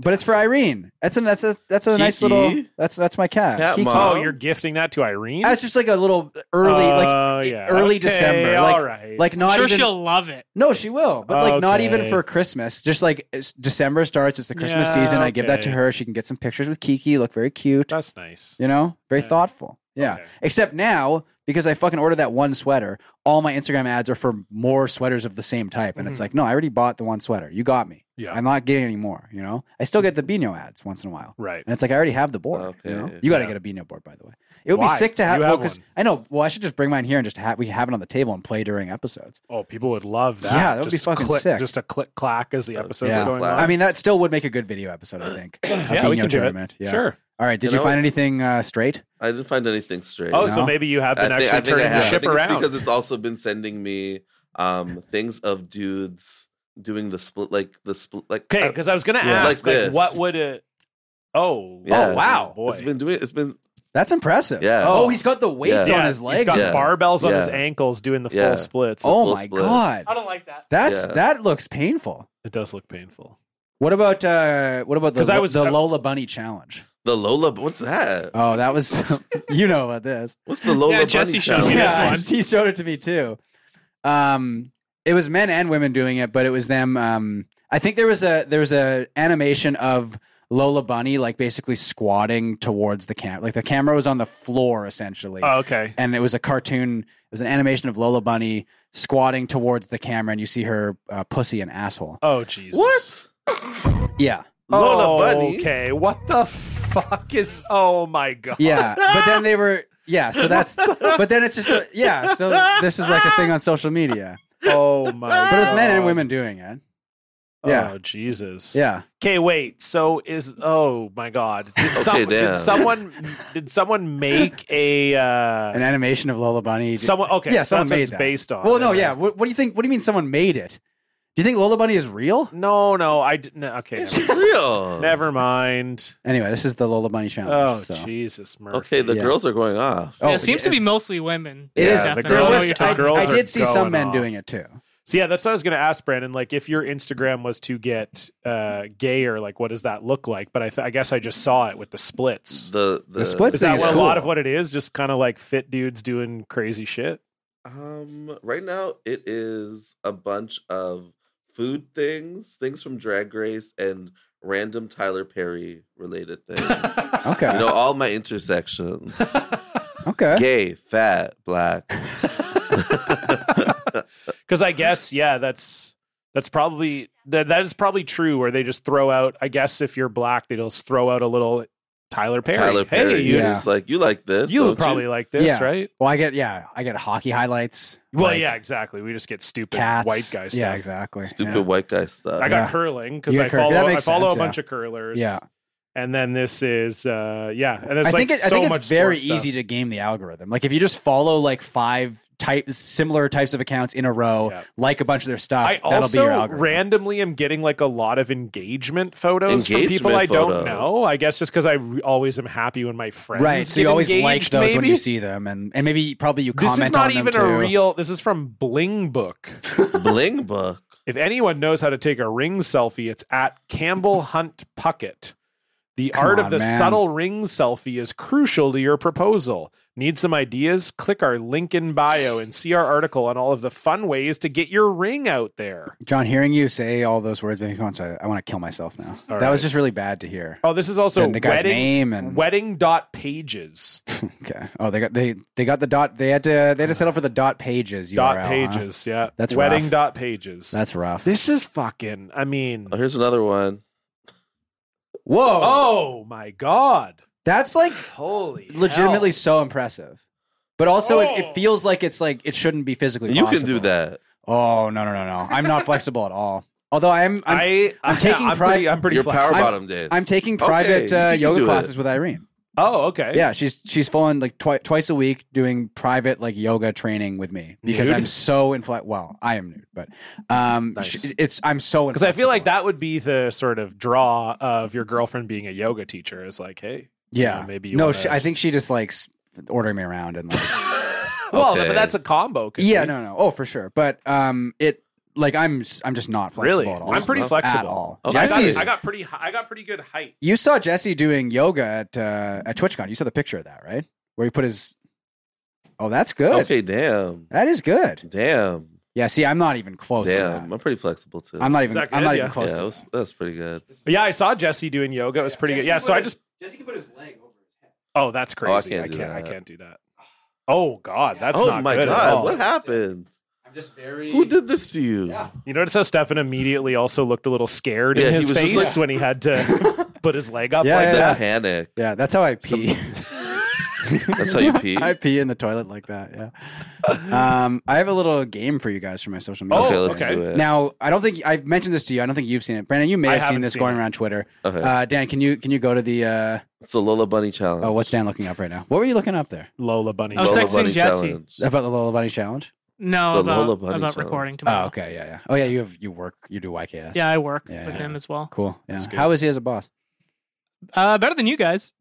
[SPEAKER 3] But it's for Irene. That's a that's a that's a nice
[SPEAKER 4] Kiki?
[SPEAKER 3] little that's that's my cat.
[SPEAKER 4] Cat
[SPEAKER 3] Kiki.
[SPEAKER 4] mom.
[SPEAKER 1] oh, you're gifting that to Irene.
[SPEAKER 3] That's just like a little early
[SPEAKER 1] Oh,
[SPEAKER 3] like e-,
[SPEAKER 1] yeah.
[SPEAKER 3] early
[SPEAKER 1] Okay,
[SPEAKER 3] December.
[SPEAKER 1] all
[SPEAKER 3] Like
[SPEAKER 1] right.
[SPEAKER 3] like not
[SPEAKER 2] sure
[SPEAKER 3] even
[SPEAKER 2] she'll love it.
[SPEAKER 3] No, she will. But like not even
[SPEAKER 1] Okay.
[SPEAKER 3] for Christmas. Just like it's- December starts, it's the Christmas
[SPEAKER 1] Yeah,
[SPEAKER 3] season. I give that to
[SPEAKER 1] okay.
[SPEAKER 3] her. She can get some pictures with Kiki, look very cute.
[SPEAKER 1] That's nice.
[SPEAKER 3] You know? Very
[SPEAKER 1] Yeah.
[SPEAKER 3] thoughtful. Yeah.
[SPEAKER 1] Okay.
[SPEAKER 3] Except now, because I fucking ordered that one sweater, all my Instagram ads are for more sweaters of the same type. And it's
[SPEAKER 1] Mhm.
[SPEAKER 3] like, no, I already bought the one sweater. You got me.
[SPEAKER 1] Yeah.
[SPEAKER 3] I'm not getting any more, you know? I still get the Bino ads once in a while.
[SPEAKER 1] Right.
[SPEAKER 3] And it's like I already have the board. You, know?
[SPEAKER 4] Okay,
[SPEAKER 3] you got to
[SPEAKER 1] yeah.
[SPEAKER 3] get a Beano board, by the way. It would
[SPEAKER 1] Why?
[SPEAKER 3] be sick to have
[SPEAKER 1] You
[SPEAKER 3] well,
[SPEAKER 1] have
[SPEAKER 3] 'cause-
[SPEAKER 1] one.
[SPEAKER 3] I know. Well, I should just bring mine here and just have we have it on the table and play during episodes.
[SPEAKER 1] Oh, people would love that.
[SPEAKER 3] Yeah, that would be
[SPEAKER 1] Just
[SPEAKER 3] fucking
[SPEAKER 1] click,
[SPEAKER 3] sick.
[SPEAKER 1] Just a click clack as the episode's
[SPEAKER 3] Yeah.
[SPEAKER 1] going
[SPEAKER 4] Clack.
[SPEAKER 1] on.
[SPEAKER 3] I mean, that still would make a good video episode. I think. A
[SPEAKER 1] yeah, we
[SPEAKER 3] Beano
[SPEAKER 1] can do
[SPEAKER 3] tournament.
[SPEAKER 1] it.
[SPEAKER 3] Yeah.
[SPEAKER 1] Sure.
[SPEAKER 3] All right. Did you,
[SPEAKER 4] You know
[SPEAKER 3] find
[SPEAKER 4] what?
[SPEAKER 3] anything uh, straight?
[SPEAKER 4] I didn't find anything straight.
[SPEAKER 1] Oh,
[SPEAKER 3] You
[SPEAKER 1] so
[SPEAKER 3] know?
[SPEAKER 1] maybe you have been
[SPEAKER 4] I think, I
[SPEAKER 1] actually
[SPEAKER 4] think I
[SPEAKER 1] turning the
[SPEAKER 4] have. I
[SPEAKER 1] ship
[SPEAKER 4] think it's
[SPEAKER 1] around.
[SPEAKER 4] because it's also been sending me um, things of dudes doing the split, like the split, like
[SPEAKER 1] Okay,
[SPEAKER 4] I-
[SPEAKER 1] because I was gonna
[SPEAKER 3] uh, Yeah.
[SPEAKER 1] ask,
[SPEAKER 4] Like
[SPEAKER 1] like,
[SPEAKER 4] this.
[SPEAKER 1] what would it? Oh,
[SPEAKER 4] Yeah.
[SPEAKER 3] wow.
[SPEAKER 1] boy.
[SPEAKER 4] it's been doing. It's been
[SPEAKER 3] That's impressive.
[SPEAKER 4] Yeah.
[SPEAKER 3] Oh, he's got the weights
[SPEAKER 4] Yeah.
[SPEAKER 3] on his legs.
[SPEAKER 1] He's got
[SPEAKER 4] Yeah.
[SPEAKER 1] barbells on his
[SPEAKER 4] Yeah.
[SPEAKER 1] ankles doing the
[SPEAKER 4] Yeah.
[SPEAKER 1] full splits.
[SPEAKER 4] Oh.
[SPEAKER 3] Oh
[SPEAKER 4] Full
[SPEAKER 3] my
[SPEAKER 4] split.
[SPEAKER 3] god.
[SPEAKER 2] I don't like that.
[SPEAKER 3] That's
[SPEAKER 4] Yeah.
[SPEAKER 3] that looks painful.
[SPEAKER 1] It does look painful.
[SPEAKER 3] What about uh what about the
[SPEAKER 1] 'Cause I was-
[SPEAKER 3] the
[SPEAKER 1] I-
[SPEAKER 3] Lola Bunny challenge?
[SPEAKER 4] the Lola. What's that?
[SPEAKER 3] Oh, that was you know about this.
[SPEAKER 4] What's the Lola?
[SPEAKER 2] Yeah, Jesse
[SPEAKER 4] Bunny
[SPEAKER 2] showed me
[SPEAKER 4] challenge?
[SPEAKER 2] this
[SPEAKER 3] yeah,
[SPEAKER 2] one.
[SPEAKER 3] he showed it to me too. Um, it was men and women doing it, but it was them. Um, I think there was a there was a animation of Lola Bunny like basically squatting towards the camera, like the camera was on the floor essentially,
[SPEAKER 1] Oh, okay.
[SPEAKER 3] and it was a cartoon. It was an animation of Lola Bunny squatting towards the camera, and you see her uh, pussy and asshole.
[SPEAKER 1] Oh Jesus.
[SPEAKER 4] What?
[SPEAKER 3] Yeah,
[SPEAKER 4] Lola
[SPEAKER 1] oh,
[SPEAKER 4] Bunny.
[SPEAKER 1] Okay. What the fuck is? Oh my god.
[SPEAKER 3] yeah. but then they were yeah. So that's but then it's just a, yeah. So this is like a thing on social media,
[SPEAKER 1] Oh my.
[SPEAKER 3] but it was men and
[SPEAKER 1] God.
[SPEAKER 3] women doing it. Yeah.
[SPEAKER 1] Oh Jesus.
[SPEAKER 3] Yeah.
[SPEAKER 1] Okay, wait. So is oh my god. Did, some,
[SPEAKER 4] damn.
[SPEAKER 1] did someone did someone make a
[SPEAKER 3] an
[SPEAKER 1] uh
[SPEAKER 3] animation of Lola Bunny.
[SPEAKER 1] someone okay,
[SPEAKER 3] yeah,
[SPEAKER 1] so
[SPEAKER 3] someone
[SPEAKER 1] that's
[SPEAKER 3] made
[SPEAKER 1] what it's
[SPEAKER 3] that.
[SPEAKER 1] based on.
[SPEAKER 3] well, no, yeah.
[SPEAKER 1] Okay.
[SPEAKER 3] What, what do you think? What do you mean someone made it? Do you think Lola Bunny is real?
[SPEAKER 1] No, no, I didn't okay. Never,
[SPEAKER 4] It's real.
[SPEAKER 1] never mind.
[SPEAKER 3] Anyway, this is the Lola Bunny challenge.
[SPEAKER 1] Oh
[SPEAKER 3] so.
[SPEAKER 1] Jesus Murphy.
[SPEAKER 4] Okay, the
[SPEAKER 3] Yeah.
[SPEAKER 4] girls are going off.
[SPEAKER 3] Oh,
[SPEAKER 2] yeah, it seems to be mostly women.
[SPEAKER 3] It is.
[SPEAKER 1] Yeah, the
[SPEAKER 2] Stefan. I don't know
[SPEAKER 1] girls-
[SPEAKER 2] what you're
[SPEAKER 1] the
[SPEAKER 3] I,
[SPEAKER 2] talking
[SPEAKER 1] girls
[SPEAKER 3] I
[SPEAKER 1] are
[SPEAKER 3] did see some
[SPEAKER 1] going
[SPEAKER 3] men
[SPEAKER 1] off.
[SPEAKER 3] doing it too.
[SPEAKER 1] So yeah, that's what I was gonna ask, Brandon. Like if your Instagram was to get uh gayer, like what does that look like? But I th- I guess I just saw it with the splits.
[SPEAKER 4] The the,
[SPEAKER 3] The splits
[SPEAKER 1] is
[SPEAKER 3] thing
[SPEAKER 1] that
[SPEAKER 3] is
[SPEAKER 1] what
[SPEAKER 3] cool.
[SPEAKER 1] a lot of what it is? Just kind of like fit dudes doing crazy shit.
[SPEAKER 4] Um, right now it is a bunch of food things, things from Drag Race, and random Tyler Perry related things.
[SPEAKER 3] Okay.
[SPEAKER 4] you know, all my intersections:
[SPEAKER 3] okay.
[SPEAKER 4] gay, fat, black.
[SPEAKER 1] Because I guess yeah, that's that's probably that that is probably true. Where they just throw out. I guess if you're black, they just throw out a little Tyler Perry.
[SPEAKER 4] Tyler Perry,
[SPEAKER 1] Hey, you,
[SPEAKER 4] you're
[SPEAKER 3] Yeah.
[SPEAKER 4] just like you like this.
[SPEAKER 1] you
[SPEAKER 4] don't
[SPEAKER 1] probably like this,
[SPEAKER 3] Yeah.
[SPEAKER 1] right?
[SPEAKER 3] Well, I get yeah, I get hockey highlights.
[SPEAKER 1] Well,
[SPEAKER 3] like
[SPEAKER 1] yeah, exactly. We just get stupid
[SPEAKER 3] Cats.
[SPEAKER 1] white guy stuff.
[SPEAKER 3] Yeah, exactly.
[SPEAKER 4] stupid
[SPEAKER 3] yeah.
[SPEAKER 4] white guy stuff.
[SPEAKER 1] I got
[SPEAKER 3] Yeah.
[SPEAKER 1] curling because
[SPEAKER 3] You
[SPEAKER 1] I
[SPEAKER 3] got cur-
[SPEAKER 1] follow
[SPEAKER 3] that
[SPEAKER 1] I
[SPEAKER 3] makes
[SPEAKER 1] follow
[SPEAKER 3] sense,
[SPEAKER 1] a
[SPEAKER 3] yeah.
[SPEAKER 1] bunch of curlers.
[SPEAKER 3] Yeah.
[SPEAKER 1] and then this is uh yeah, and there's
[SPEAKER 3] I
[SPEAKER 1] like
[SPEAKER 3] think it, I
[SPEAKER 1] so
[SPEAKER 3] think
[SPEAKER 1] much
[SPEAKER 3] it's very
[SPEAKER 1] sports stuff.
[SPEAKER 3] easy to game the algorithm. Like if you just follow like five type similar types of accounts in a row,
[SPEAKER 1] Yeah.
[SPEAKER 3] like a bunch of their stuff,
[SPEAKER 1] I
[SPEAKER 3] that'll be
[SPEAKER 1] also
[SPEAKER 3] your algorithm.
[SPEAKER 1] randomly am getting like a lot of engagement photos from people
[SPEAKER 4] Engagement
[SPEAKER 1] I
[SPEAKER 4] photos.
[SPEAKER 1] don't know. I guess just because I re- always am happy when my friends
[SPEAKER 3] Right. So you
[SPEAKER 1] get
[SPEAKER 3] always
[SPEAKER 1] engaged,
[SPEAKER 3] like those when
[SPEAKER 1] maybe?
[SPEAKER 3] you see them, and, and maybe probably you
[SPEAKER 1] This
[SPEAKER 3] comment
[SPEAKER 1] is not
[SPEAKER 3] on them
[SPEAKER 1] even
[SPEAKER 3] too.
[SPEAKER 1] a real. This is from Bling Book.
[SPEAKER 4] Bling book.
[SPEAKER 1] if anyone knows how to take a ring selfie, it's at Campbell Hunt Puckett. The
[SPEAKER 3] Come
[SPEAKER 1] art
[SPEAKER 3] on,
[SPEAKER 1] of the
[SPEAKER 3] man.
[SPEAKER 1] subtle ring selfie is crucial to your proposal. Need some ideas? Click our link in bio and see our article on all of the fun ways to get your ring out there.
[SPEAKER 3] John, hearing you say all those words made me want to. I want to kill myself now. that was just really bad to hear.
[SPEAKER 1] Oh, this is also
[SPEAKER 3] And the guy's
[SPEAKER 1] wedding,
[SPEAKER 3] name and-
[SPEAKER 1] wedding dot pages.
[SPEAKER 3] Okay. Oh, they got they they got the dot. They had to they had to settle for the dot pages. URL,
[SPEAKER 1] dot
[SPEAKER 3] huh?
[SPEAKER 1] pages, yeah.
[SPEAKER 3] That's
[SPEAKER 1] wedding
[SPEAKER 3] rough.
[SPEAKER 1] dot pages.
[SPEAKER 3] That's rough.
[SPEAKER 1] this is fucking. I mean,
[SPEAKER 4] Oh, here's another one.
[SPEAKER 3] Whoa,
[SPEAKER 1] oh my god,
[SPEAKER 3] that's like
[SPEAKER 1] holy,
[SPEAKER 3] legitimately so impressive. But also, it,
[SPEAKER 1] Oh.
[SPEAKER 3] it feels like it's like it shouldn't be physically.
[SPEAKER 4] You can
[SPEAKER 3] possible.
[SPEAKER 4] do that.
[SPEAKER 3] Oh no no no no! I'm not flexible at all. Although I
[SPEAKER 1] Hell.
[SPEAKER 3] am, I'm,
[SPEAKER 1] I,
[SPEAKER 3] I'm taking
[SPEAKER 1] I'm
[SPEAKER 3] pride-
[SPEAKER 1] Pretty, I'm pretty
[SPEAKER 4] Your power
[SPEAKER 1] flexible.
[SPEAKER 3] I'm-
[SPEAKER 4] bottom days.
[SPEAKER 3] I'm taking
[SPEAKER 4] Okay,
[SPEAKER 3] private
[SPEAKER 4] you
[SPEAKER 3] uh,
[SPEAKER 4] can
[SPEAKER 3] yoga
[SPEAKER 4] do it.
[SPEAKER 3] classes with Irene.
[SPEAKER 1] oh, okay.
[SPEAKER 3] Yeah, she's she's fallen like twi- twice a week doing private like yoga training with me because
[SPEAKER 1] Nude?
[SPEAKER 3] I'm so infle. Well, I am nude, but um,
[SPEAKER 1] Nice.
[SPEAKER 3] she- it's I'm so
[SPEAKER 1] Because I feel like
[SPEAKER 3] inflexible.
[SPEAKER 1] that would be the sort of draw of your girlfriend being a yoga teacher is like, hey,
[SPEAKER 3] Yeah,
[SPEAKER 1] you know, maybe you
[SPEAKER 3] no.
[SPEAKER 1] wanna-
[SPEAKER 3] She, I think she just likes ordering me around and like
[SPEAKER 1] well,
[SPEAKER 4] Okay.
[SPEAKER 1] but that's a combo. could
[SPEAKER 3] yeah,
[SPEAKER 1] be.
[SPEAKER 3] no, no. Oh, for sure. But um, it like I'm s- I'm just not flexible
[SPEAKER 1] really,
[SPEAKER 3] at all.
[SPEAKER 1] I'm pretty flexible. Oh,
[SPEAKER 3] at all.
[SPEAKER 4] Okay.
[SPEAKER 1] I, got,
[SPEAKER 3] Jesse's.
[SPEAKER 1] I got pretty, hi- I got pretty good height.
[SPEAKER 3] you saw Jesse doing yoga at uh, at TwitchCon. You saw the picture of that, right? Where he put his. Oh, that's good.
[SPEAKER 4] Okay, damn,
[SPEAKER 3] That is good.
[SPEAKER 4] damn,
[SPEAKER 3] Yeah. See, I'm not even close to
[SPEAKER 4] damn.
[SPEAKER 3] that.
[SPEAKER 4] I'm pretty flexible too.
[SPEAKER 3] I'm not even.
[SPEAKER 1] Is that
[SPEAKER 3] I'm not
[SPEAKER 1] good?
[SPEAKER 3] even
[SPEAKER 1] Yeah.
[SPEAKER 3] close
[SPEAKER 4] yeah,
[SPEAKER 3] to
[SPEAKER 4] that
[SPEAKER 3] that.
[SPEAKER 4] was, that was pretty good.
[SPEAKER 1] Yeah, I saw Jesse doing yoga. It was pretty good. Yeah, so I just
[SPEAKER 3] Jesse can put his leg over his
[SPEAKER 1] Oh, that's
[SPEAKER 4] Oh, I
[SPEAKER 1] crazy. I
[SPEAKER 4] can't
[SPEAKER 1] can't.
[SPEAKER 4] do
[SPEAKER 1] I
[SPEAKER 4] that.
[SPEAKER 1] can't do that. Oh God, that's
[SPEAKER 4] oh
[SPEAKER 1] not
[SPEAKER 4] my
[SPEAKER 1] good at all.
[SPEAKER 4] god, what happened?
[SPEAKER 3] I'm just very.
[SPEAKER 4] Who did this to you?
[SPEAKER 1] You notice how Stefan immediately also looked a little scared
[SPEAKER 4] Yeah,
[SPEAKER 1] in
[SPEAKER 4] he
[SPEAKER 1] his
[SPEAKER 4] was just
[SPEAKER 1] face
[SPEAKER 4] like-
[SPEAKER 1] when he had to put his leg up
[SPEAKER 3] Yeah,
[SPEAKER 1] like
[SPEAKER 3] yeah,
[SPEAKER 1] that.
[SPEAKER 4] The
[SPEAKER 3] yeah.
[SPEAKER 4] panic.
[SPEAKER 3] Yeah, that's how I pee.
[SPEAKER 4] That's how you pee.
[SPEAKER 3] I pee in the toilet like that. Yeah. Um, I have a little game for you guys for my social media.
[SPEAKER 1] Oh,
[SPEAKER 4] okay, let's
[SPEAKER 1] okay.
[SPEAKER 4] do it.
[SPEAKER 3] Now, I don't think I've mentioned this to you. I don't think you've seen it, Brandon. You may
[SPEAKER 1] I
[SPEAKER 3] have seen
[SPEAKER 1] haven't
[SPEAKER 3] this
[SPEAKER 1] seen
[SPEAKER 3] going
[SPEAKER 1] it.
[SPEAKER 3] around Twitter.
[SPEAKER 4] Okay.
[SPEAKER 3] Uh, Dan, can you can you go to the? Uh,
[SPEAKER 4] it's the Lola Bunny challenge.
[SPEAKER 3] oh, what's Dan looking up right now? What were you looking up there
[SPEAKER 1] Lola Bunny.
[SPEAKER 2] I was
[SPEAKER 4] Lola
[SPEAKER 2] texting
[SPEAKER 4] Bunny
[SPEAKER 2] Jesse.
[SPEAKER 4] challenge.
[SPEAKER 3] about the Lola Bunny challenge?
[SPEAKER 2] No,
[SPEAKER 4] The Lola
[SPEAKER 2] about,
[SPEAKER 4] Bunny
[SPEAKER 2] about
[SPEAKER 4] challenge.
[SPEAKER 2] recording tomorrow.
[SPEAKER 3] Oh, okay, yeah, yeah. Oh, yeah. You have you work. You do YKS.
[SPEAKER 2] Yeah, I work
[SPEAKER 3] Yeah,
[SPEAKER 2] with
[SPEAKER 3] yeah.
[SPEAKER 2] him as well.
[SPEAKER 3] Cool. Yeah.
[SPEAKER 1] That's good.
[SPEAKER 3] How is he as a boss?
[SPEAKER 2] Uh, better than you guys.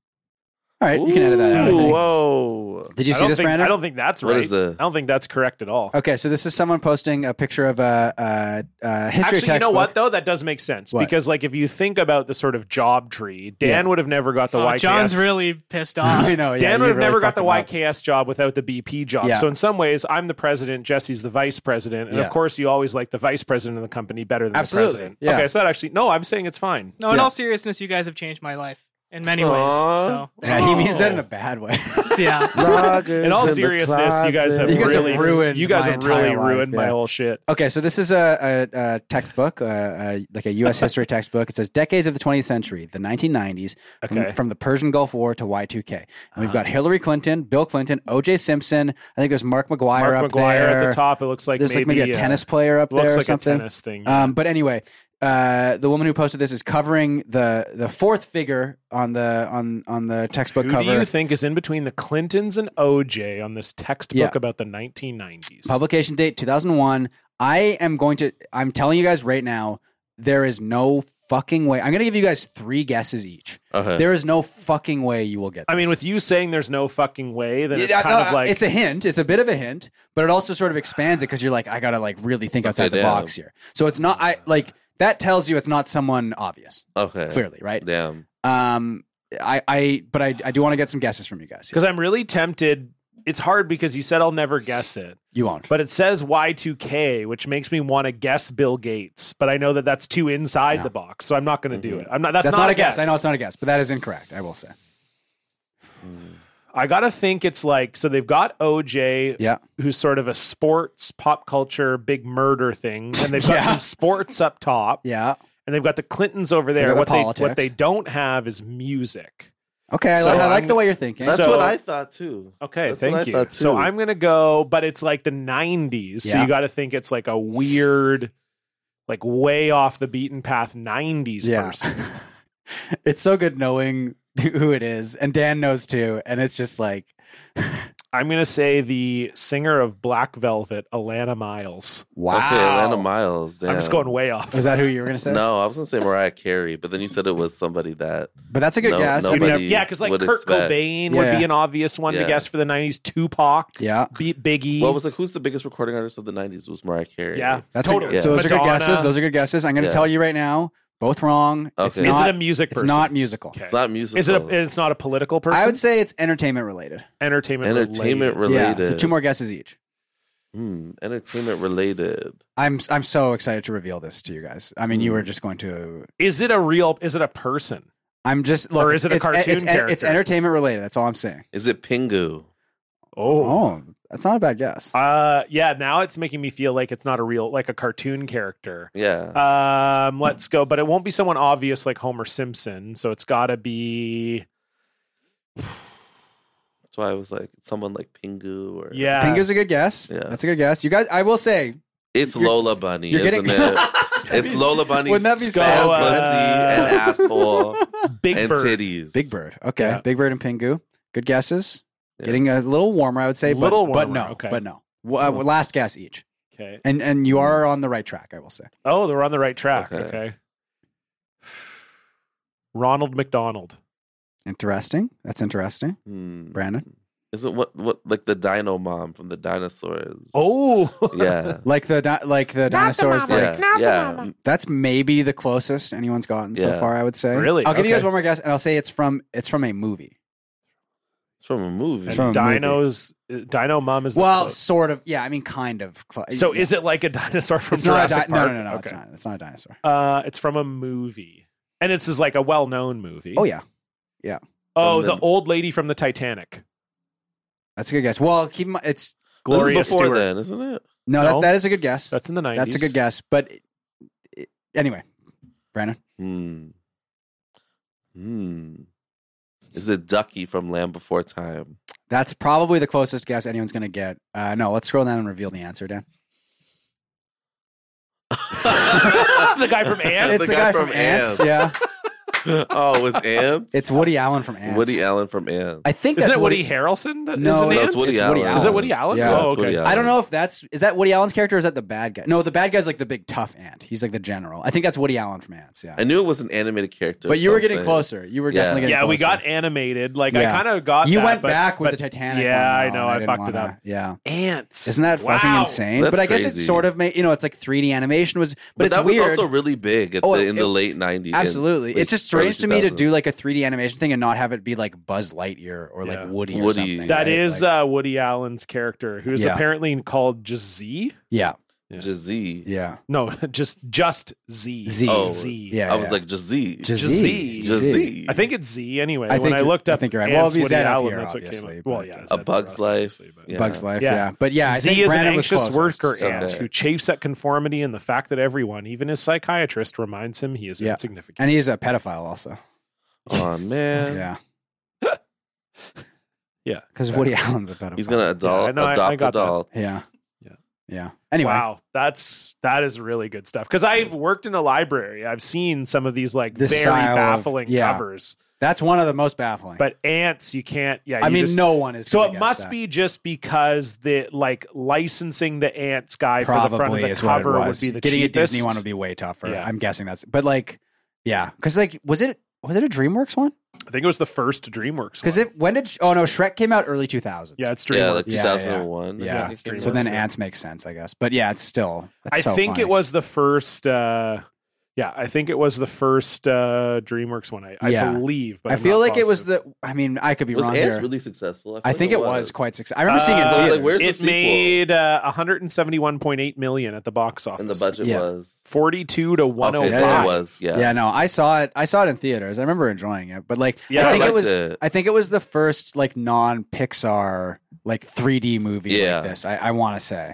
[SPEAKER 3] All right, you can edit that out. I
[SPEAKER 4] Ooh,
[SPEAKER 3] think.
[SPEAKER 4] Whoa.
[SPEAKER 3] Did you
[SPEAKER 1] uh, I
[SPEAKER 3] see
[SPEAKER 1] don't
[SPEAKER 3] this,
[SPEAKER 1] think,
[SPEAKER 3] Brandon? Oh,
[SPEAKER 1] I don't think that's right.
[SPEAKER 4] What is this?
[SPEAKER 1] I don't think that's correct at all.
[SPEAKER 3] Okay, so this is someone posting a picture of a, a, a history
[SPEAKER 1] Actually,
[SPEAKER 3] textbook.
[SPEAKER 1] you know what though? That does make sense
[SPEAKER 3] What?
[SPEAKER 1] because, like, if you think about the sort of job tree, Dan
[SPEAKER 3] Yeah.
[SPEAKER 1] would have never got the
[SPEAKER 2] Oh,
[SPEAKER 1] YKS.
[SPEAKER 2] John's really pissed off.
[SPEAKER 3] I know. Yeah,
[SPEAKER 1] Dan
[SPEAKER 3] you
[SPEAKER 1] would have
[SPEAKER 3] really
[SPEAKER 1] never got
[SPEAKER 3] fucked
[SPEAKER 1] the
[SPEAKER 3] him up.
[SPEAKER 1] YKS job without the BP job.
[SPEAKER 3] Yeah.
[SPEAKER 1] So in some ways, I'm the president, Jesse's the vice president, and
[SPEAKER 3] Yeah.
[SPEAKER 1] of course, you always like the vice president of the company better than
[SPEAKER 3] Absolutely.
[SPEAKER 1] the president.
[SPEAKER 3] Yeah.
[SPEAKER 1] Okay, so that actually, no, I'm saying it's fine.
[SPEAKER 2] No, in
[SPEAKER 3] Yeah.
[SPEAKER 2] all seriousness, you guys have changed my life in many ways.
[SPEAKER 4] Aw.
[SPEAKER 2] So
[SPEAKER 3] Yeah, he means
[SPEAKER 1] Oh.
[SPEAKER 3] that in a bad way.
[SPEAKER 2] yeah.
[SPEAKER 4] Loggers
[SPEAKER 1] In all
[SPEAKER 4] the
[SPEAKER 1] seriousness, you guys have
[SPEAKER 3] You guys have
[SPEAKER 1] really
[SPEAKER 3] ruined
[SPEAKER 1] You guys
[SPEAKER 3] my
[SPEAKER 1] have really
[SPEAKER 3] entire life,
[SPEAKER 1] ruined
[SPEAKER 3] yeah.
[SPEAKER 1] my whole shit.
[SPEAKER 3] Okay, so this is a, a, a textbook, uh, uh like a U.S. history textbook. It says decades of the 20th century, the 1990s,
[SPEAKER 1] Okay. Ah.
[SPEAKER 3] from, from the Persian Gulf War to Y2K. And we've got Hillary Clinton, Bill Clinton, O.J. Simpson. I think there's Mark McGuire
[SPEAKER 1] Mark
[SPEAKER 3] up
[SPEAKER 1] McGuire
[SPEAKER 3] there.
[SPEAKER 1] at the top. It looks like
[SPEAKER 3] there's
[SPEAKER 1] maybe,
[SPEAKER 3] like maybe a
[SPEAKER 1] uh,
[SPEAKER 3] tennis player up
[SPEAKER 1] looks
[SPEAKER 3] there or
[SPEAKER 1] like
[SPEAKER 3] something.
[SPEAKER 1] a tennis thing.
[SPEAKER 3] Um, but anyway, uh, the woman who posted this is covering the the fourth figure on the on on the textbook
[SPEAKER 1] Who
[SPEAKER 3] cover.
[SPEAKER 1] do you think is in between the Clintons and OJ on this textbook
[SPEAKER 3] Yeah.
[SPEAKER 1] about the 1990s?
[SPEAKER 3] Publication date 2001. I am going to, I'm telling you guys right now, there is no fucking way. I'm going to give you guys three guesses each.
[SPEAKER 4] Okay.
[SPEAKER 3] There is no fucking way you will get
[SPEAKER 1] I mean,
[SPEAKER 3] this.
[SPEAKER 1] with you saying there's no fucking way, then it's
[SPEAKER 3] Yeah,
[SPEAKER 1] kind
[SPEAKER 3] uh,
[SPEAKER 1] of like
[SPEAKER 3] it's a hint. It's a bit of a hint, but it also sort of expands it because you're like, I gotta like really think outside the
[SPEAKER 4] damn.
[SPEAKER 3] box here. So it's not. I like that tells you it's not someone obvious.
[SPEAKER 4] Okay.
[SPEAKER 3] Clearly, right?
[SPEAKER 4] Damn.
[SPEAKER 3] Um, I, I, but I, I do want to get some guesses from you guys.
[SPEAKER 1] because I'm really tempted. It's hard because you said I'll never guess it,
[SPEAKER 3] You won't.
[SPEAKER 1] but it says Y2K, which makes me want to guess Bill Gates, but I know that that's too inside the box, so I'm not going to do it. I'm not. That's,
[SPEAKER 3] Mm-hmm. that's
[SPEAKER 1] not, a guess.
[SPEAKER 3] I know it's not a guess, but that is incorrect. I will say.
[SPEAKER 1] I gotta think it's like so they've got OJ,
[SPEAKER 3] Yeah.
[SPEAKER 1] who's sort of a sports pop culture big murder thing, and they've got
[SPEAKER 3] Yeah.
[SPEAKER 1] some sports up top,
[SPEAKER 3] Yeah.
[SPEAKER 1] and they've got the Clintons over there.
[SPEAKER 3] got the
[SPEAKER 1] what they
[SPEAKER 3] politics.
[SPEAKER 1] what they don't have is music.
[SPEAKER 3] Okay. I,
[SPEAKER 1] So
[SPEAKER 3] like, I like
[SPEAKER 1] I'm-
[SPEAKER 3] the way you're thinking.
[SPEAKER 4] That's
[SPEAKER 1] So-
[SPEAKER 4] what I thought too.
[SPEAKER 1] Okay,
[SPEAKER 4] That's what I
[SPEAKER 1] thank you.
[SPEAKER 4] thought,
[SPEAKER 1] So
[SPEAKER 4] too.
[SPEAKER 1] I'm gonna go, but it's like the '90s, so
[SPEAKER 3] Yeah.
[SPEAKER 1] you got to think it's like a weird, like way off the beaten path '90s
[SPEAKER 3] Yeah.
[SPEAKER 1] person.
[SPEAKER 3] it's so good knowing who it is, and Dan knows too, and it's just like
[SPEAKER 1] I'm gonna say the singer of Black Velvet, Alana Miles.
[SPEAKER 3] wow.
[SPEAKER 4] Okay, Atlanta Miles. Damn.
[SPEAKER 1] I'm just going way off.
[SPEAKER 3] Was that who you were gonna say?
[SPEAKER 4] No, I was gonna say Mariah Carey, but then you said it was somebody that.
[SPEAKER 3] But that's a good
[SPEAKER 4] No-
[SPEAKER 3] guess. I mean,
[SPEAKER 4] nobody-
[SPEAKER 1] yeah, because like
[SPEAKER 4] would
[SPEAKER 1] Kurt
[SPEAKER 4] expect.
[SPEAKER 1] Cobain
[SPEAKER 3] Yeah.
[SPEAKER 1] would be an obvious one
[SPEAKER 4] Yeah.
[SPEAKER 1] to guess for the '90s. Tupac,
[SPEAKER 3] yeah.
[SPEAKER 1] Be- Biggie.
[SPEAKER 4] Well, it was like who's the biggest recording artist of the '90s was Mariah Carey.
[SPEAKER 1] yeah,
[SPEAKER 3] That's a-
[SPEAKER 1] totally.
[SPEAKER 3] so those are good
[SPEAKER 1] Madonna.
[SPEAKER 3] guesses. Those are good guesses. I'm going to
[SPEAKER 4] Yeah.
[SPEAKER 3] tell you right now. Both wrong. It's
[SPEAKER 4] Okay.
[SPEAKER 1] Is
[SPEAKER 3] not,
[SPEAKER 1] it a music
[SPEAKER 3] It's
[SPEAKER 1] person?
[SPEAKER 3] not musical.
[SPEAKER 1] Okay.
[SPEAKER 4] It's not musical.
[SPEAKER 1] Is it a, it's not a political person?
[SPEAKER 3] I would say it's entertainment related.
[SPEAKER 1] entertainment
[SPEAKER 4] entertainment
[SPEAKER 1] related.
[SPEAKER 4] related?
[SPEAKER 3] Yeah. So two more guesses each.
[SPEAKER 4] Hmm, entertainment related.
[SPEAKER 3] I'm I'm so excited to reveal this to you guys. I
[SPEAKER 4] Hmm.
[SPEAKER 3] mean, you were just going to.
[SPEAKER 1] Is it a real is it a person?
[SPEAKER 3] I'm just. Look,
[SPEAKER 1] Or is it a
[SPEAKER 3] it's,
[SPEAKER 1] cartoon
[SPEAKER 3] it's, it's,
[SPEAKER 1] character?
[SPEAKER 3] entertainment related. That's all I'm saying.
[SPEAKER 4] Is it Pingu?
[SPEAKER 3] Oh, that's not a bad guess.
[SPEAKER 1] Uh yeah, now it's making me feel like it's not a real like a cartoon character.
[SPEAKER 4] Yeah.
[SPEAKER 1] Um let's go, but it won't be someone obvious like Homer Simpson, so it's got to be
[SPEAKER 4] That's why I was like someone like Pingu or
[SPEAKER 1] yeah.
[SPEAKER 3] Pingu's a good guess.
[SPEAKER 4] Yeah.
[SPEAKER 3] That's a good guess. You guys, I will say,
[SPEAKER 4] It's
[SPEAKER 3] You're-
[SPEAKER 4] Lola Bunny,
[SPEAKER 3] you're
[SPEAKER 4] isn't
[SPEAKER 3] getting-
[SPEAKER 4] it? It's Lola Bunny.
[SPEAKER 3] Wouldn't that be
[SPEAKER 4] skull,
[SPEAKER 1] so,
[SPEAKER 4] pussy,
[SPEAKER 1] uh,
[SPEAKER 4] and asshole,
[SPEAKER 1] Big
[SPEAKER 4] and
[SPEAKER 1] Bird.
[SPEAKER 4] titties.
[SPEAKER 3] Big Bird. Okay,
[SPEAKER 1] Yeah.
[SPEAKER 3] Big Bird and Pingu. Good guesses.
[SPEAKER 4] Yeah.
[SPEAKER 3] Getting a little warmer, I would say.
[SPEAKER 1] Little
[SPEAKER 3] but, but
[SPEAKER 1] warmer,
[SPEAKER 3] no,
[SPEAKER 1] okay.
[SPEAKER 3] but no. W- uh, last guess each,
[SPEAKER 1] Okay.
[SPEAKER 3] and and you are on the right track. I will say.
[SPEAKER 1] Oh, they're on the right track.
[SPEAKER 4] Okay.
[SPEAKER 1] Okay. Ronald McDonald.
[SPEAKER 3] Interesting. That's interesting,
[SPEAKER 4] Hmm.
[SPEAKER 3] Brandon.
[SPEAKER 4] Isn't what what like the Dino Mom from the dinosaurs?
[SPEAKER 1] Oh.
[SPEAKER 4] yeah,
[SPEAKER 3] Like the di- like the dinosaurs. like
[SPEAKER 4] yeah, Mm, yeah.
[SPEAKER 3] that's maybe the closest anyone's gotten so
[SPEAKER 4] Yeah.
[SPEAKER 3] far. I would say.
[SPEAKER 1] Really?
[SPEAKER 3] I'll give you
[SPEAKER 1] Okay.
[SPEAKER 3] guys one more guess, and I'll say it's from it's from a movie.
[SPEAKER 4] It's from a movie.
[SPEAKER 1] And
[SPEAKER 3] from a movie.
[SPEAKER 1] Dinos uh, Dino Mom is the
[SPEAKER 3] Well,
[SPEAKER 1] clo-
[SPEAKER 3] sort of. Yeah, I mean, kind of. Cl-
[SPEAKER 1] So is it like a dinosaur from
[SPEAKER 3] It's not a
[SPEAKER 1] Jurassic
[SPEAKER 3] di- no,
[SPEAKER 1] Park?
[SPEAKER 3] no, no, no. It's
[SPEAKER 1] Okay.
[SPEAKER 3] not. It's not a dinosaur.
[SPEAKER 1] Uh, it's from a movie, and this is like a well-known movie.
[SPEAKER 3] Oh yeah,
[SPEAKER 1] Oh,
[SPEAKER 4] From the-
[SPEAKER 1] the old lady from the Titanic.
[SPEAKER 3] that's a good guess. Well, keep in mind, it's
[SPEAKER 4] This is
[SPEAKER 1] Gloria
[SPEAKER 4] before
[SPEAKER 1] Stewart.
[SPEAKER 4] then, isn't it?
[SPEAKER 3] no,
[SPEAKER 1] No.
[SPEAKER 3] That, that is a good guess.
[SPEAKER 1] That's in the nineties.
[SPEAKER 3] That's a good guess. But it- anyway, Brandon,
[SPEAKER 4] Hmm. Hmm. Is it Ducky from Land Before Time?
[SPEAKER 3] that's probably the closest guess anyone's going to get. Uh, no, let's scroll down and reveal the answer, Dan.
[SPEAKER 1] the guy from Ants?
[SPEAKER 3] it's the, guy, from, Ants. Yeah,
[SPEAKER 4] oh, it was Ants.
[SPEAKER 3] it's Woody Allen from Ants.
[SPEAKER 4] Woody Allen from Ants.
[SPEAKER 3] I think
[SPEAKER 1] Isn't
[SPEAKER 3] that's
[SPEAKER 1] it Woody, Harrelson? That
[SPEAKER 3] No,
[SPEAKER 1] is in
[SPEAKER 4] No,
[SPEAKER 1] Ants?
[SPEAKER 4] it's Woody
[SPEAKER 3] It's
[SPEAKER 4] Allen.
[SPEAKER 3] Woody Allen.
[SPEAKER 1] Is it Woody Allen?
[SPEAKER 3] Yeah,
[SPEAKER 1] oh,
[SPEAKER 4] it's
[SPEAKER 1] okay.
[SPEAKER 4] Woody Allen.
[SPEAKER 3] I don't know if that's is that Woody Allen's character or is that the bad guy? No, the bad guy's like the big tough ant. He's like the general. I think that's Woody Allen from Ants. Yeah,
[SPEAKER 4] I knew it was an animated character. or
[SPEAKER 3] but you were getting
[SPEAKER 4] something.
[SPEAKER 3] closer. You were
[SPEAKER 4] Yeah.
[SPEAKER 3] definitely getting
[SPEAKER 1] Yeah, we
[SPEAKER 3] closer.
[SPEAKER 1] got animated. Like
[SPEAKER 3] Yeah.
[SPEAKER 1] I kind of got.
[SPEAKER 3] You
[SPEAKER 1] that,
[SPEAKER 3] went
[SPEAKER 1] but-
[SPEAKER 3] back with
[SPEAKER 1] but
[SPEAKER 3] the Titanic.
[SPEAKER 1] Yeah,
[SPEAKER 3] one,
[SPEAKER 1] I
[SPEAKER 3] though,
[SPEAKER 1] know.
[SPEAKER 3] and
[SPEAKER 1] I,
[SPEAKER 3] didn't
[SPEAKER 1] fucked it
[SPEAKER 3] wanna-
[SPEAKER 1] up.
[SPEAKER 3] Yeah.
[SPEAKER 1] Ants.
[SPEAKER 3] Isn't that fucking
[SPEAKER 1] Wow.
[SPEAKER 3] insane?
[SPEAKER 4] That's
[SPEAKER 3] but I guess it's
[SPEAKER 4] crazy.
[SPEAKER 3] sort of made, you know, it's like 3D animation was, but,
[SPEAKER 4] But
[SPEAKER 3] it's
[SPEAKER 4] that
[SPEAKER 3] weird.
[SPEAKER 4] was also really big at
[SPEAKER 3] Oh,
[SPEAKER 4] the, in
[SPEAKER 3] it-
[SPEAKER 4] the late '90s.
[SPEAKER 3] Absolutely.
[SPEAKER 4] and
[SPEAKER 3] It's just
[SPEAKER 4] early
[SPEAKER 3] strange to me to
[SPEAKER 4] 2000s.
[SPEAKER 3] do like a 3D animation thing and not have it be like Buzz Lightyear or
[SPEAKER 1] Yeah.
[SPEAKER 3] like Woody, or
[SPEAKER 4] Woody.
[SPEAKER 3] something.
[SPEAKER 1] That
[SPEAKER 3] right?
[SPEAKER 1] is
[SPEAKER 3] Like-
[SPEAKER 1] uh, Woody Allen's character, who's
[SPEAKER 3] Yeah.
[SPEAKER 1] apparently called just Z.
[SPEAKER 3] yeah.
[SPEAKER 4] Jazzy.
[SPEAKER 3] Yeah.
[SPEAKER 1] No, just just Z.
[SPEAKER 3] Z.
[SPEAKER 4] Oh,
[SPEAKER 1] Z.
[SPEAKER 3] Yeah.
[SPEAKER 4] I was like Jazzy.
[SPEAKER 1] Jazzy.
[SPEAKER 4] Jazzy.
[SPEAKER 1] I think it's Z anyway.
[SPEAKER 3] I
[SPEAKER 1] when
[SPEAKER 3] think
[SPEAKER 1] I looked
[SPEAKER 3] you're- I
[SPEAKER 1] up,
[SPEAKER 3] think you're right. Well,
[SPEAKER 1] Ants,
[SPEAKER 3] it'd be
[SPEAKER 1] Woody
[SPEAKER 3] Zed out
[SPEAKER 1] Allen,
[SPEAKER 3] here,
[SPEAKER 1] that's what
[SPEAKER 3] obviously,
[SPEAKER 1] came up. Well,
[SPEAKER 3] but-
[SPEAKER 1] yeah,
[SPEAKER 4] A
[SPEAKER 1] Zed
[SPEAKER 4] Bug's
[SPEAKER 1] for us,
[SPEAKER 4] Life.
[SPEAKER 1] obviously, but-
[SPEAKER 4] Yeah.
[SPEAKER 3] Bugs Life. Yeah.
[SPEAKER 1] Yeah.
[SPEAKER 3] But yeah, I think
[SPEAKER 1] Z is an
[SPEAKER 3] Brandon was
[SPEAKER 1] anxious
[SPEAKER 3] closest.
[SPEAKER 1] worker
[SPEAKER 4] so-
[SPEAKER 1] ant
[SPEAKER 4] Okay.
[SPEAKER 1] who chafes at conformity and the fact that everyone, even his psychiatrist, reminds him he is
[SPEAKER 3] Yeah.
[SPEAKER 1] insignificant.
[SPEAKER 3] And he's a pedophile also.
[SPEAKER 4] Oh man.
[SPEAKER 3] Yeah.
[SPEAKER 1] Yeah.
[SPEAKER 3] Because Woody Allen's a pedophile.
[SPEAKER 4] He's gonna adult
[SPEAKER 1] I know, I- I
[SPEAKER 4] adopt
[SPEAKER 1] got that.
[SPEAKER 4] adults.
[SPEAKER 3] Yeah.
[SPEAKER 1] Yeah.
[SPEAKER 3] Yeah. Anyway.
[SPEAKER 1] Wow, that's that is really good stuff. Because I've worked in a library, I've seen some of these like
[SPEAKER 3] This
[SPEAKER 1] very
[SPEAKER 3] style of-
[SPEAKER 1] baffling
[SPEAKER 3] yeah.
[SPEAKER 1] covers,
[SPEAKER 3] That's one of the most baffling.
[SPEAKER 1] but ants you can't. Yeah,
[SPEAKER 3] I
[SPEAKER 1] you
[SPEAKER 3] mean,
[SPEAKER 1] just-
[SPEAKER 3] no one is.
[SPEAKER 1] So
[SPEAKER 3] gonna
[SPEAKER 1] it
[SPEAKER 3] guess
[SPEAKER 1] must
[SPEAKER 3] that.
[SPEAKER 1] be just because the like licensing the ants guy for the front of
[SPEAKER 3] probably
[SPEAKER 1] the
[SPEAKER 3] is what it
[SPEAKER 1] cover
[SPEAKER 3] was.
[SPEAKER 1] would be the
[SPEAKER 3] Getting
[SPEAKER 1] cheapest.
[SPEAKER 3] a Disney one would be way tougher.
[SPEAKER 1] Yeah.
[SPEAKER 3] I'm guessing that's. But like, yeah, because like, was it was it a DreamWorks one?
[SPEAKER 1] I think it was the first DreamWorks
[SPEAKER 3] Because
[SPEAKER 1] one.
[SPEAKER 3] it when did oh no Shrek came out early 2000s.
[SPEAKER 1] yeah, it's DreamWorks.
[SPEAKER 4] Yeah, like
[SPEAKER 3] Yeah,
[SPEAKER 4] 2001.
[SPEAKER 3] yeah.
[SPEAKER 4] I think
[SPEAKER 1] Yeah.
[SPEAKER 4] it
[SPEAKER 3] so then
[SPEAKER 4] was.
[SPEAKER 3] ants makes sense, I guess. But yeah, it's still. That's
[SPEAKER 1] I
[SPEAKER 3] so
[SPEAKER 1] think
[SPEAKER 3] funny.
[SPEAKER 1] it was the first. uh Yeah, I think it was the first uh DreamWorks one. I, I
[SPEAKER 3] Yeah.
[SPEAKER 1] believe, but
[SPEAKER 3] I
[SPEAKER 1] I'm
[SPEAKER 3] feel
[SPEAKER 1] not
[SPEAKER 3] like it was
[SPEAKER 1] positive.
[SPEAKER 3] the. I mean, I could be
[SPEAKER 4] was
[SPEAKER 3] wrong
[SPEAKER 4] Ants
[SPEAKER 3] here.
[SPEAKER 4] really successful? feel
[SPEAKER 3] I
[SPEAKER 4] like
[SPEAKER 3] think it was quite successful. I remember seeing it in
[SPEAKER 1] Uh,
[SPEAKER 3] theaters.
[SPEAKER 4] like, where's the
[SPEAKER 1] it
[SPEAKER 4] sequel?
[SPEAKER 1] made uh, 171.8 million at the box office,
[SPEAKER 4] and the budget
[SPEAKER 3] Yeah.
[SPEAKER 4] was
[SPEAKER 1] 42 to
[SPEAKER 4] Okay,
[SPEAKER 1] 105.
[SPEAKER 4] so
[SPEAKER 3] yeah.
[SPEAKER 4] It was yeah.
[SPEAKER 3] yeah. no, I saw it. I saw it in theaters. I remember enjoying it, but like,
[SPEAKER 1] Yeah,
[SPEAKER 3] I
[SPEAKER 1] I
[SPEAKER 3] think it
[SPEAKER 4] liked
[SPEAKER 3] was.
[SPEAKER 4] it.
[SPEAKER 3] I think it was the first like non Pixar like 3D movie
[SPEAKER 4] Yeah.
[SPEAKER 3] like this. I, I want to say.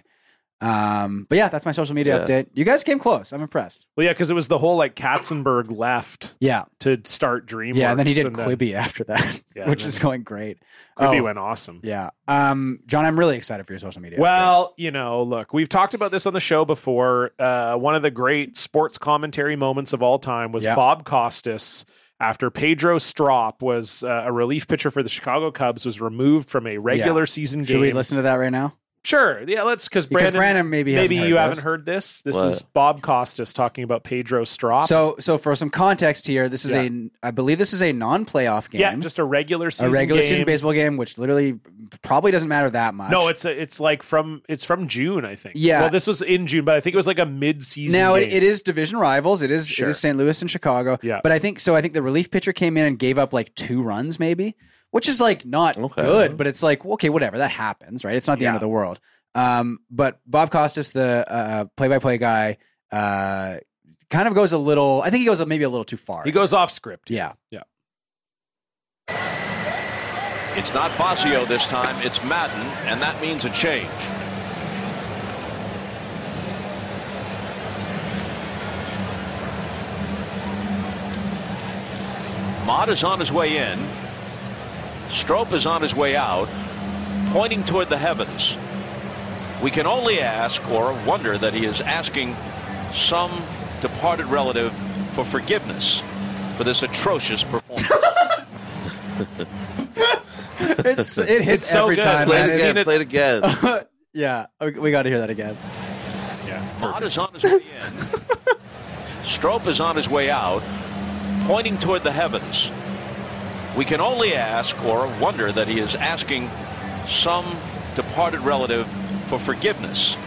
[SPEAKER 3] Um, but yeah, that's my social media
[SPEAKER 4] Yeah.
[SPEAKER 3] update. You guys came close. I'm impressed.
[SPEAKER 1] Well, yeah, because it was the whole like Katzenberg left
[SPEAKER 3] Yeah,
[SPEAKER 1] to start DreamWorks.
[SPEAKER 3] yeah. And then he did
[SPEAKER 1] then
[SPEAKER 3] Quibi after that,
[SPEAKER 1] Yeah,
[SPEAKER 3] which
[SPEAKER 1] then-
[SPEAKER 3] is going great.
[SPEAKER 1] Quibi
[SPEAKER 3] Oh,
[SPEAKER 1] went awesome.
[SPEAKER 3] Yeah, um, John, I'm really excited for your social media. update.
[SPEAKER 1] Well, you know, look, we've talked about this on the show before. Uh, one of the great sports commentary moments of all time was
[SPEAKER 3] Yeah.
[SPEAKER 1] Bob Costas after Pedro Strop was uh, a relief pitcher for the Chicago Cubs was removed from a regular season
[SPEAKER 3] should we
[SPEAKER 1] game.
[SPEAKER 3] listen to that right now?
[SPEAKER 1] Sure. Yeah, let's because
[SPEAKER 3] Because
[SPEAKER 1] Brandon,
[SPEAKER 3] Brandon maybe hasn't
[SPEAKER 1] maybe
[SPEAKER 3] heard
[SPEAKER 1] you
[SPEAKER 3] this.
[SPEAKER 1] haven't heard this. This
[SPEAKER 4] What?
[SPEAKER 1] is Bob Costas talking about Pedro Strop.
[SPEAKER 3] So, so for some context here, this is a, I believe this is a non-playoff game.
[SPEAKER 1] yeah, just a regular season.
[SPEAKER 3] a regular
[SPEAKER 1] game.
[SPEAKER 3] season baseball game, which literally probably doesn't matter that much.
[SPEAKER 1] No, it's a, it's like from it's from June, I think.
[SPEAKER 3] Yeah.
[SPEAKER 1] Well, this was in June, but I think it was like a mid season.
[SPEAKER 3] now it, it is division rivals. It is it
[SPEAKER 1] Sure.
[SPEAKER 3] is St. Louis and Chicago.
[SPEAKER 1] Yeah.
[SPEAKER 3] but I think so. I think the relief pitcher came in and gave up like two runs, maybe, which is like not
[SPEAKER 4] Okay.
[SPEAKER 3] good, but it's like okay, whatever, that happens, right? It's not the end
[SPEAKER 1] Yeah.
[SPEAKER 3] of the world. Um, but Bob Costas, the uh, play-by-play guy, uh, kind of goes a little. I think he goes maybe a little too far.
[SPEAKER 1] He goes off script.
[SPEAKER 3] yeah.
[SPEAKER 6] It's not Basio this time, it's Madden, and that means a change. Mott is on his way in. Strope is on his way out, pointing toward the heavens. We can only ask or wonder that he is asking some departed relative for forgiveness for this atrocious performance.
[SPEAKER 3] It's it hits
[SPEAKER 1] It's so
[SPEAKER 3] every
[SPEAKER 1] good.
[SPEAKER 3] time.
[SPEAKER 4] Play
[SPEAKER 1] I've
[SPEAKER 4] it
[SPEAKER 1] seen
[SPEAKER 4] again.
[SPEAKER 1] it-
[SPEAKER 4] Play it again.
[SPEAKER 3] yeah, okay, we got to hear that again.
[SPEAKER 1] Yeah.
[SPEAKER 6] Mott is on his way in. Strope is on his way out, pointing toward the heavens. We can only ask or wonder that he is asking some departed relative for forgiveness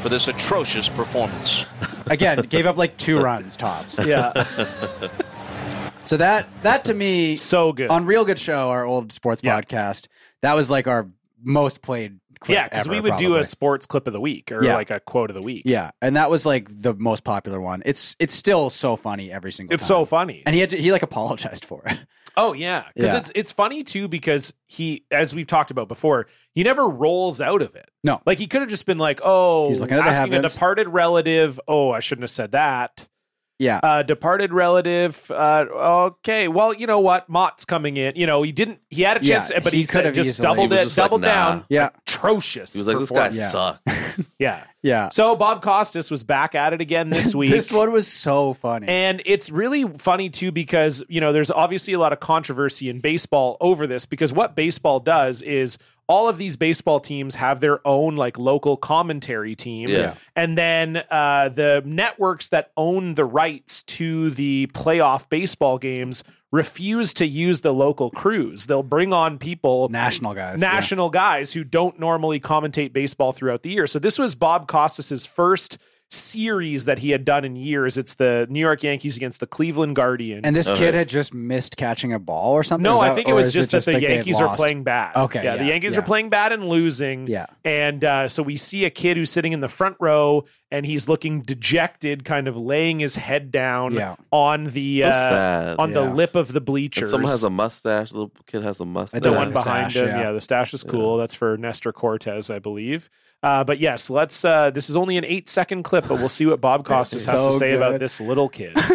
[SPEAKER 6] for this atrocious performance.
[SPEAKER 3] Again, gave up like two runs tops.
[SPEAKER 1] Yeah.
[SPEAKER 3] So that that to me
[SPEAKER 1] so good.
[SPEAKER 3] on Real Good Show, our old sports
[SPEAKER 1] Yeah.
[SPEAKER 3] podcast, that was like our most played clip.
[SPEAKER 1] yeah, because
[SPEAKER 3] ever,
[SPEAKER 1] we would do
[SPEAKER 3] probably.
[SPEAKER 1] a sports clip of the week or
[SPEAKER 3] Yeah.
[SPEAKER 1] like a quote of the week.
[SPEAKER 3] yeah, and that was like the most popular one. It's it's still so funny every single
[SPEAKER 1] It's
[SPEAKER 3] time.
[SPEAKER 1] so funny.
[SPEAKER 3] and he had to, he like apologized for it.
[SPEAKER 1] Oh yeah, because
[SPEAKER 3] Yeah.
[SPEAKER 1] it's it's funny too because he, as we've talked about before, he never rolls out of it.
[SPEAKER 3] No.
[SPEAKER 1] like he could have just been like, oh,
[SPEAKER 3] He's looking at the
[SPEAKER 1] asking a
[SPEAKER 3] heavens.
[SPEAKER 1] departed relative. Oh, I shouldn't have said that.
[SPEAKER 3] yeah,
[SPEAKER 1] Uh, departed relative. Uh, okay, well, you know what? Mott's coming in. You know, he didn't. He had a
[SPEAKER 3] Yeah,
[SPEAKER 1] chance, but
[SPEAKER 3] he
[SPEAKER 1] he,
[SPEAKER 3] could
[SPEAKER 1] said,
[SPEAKER 3] have
[SPEAKER 1] just
[SPEAKER 3] easily-
[SPEAKER 1] doubled
[SPEAKER 4] He was
[SPEAKER 1] it,
[SPEAKER 4] just like,
[SPEAKER 1] doubled
[SPEAKER 4] nah.
[SPEAKER 1] down.
[SPEAKER 3] Yeah.
[SPEAKER 1] atrocious.
[SPEAKER 4] He was like, this guy
[SPEAKER 1] performance.
[SPEAKER 3] Yeah.
[SPEAKER 4] sucks.
[SPEAKER 1] Yeah,
[SPEAKER 3] yeah.
[SPEAKER 1] So Bob Costas was back at it again this week.
[SPEAKER 3] this one was so funny.
[SPEAKER 1] And it's really funny too because, you know, there's obviously a lot of controversy in baseball over this because what baseball does is all of these baseball teams have their own like local commentary team.
[SPEAKER 4] Yeah.
[SPEAKER 1] And then uh, the networks that own the rights to the playoff baseball games refuse to use the local crews. They'll bring on people
[SPEAKER 3] National guys. yeah.
[SPEAKER 1] national guys who don't normally commentate baseball throughout the year. So this was Bob Costas's first series that he had done in years. It's the New York Yankees against the Cleveland Guardians.
[SPEAKER 3] And this
[SPEAKER 4] Okay.
[SPEAKER 3] kid had just missed catching a ball or something.
[SPEAKER 1] no,
[SPEAKER 3] Is that-
[SPEAKER 1] I think it
[SPEAKER 3] or
[SPEAKER 1] was
[SPEAKER 3] is
[SPEAKER 1] just that the
[SPEAKER 3] like they had
[SPEAKER 1] Yankees are
[SPEAKER 3] lost?
[SPEAKER 1] playing bad.
[SPEAKER 3] Okay,
[SPEAKER 1] yeah, the
[SPEAKER 3] yeah,
[SPEAKER 1] Yankees
[SPEAKER 3] yeah.
[SPEAKER 1] are playing bad and losing.
[SPEAKER 3] Yeah.
[SPEAKER 1] and uh, so we see a kid who's sitting in the front row and he's looking dejected, kind of laying his head down
[SPEAKER 3] Yeah.
[SPEAKER 1] on the
[SPEAKER 4] So
[SPEAKER 1] uh,
[SPEAKER 4] sad.
[SPEAKER 1] on the
[SPEAKER 3] Yeah.
[SPEAKER 1] lip of the bleachers.
[SPEAKER 4] And someone has a mustache. The little kid has a mustache.
[SPEAKER 1] the
[SPEAKER 3] Yeah,
[SPEAKER 1] one
[SPEAKER 3] the
[SPEAKER 1] behind
[SPEAKER 3] stash,
[SPEAKER 1] him.
[SPEAKER 3] yeah.
[SPEAKER 1] Yeah. the stash is cool. That's for Nestor Cortez, I believe. Uh, but yes, let's. Uh, this is only an eight second clip, but we'll see what Bob Costas has to
[SPEAKER 3] so
[SPEAKER 1] say about
[SPEAKER 3] good.
[SPEAKER 1] this little kid.
[SPEAKER 6] It's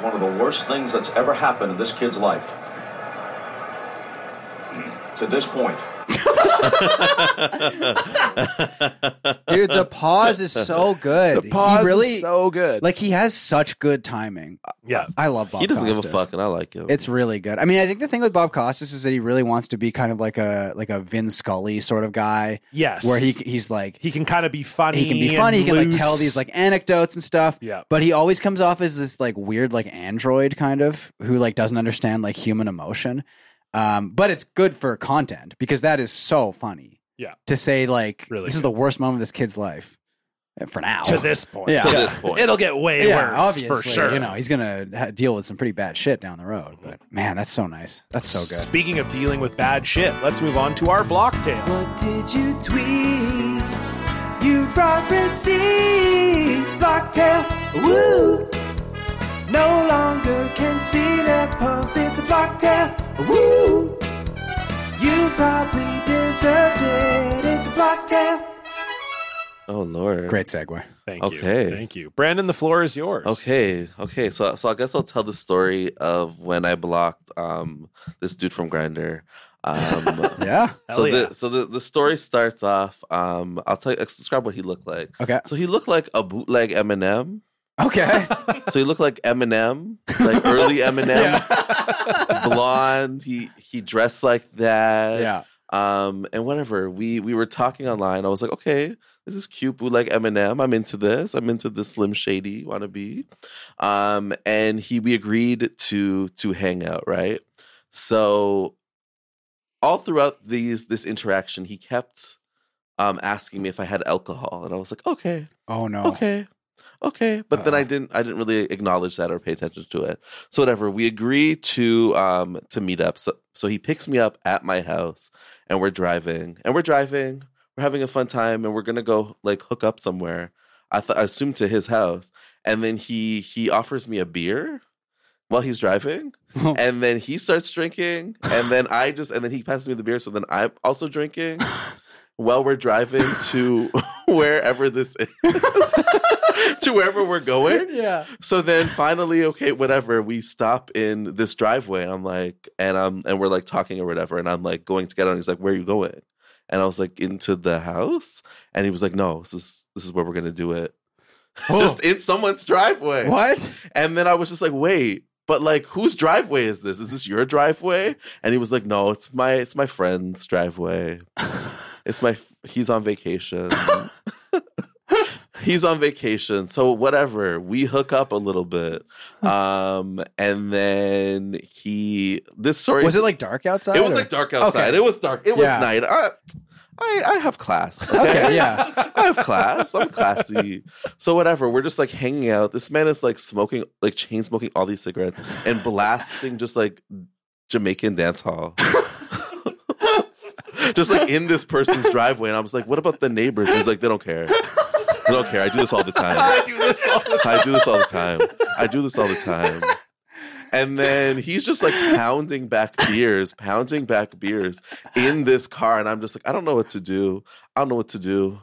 [SPEAKER 6] one of the worst things that's ever happened in this kid's life. to this point.
[SPEAKER 3] Dude, the pause is so good. he really
[SPEAKER 1] so good.
[SPEAKER 3] like he has such good timing.
[SPEAKER 1] yeah,
[SPEAKER 3] I love Bob.
[SPEAKER 4] He doesn't give a
[SPEAKER 3] Costas.
[SPEAKER 4] fuck, and I like him.
[SPEAKER 3] It's really good. I mean, I think the thing with Bob Costas is that he really wants to be kind of like a like a Vin Scully sort of guy,
[SPEAKER 1] yes.
[SPEAKER 3] where he he's like
[SPEAKER 1] he can kind of be funny.
[SPEAKER 3] he can be
[SPEAKER 1] and
[SPEAKER 3] funny, he can like tell
[SPEAKER 1] loose.
[SPEAKER 3] these like anecdotes and stuff.
[SPEAKER 1] Yeah.
[SPEAKER 3] But he always comes off as this like weird like android kind of who like doesn't understand like human emotion. Um, but it's good for content because that is so funny.
[SPEAKER 1] Yeah.
[SPEAKER 3] To say like
[SPEAKER 1] Really
[SPEAKER 3] this is
[SPEAKER 1] good.
[SPEAKER 3] the worst moment of this kid's life uh, for now.
[SPEAKER 1] to this point.
[SPEAKER 3] Yeah.
[SPEAKER 4] to
[SPEAKER 3] To
[SPEAKER 4] this point.
[SPEAKER 1] it'll get way
[SPEAKER 3] yeah,
[SPEAKER 1] worse
[SPEAKER 3] obviously,
[SPEAKER 1] for sure.
[SPEAKER 3] you know he's gonna ha- deal with some pretty bad shit down the road. But man, that's so nice. That's so good.
[SPEAKER 1] Speaking of dealing with bad shit, let's move on to our block tale.
[SPEAKER 7] What did you tweet? You brought receipts, Blocktail. Woo! No longer can see that post. It's a Blocktail. Woo! You probably deserved it. It's a Blocktail.
[SPEAKER 4] Oh Lord.
[SPEAKER 3] Great segue.
[SPEAKER 1] Thank
[SPEAKER 4] Okay.
[SPEAKER 1] you. Thank you. Brandon, the floor is yours.
[SPEAKER 4] Okay. Okay. So so I guess I'll tell the story of when I blocked um this dude from Grinder. Um
[SPEAKER 3] Yeah.
[SPEAKER 4] so
[SPEAKER 1] Hell yeah.
[SPEAKER 4] the so the, the story starts off. Um, I'll tell you, describe what he looked like.
[SPEAKER 3] Okay.
[SPEAKER 4] So he looked like a bootleg Eminem.
[SPEAKER 3] Okay.
[SPEAKER 4] So he looked like Eminem, like early Eminem, blonde. He he dressed like that.
[SPEAKER 3] yeah.
[SPEAKER 4] Um, and whatever we we were talking online, I was like, okay, this is cute bootleg Eminem. I'm into this. I'm into the Slim Shady wannabe. Um, and he we agreed to to hang out, right? So all throughout these this interaction, he kept um asking me if I had alcohol, and I was like, okay,
[SPEAKER 3] Oh no.
[SPEAKER 4] okay okay but then i
[SPEAKER 3] Uh-oh.
[SPEAKER 4] didn't i didn't really acknowledge that or pay attention to it so whatever we agree to um to meet up so so he picks me up at my house and we're driving and we're driving we're having a fun time and we're gonna go like hook up somewhere i th- I assume to his house and then he he offers me a beer while he's driving and then he starts drinking and then i just and then he passes me the beer so then i'm also drinking while we're driving to wherever this is to wherever we're going
[SPEAKER 3] yeah.
[SPEAKER 4] so then finally okay whatever we stop in this driveway and i'm like and i'm and we're like talking or whatever and i'm like going to get on he's like where are you going and i was like into the house and he was like no this is this is where we're gonna do it just in someone's driveway
[SPEAKER 3] What?
[SPEAKER 4] and then I was just like, wait, but like whose driveway is this? Is this your driveway? And he was like, no, it's my it's my friend's driveway. It's my he's on vacation. he's on vacation. So whatever. We hook up a little bit. Um and then he this story
[SPEAKER 3] Was it like dark outside?
[SPEAKER 4] it was
[SPEAKER 3] or-
[SPEAKER 4] like dark outside.
[SPEAKER 3] Okay.
[SPEAKER 4] It was dark. It was
[SPEAKER 3] Yeah.
[SPEAKER 4] night. I, I I have class.
[SPEAKER 3] Okay, yeah.
[SPEAKER 4] I have class. I'm classy. So whatever. We're just like hanging out. This man is like smoking, like chain smoking all these cigarettes and blasting just like Jamaican dance hall. just like in this person's driveway. And I was like, what about the neighbors? He's like, they don't care. They don't care. I do this all the time. I do this all the time. I do this all the time. I do this all the time. And then he's just like pounding back beers, pounding back beers in this car. And I'm just like, I don't know what to do. I don't know what to do.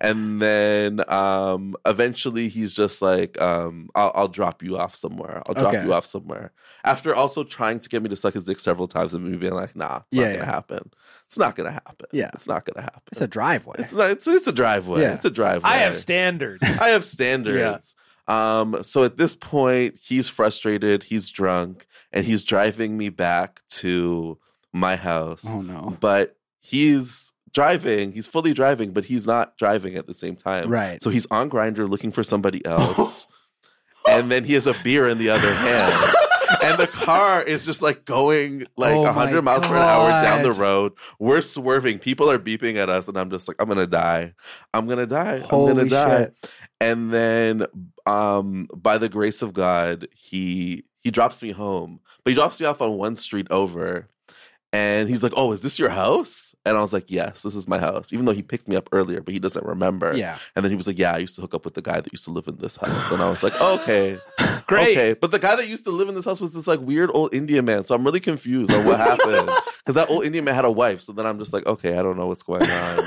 [SPEAKER 4] And then um, eventually he's just like, um, I'll, I'll drop you off somewhere. I'll drop
[SPEAKER 3] Okay.
[SPEAKER 4] you off somewhere. After also trying to get me to suck his dick several times and me being like, nah, it's
[SPEAKER 3] Yeah,
[SPEAKER 4] not going to
[SPEAKER 3] yeah.
[SPEAKER 4] happen. It's not going to happen.
[SPEAKER 3] Yeah.
[SPEAKER 4] It's not going to happen.
[SPEAKER 3] It's a driveway.
[SPEAKER 4] It's not. It's, it's a driveway.
[SPEAKER 3] Yeah.
[SPEAKER 4] It's a driveway.
[SPEAKER 1] I have standards.
[SPEAKER 4] I have standards. Um, so at this point, he's frustrated, he's drunk, and he's driving me back to my house.
[SPEAKER 3] oh no.
[SPEAKER 4] But he's driving, he's fully driving, but he's not driving at the same time.
[SPEAKER 3] Right.
[SPEAKER 4] So he's on grinder looking for somebody else. and then he has a beer in the other hand. And the car is just like going like
[SPEAKER 3] Oh my
[SPEAKER 4] 100 miles per hour down the
[SPEAKER 3] God.
[SPEAKER 4] road. We're swerving. People are beeping at us. And I'm just like, I'm going to die. I'm going to die. I'm going
[SPEAKER 3] Holy
[SPEAKER 4] to die
[SPEAKER 3] shit.
[SPEAKER 4] and then um by the grace of god he he drops me home but he drops me off on one street over and he's like oh is this your house and i was like yes this is my house even though he picked me up earlier but he doesn't remember
[SPEAKER 3] Yeah.
[SPEAKER 4] and then he was like yeah i used to hook up with the guy that used to live in this house and i was like okay
[SPEAKER 1] Great.
[SPEAKER 4] okay but the guy that used to live in this house was this like weird old indian man so i'm really confused on what happened because that old indian man had a wife so then i'm just like okay i don't know what's going on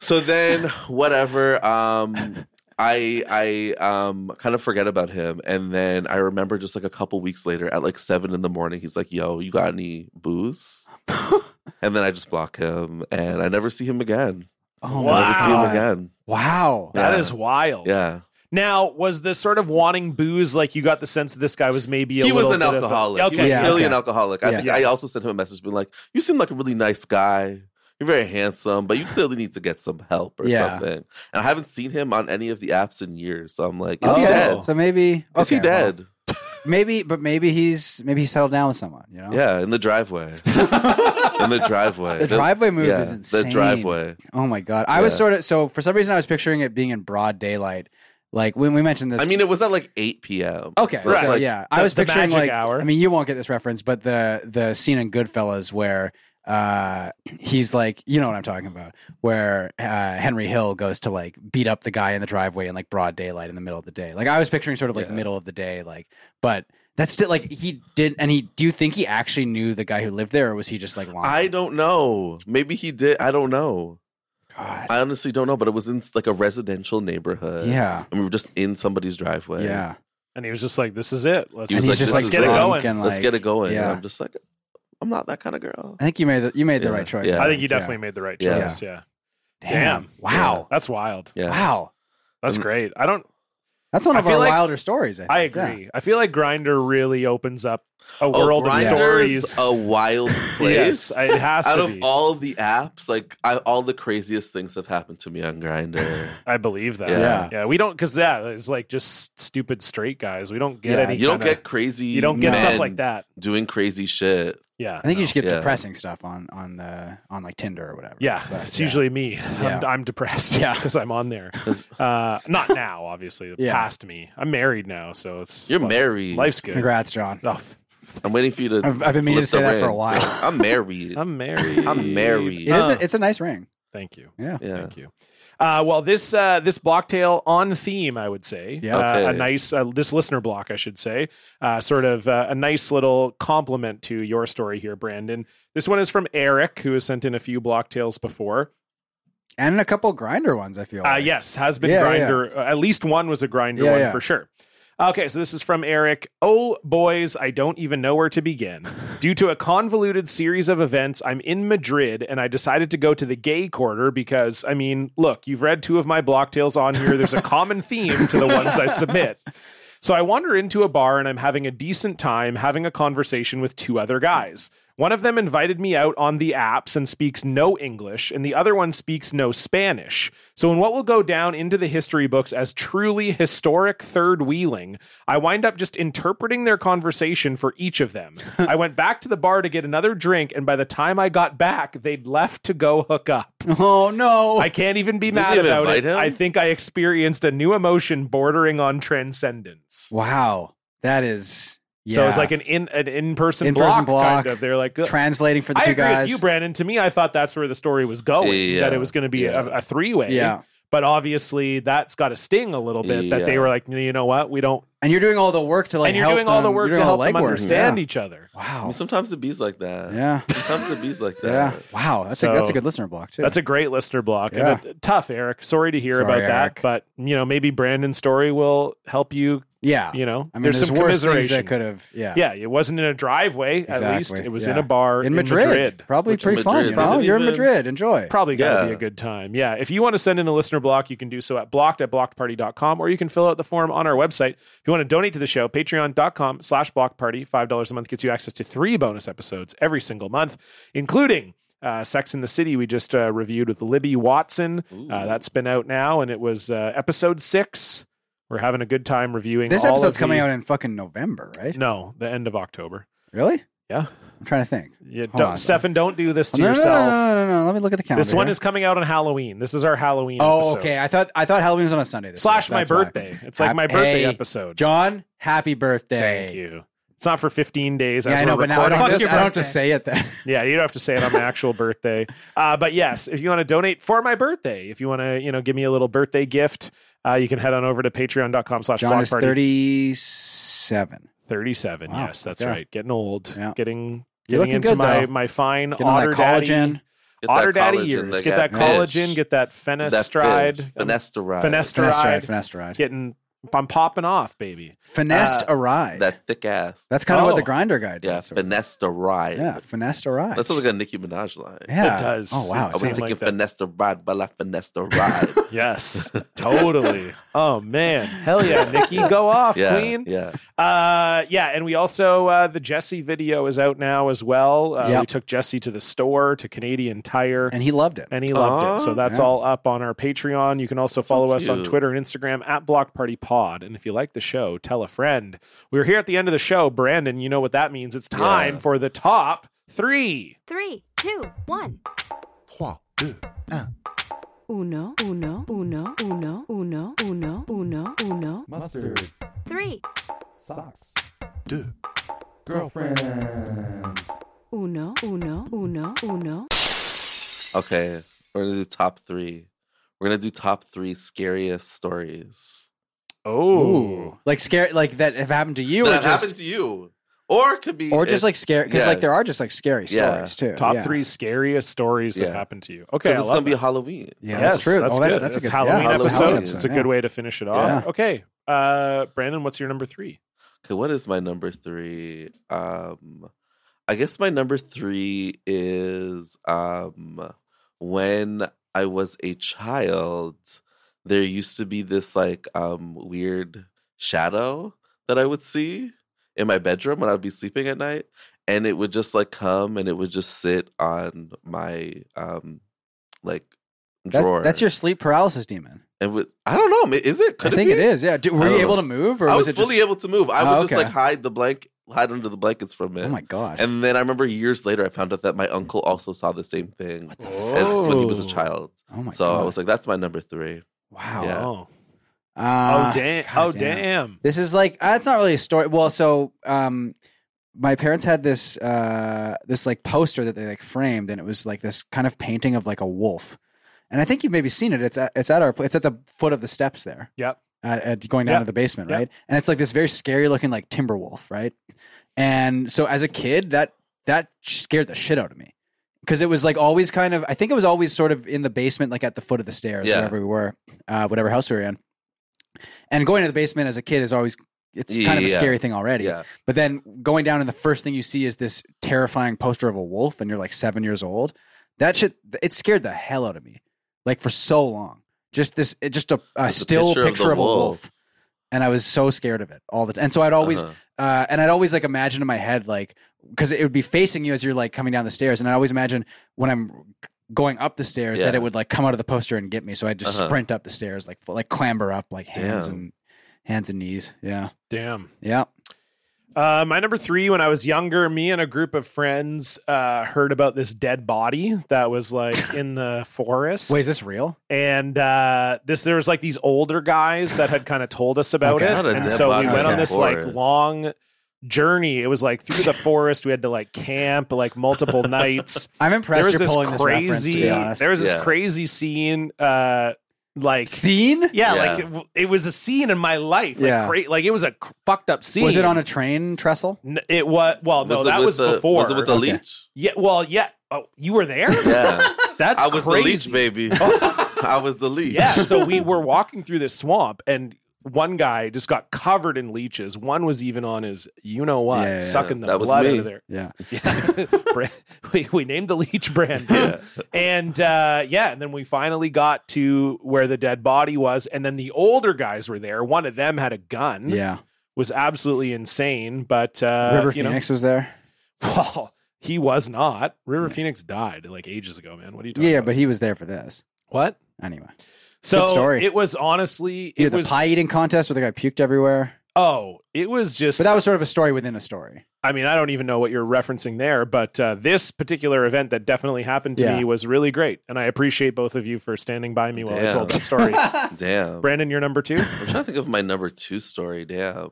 [SPEAKER 4] so then whatever um I I um kind of forget about him and then I remember just like a couple weeks later at like 7 in the morning he's like yo you got any booze and then I just block him and I never see him again
[SPEAKER 3] Oh
[SPEAKER 4] I never see him
[SPEAKER 1] Wow.
[SPEAKER 4] again
[SPEAKER 3] Wow.
[SPEAKER 1] That
[SPEAKER 4] Yeah.
[SPEAKER 1] is wild.
[SPEAKER 4] yeah
[SPEAKER 1] Now, was the sort of wanting booze like you got the sense that this guy was maybe a
[SPEAKER 4] he was
[SPEAKER 1] little
[SPEAKER 4] an
[SPEAKER 1] bit of a-
[SPEAKER 4] alcoholic he
[SPEAKER 1] okay,
[SPEAKER 4] was
[SPEAKER 3] Yeah,
[SPEAKER 4] clearly
[SPEAKER 3] okay.
[SPEAKER 4] an alcoholic I
[SPEAKER 3] Yeah.
[SPEAKER 4] think I also sent him a message being like you seem like a really nice guy you're very handsome but you clearly need to get some help or
[SPEAKER 3] Yeah.
[SPEAKER 4] something and I haven't seen him on any of the apps in years so I'm like is he
[SPEAKER 3] Okay,
[SPEAKER 4] dead
[SPEAKER 3] So maybe
[SPEAKER 4] is he
[SPEAKER 3] Oh. okay, well,
[SPEAKER 4] dead
[SPEAKER 3] maybe, but maybe he's maybe he settled down with someone. You know.
[SPEAKER 4] Yeah, in the driveway. in the driveway.
[SPEAKER 3] oh. The driveway move
[SPEAKER 4] yeah,
[SPEAKER 3] is insane.
[SPEAKER 4] The driveway.
[SPEAKER 3] Oh my god. I was
[SPEAKER 4] Yeah.
[SPEAKER 3] sort of so for some reason I was picturing it being in broad daylight. Like when we mentioned this.
[SPEAKER 4] I mean, it was at like 8 p.m.
[SPEAKER 3] Okay,
[SPEAKER 4] So it's
[SPEAKER 3] so
[SPEAKER 4] like-
[SPEAKER 3] yeah,
[SPEAKER 1] the-
[SPEAKER 3] I was
[SPEAKER 1] the
[SPEAKER 3] picturing
[SPEAKER 1] magic
[SPEAKER 3] like
[SPEAKER 1] hour.
[SPEAKER 3] I mean, you won't get this reference, but the the scene in Goodfellas where uh he's like you know what i'm talking about where uh henry hill goes to like beat up the guy in the driveway in like broad daylight in the middle of the day like i was picturing sort of like
[SPEAKER 4] Yeah.
[SPEAKER 3] middle of the day like but that's still like he did and he do you think he actually knew the guy who lived there or was he just like lying?
[SPEAKER 4] I don't know. Maybe he did. I don't know.
[SPEAKER 3] God.
[SPEAKER 4] I honestly don't know, but it was in like a residential neighborhood.
[SPEAKER 3] yeah
[SPEAKER 4] And we were just in somebody's driveway.
[SPEAKER 3] yeah
[SPEAKER 1] And he was just like, "This is it. Let's,
[SPEAKER 4] He
[SPEAKER 3] and
[SPEAKER 4] was
[SPEAKER 3] he's
[SPEAKER 4] like,
[SPEAKER 3] just
[SPEAKER 4] this
[SPEAKER 3] like
[SPEAKER 4] is
[SPEAKER 1] let's get it
[SPEAKER 4] wrong.
[SPEAKER 1] going."
[SPEAKER 3] drunk and,
[SPEAKER 4] Let's
[SPEAKER 3] like-
[SPEAKER 4] get it going.
[SPEAKER 3] yeah.
[SPEAKER 4] And I'm just like, I'm not that kind of girl.
[SPEAKER 3] i think you made the you made the
[SPEAKER 4] Yeah,
[SPEAKER 3] right choice
[SPEAKER 4] yeah.
[SPEAKER 1] I think you
[SPEAKER 3] Yeah.
[SPEAKER 1] definitely made the right
[SPEAKER 4] Yeah.
[SPEAKER 1] choice. Yeah,
[SPEAKER 3] damn,
[SPEAKER 1] Damn.
[SPEAKER 3] wow
[SPEAKER 1] that's wild.
[SPEAKER 4] Yeah.
[SPEAKER 3] wow
[SPEAKER 1] That's
[SPEAKER 4] Mm.
[SPEAKER 1] great. I don't.
[SPEAKER 3] That's one
[SPEAKER 1] I
[SPEAKER 3] of
[SPEAKER 1] feel
[SPEAKER 3] our
[SPEAKER 1] like-
[SPEAKER 3] wilder stories. I, think.
[SPEAKER 1] I
[SPEAKER 3] Yeah.
[SPEAKER 1] agree. I feel like Grinder really opens up a
[SPEAKER 4] Oh,
[SPEAKER 1] world of
[SPEAKER 4] Grindr's
[SPEAKER 1] stories.
[SPEAKER 4] A wild place.
[SPEAKER 1] Yes, it has
[SPEAKER 4] Out
[SPEAKER 1] to
[SPEAKER 4] of
[SPEAKER 1] be.
[SPEAKER 4] all the apps, like I, all the craziest things have happened to me on Grinder.
[SPEAKER 1] I believe that.
[SPEAKER 4] Yeah.
[SPEAKER 1] Yeah, we don't because that is like just stupid straight guys. We don't get
[SPEAKER 3] Yeah,
[SPEAKER 1] any.
[SPEAKER 4] you don't
[SPEAKER 1] kinda-
[SPEAKER 4] get crazy.
[SPEAKER 1] you don't get stuff
[SPEAKER 4] men
[SPEAKER 1] like that.
[SPEAKER 4] doing crazy shit.
[SPEAKER 1] Yeah,
[SPEAKER 3] I think you should get
[SPEAKER 4] Yeah.
[SPEAKER 3] depressing stuff on on the on like Tinder or whatever.
[SPEAKER 1] yeah.
[SPEAKER 3] But,
[SPEAKER 1] it's
[SPEAKER 3] yeah.
[SPEAKER 1] usually me. I'm,
[SPEAKER 3] Yeah.
[SPEAKER 1] I'm depressed.
[SPEAKER 3] Yeah.
[SPEAKER 1] because I'm on there. Uh, not now, obviously. The
[SPEAKER 3] Yeah.
[SPEAKER 1] Past me. I'm married now, so it's
[SPEAKER 4] You're
[SPEAKER 1] like,
[SPEAKER 4] married.
[SPEAKER 1] Life's good.
[SPEAKER 3] Congrats, John.
[SPEAKER 1] Oh, f-
[SPEAKER 4] I'm waiting for you to.
[SPEAKER 3] I've- I've been meaning
[SPEAKER 4] flip
[SPEAKER 3] to say
[SPEAKER 4] the
[SPEAKER 3] that for a
[SPEAKER 4] ring.
[SPEAKER 3] while.
[SPEAKER 4] I'm married.
[SPEAKER 1] I'm married.
[SPEAKER 4] I'm married.
[SPEAKER 3] It is.
[SPEAKER 1] Uh.
[SPEAKER 3] A, it's a nice ring.
[SPEAKER 1] Thank you.
[SPEAKER 3] Yeah.
[SPEAKER 4] yeah.
[SPEAKER 1] Thank you. Uh, well, this uh, this block tale on theme, I would say.
[SPEAKER 3] Yeah.
[SPEAKER 1] Uh, a
[SPEAKER 4] Okay.
[SPEAKER 1] nice uh, this listener block, I should say. Uh, sort of uh, a nice little compliment to your story here, Brandon. This one is from Eric, who has sent in a few block tales before.
[SPEAKER 3] And a couple grinder ones. I feel.
[SPEAKER 1] Uh,
[SPEAKER 3] like.
[SPEAKER 1] yes, has been
[SPEAKER 3] Yeah,
[SPEAKER 1] grinder. uh, At least one was a grinder
[SPEAKER 3] Yeah,
[SPEAKER 1] one
[SPEAKER 3] yeah.
[SPEAKER 1] for sure. Okay, so this is from Eric. Oh, boys, I don't even know where to begin. Due to a convoluted series of events, I'm in Madrid and I decided to go to the gay quarter because, I mean, look, you've read two of my block tales on here. There's a common theme to the ones I submit. So I wander into a bar and I'm having a decent time having a conversation with two other guys. One of them invited me out on the apps and speaks no English, and the other one speaks no Spanish. So, in what will go down into the history books as truly historic third wheeling, I wind up just interpreting their conversation for each of them. I went back to the bar to get another drink, and by the time I got back, they'd left to go hook up.
[SPEAKER 3] Oh no.
[SPEAKER 1] I can't even be
[SPEAKER 4] Didn't
[SPEAKER 1] mad
[SPEAKER 4] even
[SPEAKER 1] about it.
[SPEAKER 4] invite him?
[SPEAKER 1] I think I experienced a new emotion bordering on transcendence.
[SPEAKER 3] wow. That is. Yeah.
[SPEAKER 1] So it's like an in an in person block,
[SPEAKER 3] In-person
[SPEAKER 1] kind
[SPEAKER 3] block.
[SPEAKER 1] of. They're like,
[SPEAKER 3] translating for the
[SPEAKER 1] I
[SPEAKER 3] two
[SPEAKER 1] agree
[SPEAKER 3] guys.
[SPEAKER 1] with you, Brandon. To me, I thought that's where the story was going.
[SPEAKER 4] Yeah,
[SPEAKER 1] that it was going to be a,
[SPEAKER 4] yeah.
[SPEAKER 1] a three way.
[SPEAKER 3] Yeah.
[SPEAKER 1] But obviously, that's got to sting a little bit. That they
[SPEAKER 4] Yeah.
[SPEAKER 1] were like, you know what, we don't.
[SPEAKER 3] and you're doing all the work to like
[SPEAKER 1] and you're
[SPEAKER 3] help
[SPEAKER 1] doing all the
[SPEAKER 3] them-
[SPEAKER 1] work
[SPEAKER 3] you're
[SPEAKER 1] to
[SPEAKER 3] doing all
[SPEAKER 1] help
[SPEAKER 3] the
[SPEAKER 1] them
[SPEAKER 3] legwork.
[SPEAKER 1] understand
[SPEAKER 3] Yeah.
[SPEAKER 1] each other.
[SPEAKER 4] I
[SPEAKER 3] Wow.
[SPEAKER 4] mean, sometimes it bees like that.
[SPEAKER 3] Yeah.
[SPEAKER 4] Sometimes it bees like that.
[SPEAKER 3] Yeah. Wow. That's
[SPEAKER 1] So-
[SPEAKER 3] a that's a good listener block too.
[SPEAKER 1] That's a great listener block.
[SPEAKER 3] Yeah.
[SPEAKER 1] And a, tough, Eric. Sorry to hear
[SPEAKER 3] Sorry,
[SPEAKER 1] about that.
[SPEAKER 3] Eric.
[SPEAKER 1] But you know, maybe Brandon's story will help you.
[SPEAKER 3] yeah.
[SPEAKER 1] You know,
[SPEAKER 3] I mean, there's,
[SPEAKER 1] some
[SPEAKER 3] worse things
[SPEAKER 1] commiseration.
[SPEAKER 3] that could have. Yeah.
[SPEAKER 1] yeah, it wasn't in a driveway. At least
[SPEAKER 3] Exactly.
[SPEAKER 1] it was
[SPEAKER 3] Yeah.
[SPEAKER 1] in a bar
[SPEAKER 3] in Madrid. Probably
[SPEAKER 4] Which is
[SPEAKER 3] pretty fun.
[SPEAKER 4] Madrid.
[SPEAKER 3] You know,
[SPEAKER 4] Probably
[SPEAKER 3] you're in
[SPEAKER 4] even-
[SPEAKER 3] Madrid. Enjoy.
[SPEAKER 1] probably got to
[SPEAKER 4] Yeah.
[SPEAKER 1] be a good time. Yeah. If you want to send in a listener block, you can do so at blocked at blockedparty.com or you can fill out the form on our website. If you want to donate to the show, patreon.com slash block party. $5 a month gets you access to three bonus episodes every single month, including uh, Sex in the City, we just uh, reviewed with Libby Watson. Uh, that's been out now, and it was uh, episode six. We're having a good time reviewing.
[SPEAKER 3] This
[SPEAKER 1] all of
[SPEAKER 3] episode's coming
[SPEAKER 1] the-
[SPEAKER 3] out in fucking November, right?
[SPEAKER 1] No, the end of October.
[SPEAKER 3] Really?
[SPEAKER 1] Yeah,
[SPEAKER 3] I'm trying to think.
[SPEAKER 1] yeah.
[SPEAKER 3] Hold
[SPEAKER 1] Don't,
[SPEAKER 3] on.
[SPEAKER 1] Stefan, don't do this to
[SPEAKER 3] no, no,
[SPEAKER 1] yourself.
[SPEAKER 3] No, no, no, no, no, Let me look at the calendar.
[SPEAKER 1] This one
[SPEAKER 3] here.
[SPEAKER 1] is coming out on Halloween. This is our Halloween.
[SPEAKER 3] Oh,
[SPEAKER 1] episode.
[SPEAKER 3] okay. I thought I thought Halloween was on a Sunday. This
[SPEAKER 1] slash
[SPEAKER 3] year.
[SPEAKER 1] my
[SPEAKER 3] That's why.
[SPEAKER 1] birthday. It's like
[SPEAKER 3] Hap-
[SPEAKER 1] my birthday
[SPEAKER 3] Hey,
[SPEAKER 1] episode.
[SPEAKER 3] John, happy birthday.
[SPEAKER 1] Thank you. It's not for 15 days.
[SPEAKER 3] Yeah,
[SPEAKER 1] as
[SPEAKER 3] I know,
[SPEAKER 1] we're
[SPEAKER 3] but now I
[SPEAKER 1] recording
[SPEAKER 3] don't,
[SPEAKER 1] this.
[SPEAKER 3] just, I don't have to say it then.
[SPEAKER 1] yeah, you don't have to say it on my actual birthday. Uh, but yes, if you want to donate for my birthday, if you want to, you know, give me a little birthday gift, uh, you can head on over to patreon.com slash
[SPEAKER 3] John
[SPEAKER 1] block
[SPEAKER 3] is
[SPEAKER 1] party
[SPEAKER 3] 37.
[SPEAKER 1] 37.
[SPEAKER 3] Wow,
[SPEAKER 1] yes, that's
[SPEAKER 3] okay.
[SPEAKER 1] right. Getting old.
[SPEAKER 3] Yeah.
[SPEAKER 1] Getting getting
[SPEAKER 3] You're looking
[SPEAKER 1] into
[SPEAKER 3] good,
[SPEAKER 1] my
[SPEAKER 3] though.
[SPEAKER 1] my fine
[SPEAKER 3] Get on
[SPEAKER 1] otter
[SPEAKER 3] that collagen.
[SPEAKER 1] daddy otter daddy
[SPEAKER 4] collagen,
[SPEAKER 1] years.
[SPEAKER 4] like
[SPEAKER 1] Get that collagen,
[SPEAKER 4] fish,
[SPEAKER 1] get that fenestride,
[SPEAKER 4] fish,
[SPEAKER 1] um, finasteride,
[SPEAKER 4] Finasteride.
[SPEAKER 3] Finasteride. Finasteride.
[SPEAKER 1] Getting I'm popping off, baby.
[SPEAKER 3] Finessed a ride.
[SPEAKER 4] Uh, That thick ass.
[SPEAKER 3] That's kind of
[SPEAKER 1] Oh.
[SPEAKER 3] what the grinder guy did.
[SPEAKER 4] yeah,
[SPEAKER 3] sort of.
[SPEAKER 4] finasteride.
[SPEAKER 3] Yeah, finessed a ride.
[SPEAKER 4] That sounds like a Nicki Minaj line.
[SPEAKER 3] yeah.
[SPEAKER 1] It does.
[SPEAKER 3] Oh, wow.
[SPEAKER 4] I was
[SPEAKER 1] Something
[SPEAKER 3] See,
[SPEAKER 1] like
[SPEAKER 4] thinking
[SPEAKER 1] that.
[SPEAKER 4] finasteride, but like finasteride.
[SPEAKER 1] Yes, totally. Oh man, hell yeah, Nikki, go off,
[SPEAKER 4] yeah,
[SPEAKER 1] queen.
[SPEAKER 4] yeah.
[SPEAKER 1] Uh, yeah, and we also uh, the Jesse video is out now as well. Uh,
[SPEAKER 3] Yep.
[SPEAKER 1] We took Jesse to the store to Canadian Tire.
[SPEAKER 3] and he loved it.
[SPEAKER 1] And he loved
[SPEAKER 4] Aw.
[SPEAKER 1] it. So that's
[SPEAKER 3] Yeah.
[SPEAKER 1] all up on our Patreon. You can also
[SPEAKER 4] Oh, so
[SPEAKER 1] follow us on
[SPEAKER 4] cute.
[SPEAKER 1] Twitter and Instagram at Block Party Pod. And if you like the show, tell a friend. We're here at the end of the show. Brandon, you know what that means. It's time
[SPEAKER 4] Yeah.
[SPEAKER 1] for the top three.
[SPEAKER 8] Three, two, one.
[SPEAKER 9] Uno, uno, uno, uno, uno, uno, uno, uno.
[SPEAKER 5] Mustard,
[SPEAKER 8] Three,
[SPEAKER 5] socks, duh, girlfriends.
[SPEAKER 9] Uno, uno, uno, uno.
[SPEAKER 4] Okay, we're gonna do top three. We're gonna do top three scariest stories
[SPEAKER 1] Oh.
[SPEAKER 3] Like scary, like that have happened to you,
[SPEAKER 4] that
[SPEAKER 3] or
[SPEAKER 4] have
[SPEAKER 3] just
[SPEAKER 4] happened to you, or it could be,
[SPEAKER 3] or just
[SPEAKER 4] it-
[SPEAKER 3] like scary because
[SPEAKER 4] yeah.
[SPEAKER 3] like there are just like scary
[SPEAKER 4] Yeah.
[SPEAKER 3] stories too.
[SPEAKER 1] Top
[SPEAKER 3] Yeah.
[SPEAKER 1] three scariest stories
[SPEAKER 4] Yeah.
[SPEAKER 1] that happened to you. Okay.
[SPEAKER 4] 'cause
[SPEAKER 1] I
[SPEAKER 4] it's
[SPEAKER 1] love
[SPEAKER 4] gonna be
[SPEAKER 1] that.
[SPEAKER 4] Halloween.
[SPEAKER 1] Yes,
[SPEAKER 3] Yeah, that's true.
[SPEAKER 1] That's
[SPEAKER 3] oh,
[SPEAKER 1] good.
[SPEAKER 3] that-
[SPEAKER 1] that's
[SPEAKER 3] that's a good
[SPEAKER 1] Halloween
[SPEAKER 3] yeah,
[SPEAKER 1] episode.
[SPEAKER 4] Halloween
[SPEAKER 1] It's a
[SPEAKER 4] episode,
[SPEAKER 1] good
[SPEAKER 3] yeah.
[SPEAKER 1] way to finish it off.
[SPEAKER 3] Yeah.
[SPEAKER 1] Okay, uh, Brandon, what's your number three?
[SPEAKER 4] Okay, what is my number three? Um, I guess my number three is um when I was a child. there used to be this like um weird shadow that I would see in my bedroom when I'd be sleeping at night. And it would just like come and it would just sit on my um like
[SPEAKER 3] That-
[SPEAKER 4] drawer.
[SPEAKER 3] that's your sleep paralysis demon.
[SPEAKER 4] and would, I don't know, ma- is it? Could
[SPEAKER 3] I think
[SPEAKER 4] be?
[SPEAKER 3] it is. Yeah. Do, were
[SPEAKER 4] I
[SPEAKER 3] you
[SPEAKER 4] don't
[SPEAKER 3] able
[SPEAKER 4] know.
[SPEAKER 3] to move, or
[SPEAKER 4] I
[SPEAKER 3] was,
[SPEAKER 4] was,
[SPEAKER 3] it just?
[SPEAKER 4] fully able to move. I
[SPEAKER 3] Oh,
[SPEAKER 4] would just
[SPEAKER 3] okay.
[SPEAKER 4] like hide the blank hide under the blankets from it.
[SPEAKER 3] oh my god.
[SPEAKER 4] And then I remember years later, I found out that my uncle also saw the same thing
[SPEAKER 3] What the
[SPEAKER 4] as when he was a
[SPEAKER 1] fuck?
[SPEAKER 4] child.
[SPEAKER 3] oh my
[SPEAKER 4] so
[SPEAKER 3] god.
[SPEAKER 4] I was like, that's my number three.
[SPEAKER 3] wow.
[SPEAKER 4] Yeah.
[SPEAKER 1] Oh,
[SPEAKER 3] Uh,
[SPEAKER 1] oh damn!
[SPEAKER 3] God
[SPEAKER 1] Oh damn!
[SPEAKER 3] This is like uh, it's not really a story. Well, so um, my parents had this uh, this like poster that they like framed, and it was like this kind of painting of like a wolf. And I think you've maybe seen it. It's at, it's at our it's at the foot of the steps there.
[SPEAKER 1] Yep.
[SPEAKER 3] Uh, at going down
[SPEAKER 1] Yep.
[SPEAKER 3] to the basement,
[SPEAKER 1] Yep.
[SPEAKER 3] right? And it's like this very scary looking like timber wolf, right? And so as a kid, that that scared the shit out of me because it was like always kind of I think it was always sort of in the basement, like at the foot of the stairs,
[SPEAKER 4] Yeah.
[SPEAKER 3] wherever we were, uh, whatever house we were in. And going to the basement as a kid is always it's kind of a
[SPEAKER 4] Yeah.
[SPEAKER 3] scary thing already.
[SPEAKER 4] Yeah.
[SPEAKER 3] But then going down and the first thing you see is this terrifying poster of a wolf, and you're like seven years old. That shit it scared the hell out of me, like for so long. Just this, it- just a, a
[SPEAKER 4] Just a
[SPEAKER 3] still
[SPEAKER 4] picture
[SPEAKER 3] picture,
[SPEAKER 4] of the
[SPEAKER 3] of, a
[SPEAKER 4] wolf.
[SPEAKER 3] wolf. and I was so scared of it all the time. And so I'd always,
[SPEAKER 4] Uh-huh.
[SPEAKER 3] uh, and I'd always like imagine in my head like because it would be facing you as you're like coming down the stairs, and I always imagine when I'm going up the stairs that
[SPEAKER 4] Yeah.
[SPEAKER 3] it would like come out of the poster and get me. So I'd just
[SPEAKER 4] Uh-huh.
[SPEAKER 3] sprint up the stairs, like f- like clamber up, like hands
[SPEAKER 4] Damn.
[SPEAKER 3] and hands and knees. Yeah,
[SPEAKER 1] Damn.
[SPEAKER 3] yeah.
[SPEAKER 1] Uh, my number three, when I was younger, me and a group of friends uh, heard about this dead body that was like in the forest.
[SPEAKER 3] Wait, is this real?
[SPEAKER 1] and uh, this there was like these older guys that had kind of told us about
[SPEAKER 3] Okay.
[SPEAKER 1] it,
[SPEAKER 4] Not a
[SPEAKER 1] and
[SPEAKER 4] dead
[SPEAKER 1] so we
[SPEAKER 4] body
[SPEAKER 1] went
[SPEAKER 3] in
[SPEAKER 1] on
[SPEAKER 3] the
[SPEAKER 1] this like
[SPEAKER 4] forest.
[SPEAKER 1] long journey. It was like through the forest. We had to like camp like multiple nights.
[SPEAKER 3] I'm
[SPEAKER 1] There
[SPEAKER 3] impressed
[SPEAKER 1] was
[SPEAKER 3] you're
[SPEAKER 1] this
[SPEAKER 3] pulling this reference. To
[SPEAKER 1] crazy.
[SPEAKER 3] be honest,
[SPEAKER 1] There was this
[SPEAKER 4] Yeah.
[SPEAKER 1] crazy scene. Uh, like
[SPEAKER 3] scene.
[SPEAKER 1] yeah,
[SPEAKER 4] Yeah.
[SPEAKER 1] like it, w- it was a scene in my life. Like,
[SPEAKER 3] Yeah.
[SPEAKER 1] cra- like it was a cr- fucked up scene.
[SPEAKER 3] Was it on a train trestle?
[SPEAKER 1] N- It was well, no,
[SPEAKER 4] Was it
[SPEAKER 1] that
[SPEAKER 4] with
[SPEAKER 1] was
[SPEAKER 4] the-
[SPEAKER 1] before.
[SPEAKER 4] Was it with the
[SPEAKER 3] Okay.
[SPEAKER 4] leech?
[SPEAKER 1] yeah, well, yeah. Oh, you were there.
[SPEAKER 4] Yeah.
[SPEAKER 1] That's
[SPEAKER 4] I was
[SPEAKER 1] crazy.
[SPEAKER 4] the leech, baby.
[SPEAKER 3] Oh.
[SPEAKER 4] I was the leech.
[SPEAKER 1] Yeah, so we were walking through this swamp and one guy just got covered in leeches. One was even on his you know what,
[SPEAKER 3] Yeah, yeah,
[SPEAKER 1] sucking the
[SPEAKER 4] that was
[SPEAKER 1] blood
[SPEAKER 4] me.
[SPEAKER 1] out of there.
[SPEAKER 3] Yeah.
[SPEAKER 1] Bra- we, we named the leech brand.
[SPEAKER 4] Yeah.
[SPEAKER 1] And uh, yeah, and then we finally got to where the dead body was, and then the older guys were there. One of them had a gun.
[SPEAKER 3] Yeah.
[SPEAKER 1] Was absolutely insane. But uh
[SPEAKER 3] River
[SPEAKER 1] you know,
[SPEAKER 3] Phoenix was there.
[SPEAKER 1] well, he was not. River Phoenix died like ages ago, man. What are you talking
[SPEAKER 3] Yeah,
[SPEAKER 1] about?
[SPEAKER 3] but he was there for this.
[SPEAKER 1] what?
[SPEAKER 3] Anyway,
[SPEAKER 1] So
[SPEAKER 3] story.
[SPEAKER 1] it was honestly
[SPEAKER 3] you
[SPEAKER 1] it
[SPEAKER 3] had the
[SPEAKER 1] was
[SPEAKER 3] pie eating contest where the guy puked everywhere.
[SPEAKER 1] Oh, it was just.
[SPEAKER 3] But that was sort of a story within a story.
[SPEAKER 1] I mean, I don't even know what you're referencing there, but uh, this particular event that definitely happened to
[SPEAKER 3] Yeah.
[SPEAKER 1] me was really great, and I appreciate both of you for standing by me while I
[SPEAKER 4] Damn.
[SPEAKER 1] told that story.
[SPEAKER 4] Damn.
[SPEAKER 1] Brandon, you're number two.
[SPEAKER 4] I'm trying to think of my number two story. Damn.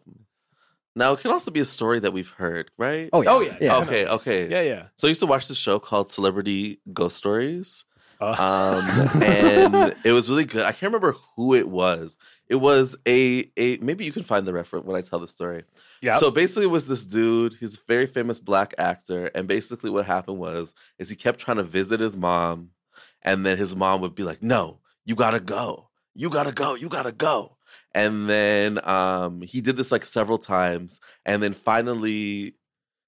[SPEAKER 4] Now, it can also be a story that we've heard, right?
[SPEAKER 3] Oh yeah.
[SPEAKER 1] Oh, yeah.
[SPEAKER 4] Okay, okay.
[SPEAKER 1] Yeah, yeah.
[SPEAKER 4] So I used to watch this show called Celebrity Ghost Stories.
[SPEAKER 1] Uh,
[SPEAKER 4] um, and it was really good. I can't remember who it was. It was a a maybe you can find the reference when I tell the story.
[SPEAKER 1] yeah.
[SPEAKER 4] So basically, it was this dude. He's a very famous black actor, and basically, what happened was is he kept trying to visit his mom, and then his mom would be like, "No, you gotta go, you gotta go, you gotta go." And then um, he did this like several times, and then finally,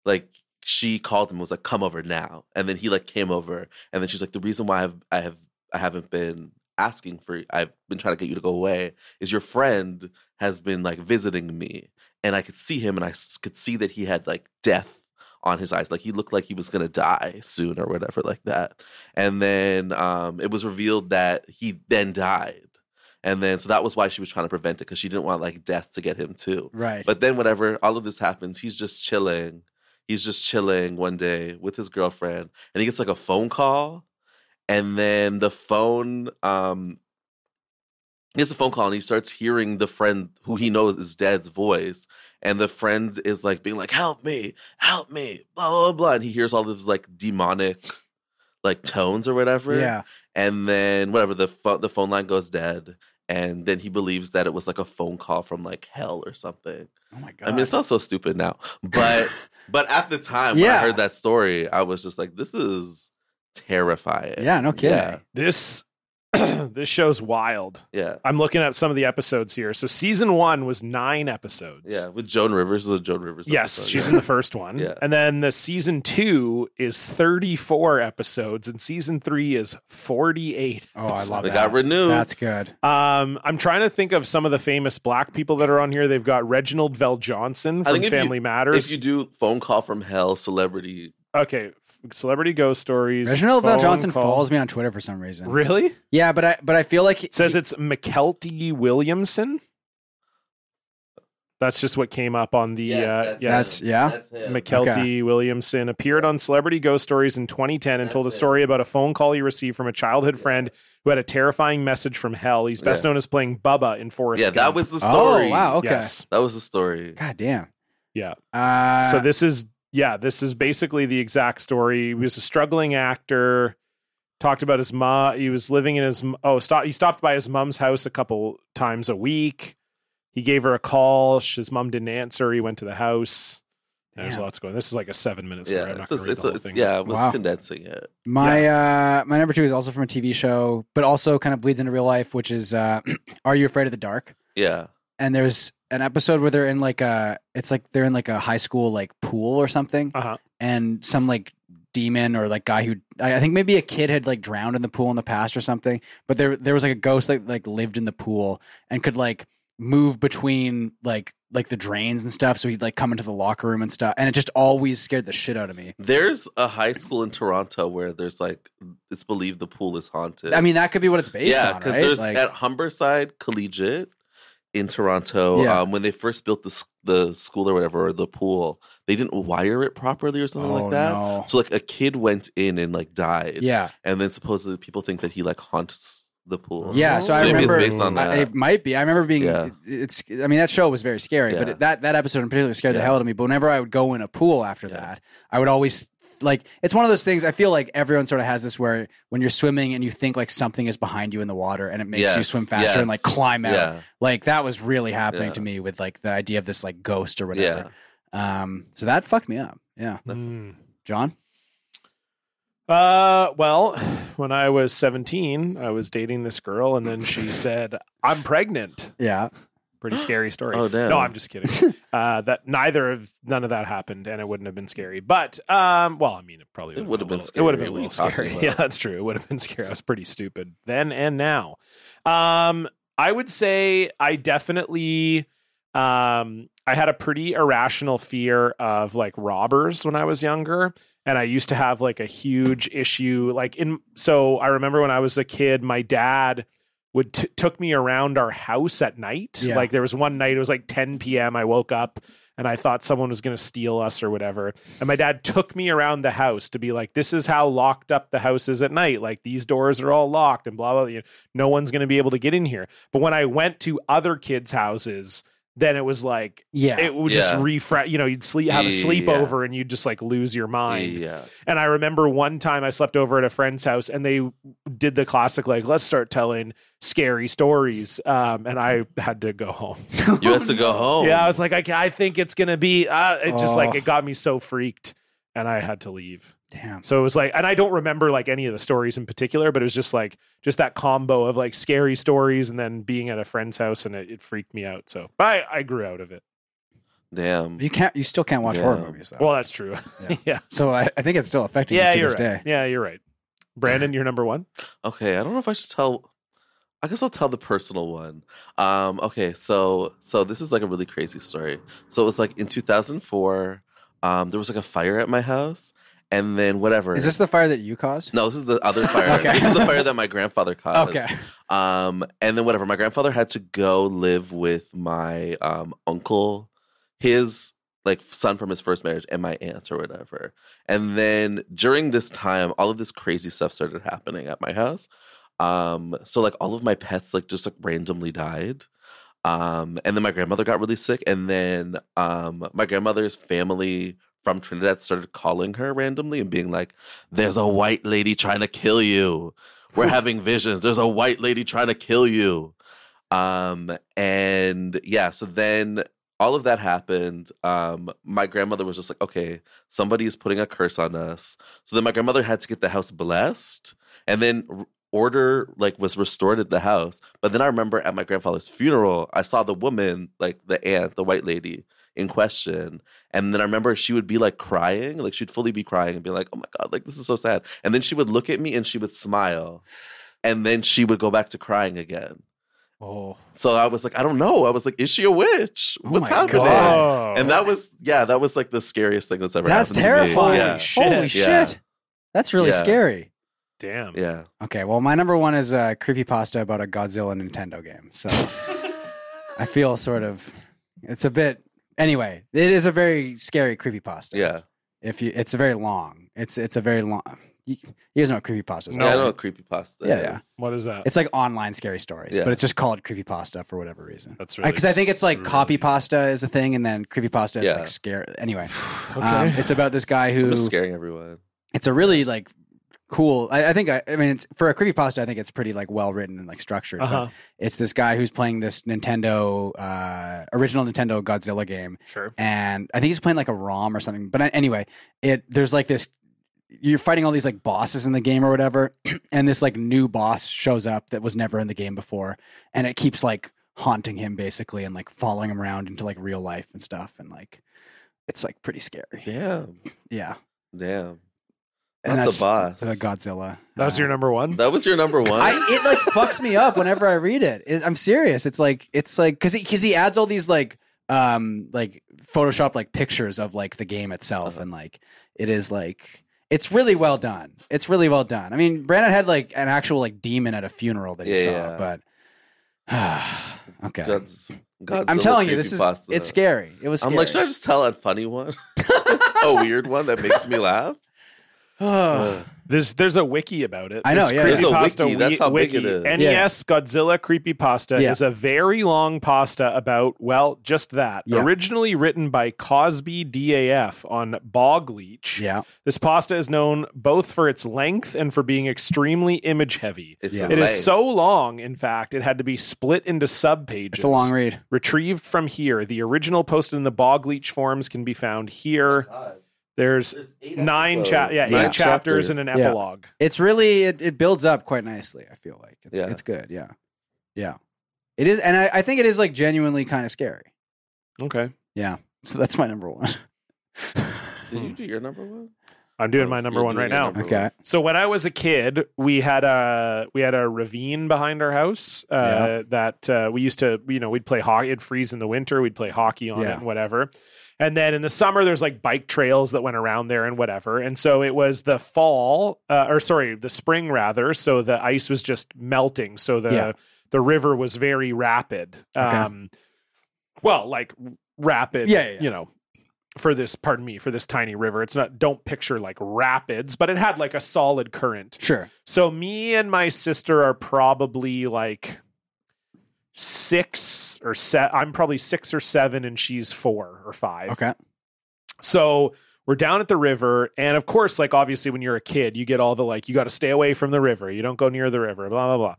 [SPEAKER 4] like she called him and was like, "Come over now." And then he like came over, and then she's like, "The reason why I've, I have I haven't been." asking for I've been trying to get you to go away is your friend has been like visiting me and I could see him, and I s- could see that he had like death on his eyes, like he looked like he was gonna die soon or whatever, like that. And then um, it was revealed that he then died, and then so that was why she was trying to prevent it because she didn't want like death to get him too.
[SPEAKER 3] Right.
[SPEAKER 4] But then whenever all of this happens, he's just chilling. He's just chilling one day with his girlfriend, and he gets like a phone call, and then the phone um he gets a phone call and he starts hearing the friend who he knows is dead's voice. And the friend is like being like, Help me, help me, blah, blah, blah. And he hears all these like demonic like tones or whatever
[SPEAKER 3] yeah.
[SPEAKER 4] and then whatever the phone the phone line goes dead and then he believes that it was like a phone call from like hell or something
[SPEAKER 3] Oh my god.
[SPEAKER 4] i mean it sounds so stupid now but but at the time when
[SPEAKER 3] Yeah.
[SPEAKER 4] i heard that story i was just like this is terrifying
[SPEAKER 3] yeah. No kidding.
[SPEAKER 4] Yeah.
[SPEAKER 1] this this show's wild.
[SPEAKER 4] Yeah.
[SPEAKER 1] I'm looking at some of the episodes here. So season one was nine episodes.
[SPEAKER 4] Yeah. With Joan Rivers. This is a Joan Rivers.
[SPEAKER 1] Yes,
[SPEAKER 4] episode,
[SPEAKER 1] she's
[SPEAKER 4] yeah.
[SPEAKER 1] in the first one.
[SPEAKER 4] Yeah.
[SPEAKER 1] And then the season two is 34 episodes, and season three is 48.
[SPEAKER 3] Oh, I love
[SPEAKER 4] They
[SPEAKER 3] that.
[SPEAKER 4] got renewed.
[SPEAKER 3] That's good.
[SPEAKER 1] Um, I'm trying to think of some of the famous black people that are on here. They've got Reginald Vell Johnson
[SPEAKER 4] I
[SPEAKER 1] from
[SPEAKER 4] think if you-
[SPEAKER 1] Family
[SPEAKER 4] if
[SPEAKER 1] Matters.
[SPEAKER 4] you do phone call from hell, celebrity.
[SPEAKER 1] okay, f- Celebrity Ghost Stories.
[SPEAKER 3] Reginald Val
[SPEAKER 1] Phone
[SPEAKER 3] Johnson
[SPEAKER 1] Call.
[SPEAKER 3] follows me on Twitter for some reason.
[SPEAKER 1] Really? It
[SPEAKER 3] yeah, but I but I feel like he,
[SPEAKER 1] says it's McKelty Williamson. That's just what came up on the. uh, yeah,
[SPEAKER 3] That's- yeah.
[SPEAKER 1] McKelty Williamson appeared on Celebrity Ghost Stories in 2010 and told a story about a phone call he received from a childhood friend who had a terrifying message from hell. He's best
[SPEAKER 4] Yeah.
[SPEAKER 1] known as playing Bubba in Forrest.
[SPEAKER 4] Yeah, that
[SPEAKER 1] Gump.
[SPEAKER 4] was the story.
[SPEAKER 3] Oh wow, okay.
[SPEAKER 1] Yes.
[SPEAKER 4] That was the story.
[SPEAKER 3] God damn.
[SPEAKER 1] Yeah.
[SPEAKER 3] Uh,
[SPEAKER 1] so this is yeah, this is basically the exact story. He was a struggling actor. Talked about his mom. He was living in his m- oh stop. He stopped by his mom's house a couple times a week. He gave her a call. Sh- His mom didn't answer. He went to the house. There's
[SPEAKER 3] Damn.
[SPEAKER 1] lots going. This is like a seven minute story. I'm
[SPEAKER 4] Yeah,
[SPEAKER 1] not
[SPEAKER 4] it's,
[SPEAKER 1] going to
[SPEAKER 4] a,
[SPEAKER 1] read
[SPEAKER 4] it's,
[SPEAKER 1] the
[SPEAKER 4] a,
[SPEAKER 1] whole
[SPEAKER 4] it's
[SPEAKER 1] thing.
[SPEAKER 4] yeah, it was
[SPEAKER 3] Wow.
[SPEAKER 4] condensing it.
[SPEAKER 3] My uh my number two is also from a TV show, but also kind of bleeds into real life, which is uh Are You Afraid of the Dark?
[SPEAKER 4] Yeah,
[SPEAKER 3] And there's an episode where they're in like a it's like they're in like a high school like pool or something.
[SPEAKER 1] Uh-huh.
[SPEAKER 3] And some like demon or like guy who I I think maybe a kid had like drowned in the pool in the past or something. But there there was like a ghost that like lived in the pool and could like move between like like the drains and stuff. So he'd like come into the locker room and stuff. And it just always scared the shit out of me.
[SPEAKER 4] there's a high school in Toronto where there's like it's believed the pool is haunted.
[SPEAKER 3] I mean that could be what it's based
[SPEAKER 4] yeah,
[SPEAKER 3] on,
[SPEAKER 4] because
[SPEAKER 3] right?
[SPEAKER 4] there's
[SPEAKER 3] Like-
[SPEAKER 4] at Humberside Collegiate in Toronto.
[SPEAKER 3] Yeah.
[SPEAKER 4] Um, when they first built the s- the school or whatever, or the pool, they didn't wire it properly or something
[SPEAKER 3] Oh,
[SPEAKER 4] like that.
[SPEAKER 3] no.
[SPEAKER 4] So like a kid went in and like died.
[SPEAKER 3] Yeah,
[SPEAKER 4] and then supposedly people think that he like haunts the pool.
[SPEAKER 3] yeah. So I
[SPEAKER 4] maybe
[SPEAKER 3] remember
[SPEAKER 4] it's based on that.
[SPEAKER 3] I- it might be. I remember being.
[SPEAKER 4] uh, Yeah.
[SPEAKER 3] it- It's. I mean, that show was very scary, but
[SPEAKER 4] Yeah.
[SPEAKER 3] it, that that episode in particular scared the
[SPEAKER 4] Yeah.
[SPEAKER 3] hell out of me. But whenever I would go in a pool after
[SPEAKER 4] Yeah.
[SPEAKER 3] that, I would always like. It's one of those things. I feel like everyone sort of has this where when you're swimming and you think like something is behind you in the water and it makes you
[SPEAKER 4] Yes,
[SPEAKER 3] swim faster and like
[SPEAKER 4] yes,
[SPEAKER 3] climb out.
[SPEAKER 4] yeah.
[SPEAKER 3] Like that was really happening
[SPEAKER 4] Yeah.
[SPEAKER 3] to me with like the idea of this like ghost or
[SPEAKER 4] yeah.
[SPEAKER 3] whatever. Um. So that fucked me up. Yeah,
[SPEAKER 1] Mm.
[SPEAKER 3] John.
[SPEAKER 1] Uh, well, when I was 17, I was dating this girl, and then she said, "I'm pregnant."
[SPEAKER 3] Yeah.
[SPEAKER 1] Pretty scary story.
[SPEAKER 4] Oh, damn.
[SPEAKER 1] No, I'm just kidding. uh, that neither of none of that happened, and it wouldn't have been scary. But um, well, I mean, it probably
[SPEAKER 4] It would've
[SPEAKER 1] been a
[SPEAKER 4] been
[SPEAKER 1] little- It would have been a
[SPEAKER 4] scary.
[SPEAKER 1] little
[SPEAKER 4] What are
[SPEAKER 1] scary.
[SPEAKER 4] you talking about?
[SPEAKER 1] Yeah, that's true. It would have been scary. I was pretty stupid then and now. Um, I would say I definitely um I had a pretty irrational fear of like robbers when I was younger and I used to have like a huge issue like in so I remember when I was a kid my dad would t- took me around our house at night
[SPEAKER 3] Yeah.
[SPEAKER 1] like there was one night it was like 10 p.m. I woke up and I thought someone was going to steal us or whatever and my dad took me around the house to be like this is how locked up the house is at night like these doors are all locked and blah blah, blah. You know, no one's going to be able to get in here but when I went to other kids houses then it was like
[SPEAKER 3] Yeah.
[SPEAKER 1] it would just
[SPEAKER 4] Yeah.
[SPEAKER 1] refresh you know you'd sleep have a
[SPEAKER 4] Yeah.
[SPEAKER 1] sleepover and you'd just like lose your mind
[SPEAKER 4] Yeah.
[SPEAKER 1] and i remember one time i slept over at a friend's house and they did the classic like let's start telling scary stories um and i had to go home
[SPEAKER 4] You had to go home.
[SPEAKER 1] yeah i was like i, ca- I think it's gonna be uh, it just
[SPEAKER 3] Oh.
[SPEAKER 1] like it got me so freaked and i had to leave
[SPEAKER 3] Damn.
[SPEAKER 1] so it was like and i don't remember like any of the stories in particular but it was just like just that combo of like scary stories and then being at a friend's house and it, it freaked me out so but I, I grew out of it
[SPEAKER 4] Damn.
[SPEAKER 3] You can't. You still can't watch horror
[SPEAKER 4] Yeah.
[SPEAKER 3] movies though.
[SPEAKER 1] well that's true
[SPEAKER 3] Yeah.
[SPEAKER 1] yeah.
[SPEAKER 3] so I, I think it's still affecting
[SPEAKER 1] yeah,
[SPEAKER 3] you to
[SPEAKER 1] you're
[SPEAKER 3] this
[SPEAKER 1] right.
[SPEAKER 3] day.
[SPEAKER 1] Yeah, you're right. Brandon, you're number one.
[SPEAKER 4] Okay, I don't know if I should tell. I guess I'll tell the personal one. Um, okay, so so this is like a really crazy story. So it was like in 2004, um, there was like a fire at my house, and then whatever.
[SPEAKER 3] Is this the fire that you caused?
[SPEAKER 4] No, this is the other fire.
[SPEAKER 3] Okay.
[SPEAKER 4] This is the fire that my grandfather caused.
[SPEAKER 3] Okay.
[SPEAKER 4] Um, and then whatever. My grandfather had to go live with my um, uncle, his like son from his first marriage, and my aunt or whatever. And then during this time, all of this crazy stuff started happening at my house. Um, so like all of my pets like just like randomly died. Um, and then my grandmother got really sick, and then um, my grandmother's family from Trinidad started calling her randomly and being like, "There's a white lady trying to kill you. We're having visions. There's a white lady trying to kill you." Um, and yeah, so then all of that happened. Um, my grandmother was just like, "Okay, somebody is putting a curse on us." So then my grandmother had to get the house blessed, and then order like was restored at the house. But then I remember at my grandfather's funeral, I saw the woman, like the aunt, the white lady in question. And then I remember she would be like crying, like she'd fully be crying and be like, "Oh my god, like this is so sad." And then she would look at me and she would smile. And then she would go back to crying again.
[SPEAKER 3] Oh,
[SPEAKER 4] So I was like, I don't know. I was like, is she a witch?
[SPEAKER 3] Oh
[SPEAKER 4] What's
[SPEAKER 3] my
[SPEAKER 4] happening?
[SPEAKER 3] God.
[SPEAKER 1] Oh,
[SPEAKER 4] And that was, yeah, that was like the scariest thing that's ever
[SPEAKER 3] that's
[SPEAKER 4] happened. to me.
[SPEAKER 3] terrifying.
[SPEAKER 4] Yeah.
[SPEAKER 1] shit.
[SPEAKER 3] Holy
[SPEAKER 4] Yeah.
[SPEAKER 3] shit. That's really
[SPEAKER 4] Yeah.
[SPEAKER 3] scary.
[SPEAKER 1] damn.
[SPEAKER 4] Yeah.
[SPEAKER 3] Okay, well, my number one is uh, creepypasta about a Godzilla Nintendo game. So I feel sort of, it's a bit. Anyway, it is a very scary creepypasta.
[SPEAKER 4] Yeah.
[SPEAKER 3] If you, it's very long. It's it's a very long. You, you guys know what creepypasta is.
[SPEAKER 1] No.
[SPEAKER 4] Yeah, I
[SPEAKER 3] right?
[SPEAKER 4] know what creepypasta
[SPEAKER 3] Yeah, yeah.
[SPEAKER 4] is.
[SPEAKER 1] What is that?
[SPEAKER 3] It's like online scary stories,
[SPEAKER 4] Yeah.
[SPEAKER 3] but it's just called creepypasta for whatever reason.
[SPEAKER 1] That's really
[SPEAKER 3] Because I think it's like
[SPEAKER 1] really-
[SPEAKER 3] copy pasta is a thing, and then creepypasta is
[SPEAKER 4] Yeah.
[SPEAKER 3] like scary. Anyway,
[SPEAKER 1] okay.
[SPEAKER 3] um, it's about this guy
[SPEAKER 4] I'm
[SPEAKER 3] who
[SPEAKER 4] just scaring everyone.
[SPEAKER 3] it's a really like cool. I, I think I, I mean it's for a creepypasta. I think it's pretty like well written and like structured. but
[SPEAKER 1] Uh-huh.
[SPEAKER 3] It's this guy who's playing this Nintendo uh, original Nintendo Godzilla game,
[SPEAKER 1] sure.
[SPEAKER 3] and I think he's playing like a ROM or something. But uh, anyway, it there's like this. You're fighting all these like bosses in the game or whatever, and this like new boss shows up that was never in the game before, and it keeps like haunting him basically and like following him around into like real life and stuff, and like it's like pretty scary.
[SPEAKER 4] Damn.
[SPEAKER 3] Yeah,
[SPEAKER 4] Damn.
[SPEAKER 3] and
[SPEAKER 4] Not the boss.
[SPEAKER 3] the Godzilla.
[SPEAKER 1] That was
[SPEAKER 3] Uh,
[SPEAKER 1] your number one.
[SPEAKER 4] That was your number one.
[SPEAKER 3] I, it like fucks me up whenever I read it. It- I'm serious. It's like it's like because because he, adds all these like um like Photoshop like pictures of like the game itself and like it is like it's really well done. It's really well done. I mean, Brandon had like an actual like demon at a funeral that he
[SPEAKER 4] Yeah,
[SPEAKER 3] saw,
[SPEAKER 4] yeah.
[SPEAKER 3] but okay.
[SPEAKER 4] God's, Godzilla
[SPEAKER 3] I'm telling you, this is
[SPEAKER 4] creepypasta.
[SPEAKER 3] it's scary. It was.
[SPEAKER 4] I'm
[SPEAKER 3] Scary.
[SPEAKER 4] like, should I just tell a funny one? a weird one that makes me laugh?
[SPEAKER 1] There's there's a wiki about it.
[SPEAKER 3] I know, yeah.
[SPEAKER 4] There's a
[SPEAKER 1] creepypasta
[SPEAKER 4] wiki, that's how big it is.
[SPEAKER 1] NES E Godzilla Creepypasta
[SPEAKER 3] Yeah.
[SPEAKER 1] is a very long pasta about, well, just that.
[SPEAKER 3] Yeah.
[SPEAKER 1] Originally written by Cosby DAF on Bog Leech.
[SPEAKER 3] yeah.
[SPEAKER 1] This pasta is known both for its length and for being extremely image heavy.
[SPEAKER 4] It's
[SPEAKER 3] Yeah.
[SPEAKER 4] a
[SPEAKER 1] It
[SPEAKER 4] lake.
[SPEAKER 1] is so long, in fact, it had to be split into sub pages.
[SPEAKER 3] It's a long read.
[SPEAKER 1] Retrieved from here. The original posted in the Bog Leech forums can be found here.
[SPEAKER 4] Oh
[SPEAKER 1] There's nine, cha- yeah,
[SPEAKER 4] Nine
[SPEAKER 1] eight chapters
[SPEAKER 4] chapters.
[SPEAKER 1] and an
[SPEAKER 3] Yeah.
[SPEAKER 1] epilogue.
[SPEAKER 3] it's really it, it builds up quite nicely i feel like it's,
[SPEAKER 4] Yeah.
[SPEAKER 3] it's good yeah yeah it is and I, I think it is like genuinely kind of scary
[SPEAKER 1] Okay.
[SPEAKER 3] yeah so that's my number one
[SPEAKER 4] Did you do your number one?
[SPEAKER 1] I'm doing
[SPEAKER 4] Oh,
[SPEAKER 1] my number
[SPEAKER 4] you're
[SPEAKER 1] one
[SPEAKER 4] doing
[SPEAKER 1] right
[SPEAKER 4] your
[SPEAKER 1] now.
[SPEAKER 4] number
[SPEAKER 3] okay
[SPEAKER 1] So when I was a kid, we had a we had a ravine behind our house uh,
[SPEAKER 3] Yeah.
[SPEAKER 1] that uh, we used to you know we'd play hockey. It'd freeze in the winter. We'd play hockey on
[SPEAKER 3] Yeah.
[SPEAKER 1] it and whatever. And then in the summer, there's like bike trails that went around there and whatever. And so it was the fall, uh, or sorry, the spring rather. So the ice was just melting. So the
[SPEAKER 3] Yeah.
[SPEAKER 1] the river was very rapid.
[SPEAKER 3] Okay.
[SPEAKER 1] Um, well, like rapid.
[SPEAKER 3] Yeah, yeah, yeah.
[SPEAKER 1] you know, for this pardon me for this tiny river it's not don't picture like rapids but it had like a solid current
[SPEAKER 3] sure
[SPEAKER 1] so me and my sister are probably like six or set i'm probably six or seven and she's four or five
[SPEAKER 3] okay
[SPEAKER 1] so we're down at the river and of course like obviously when you're a kid you get all the like you got to stay away from the river you don't go near the river blah blah blah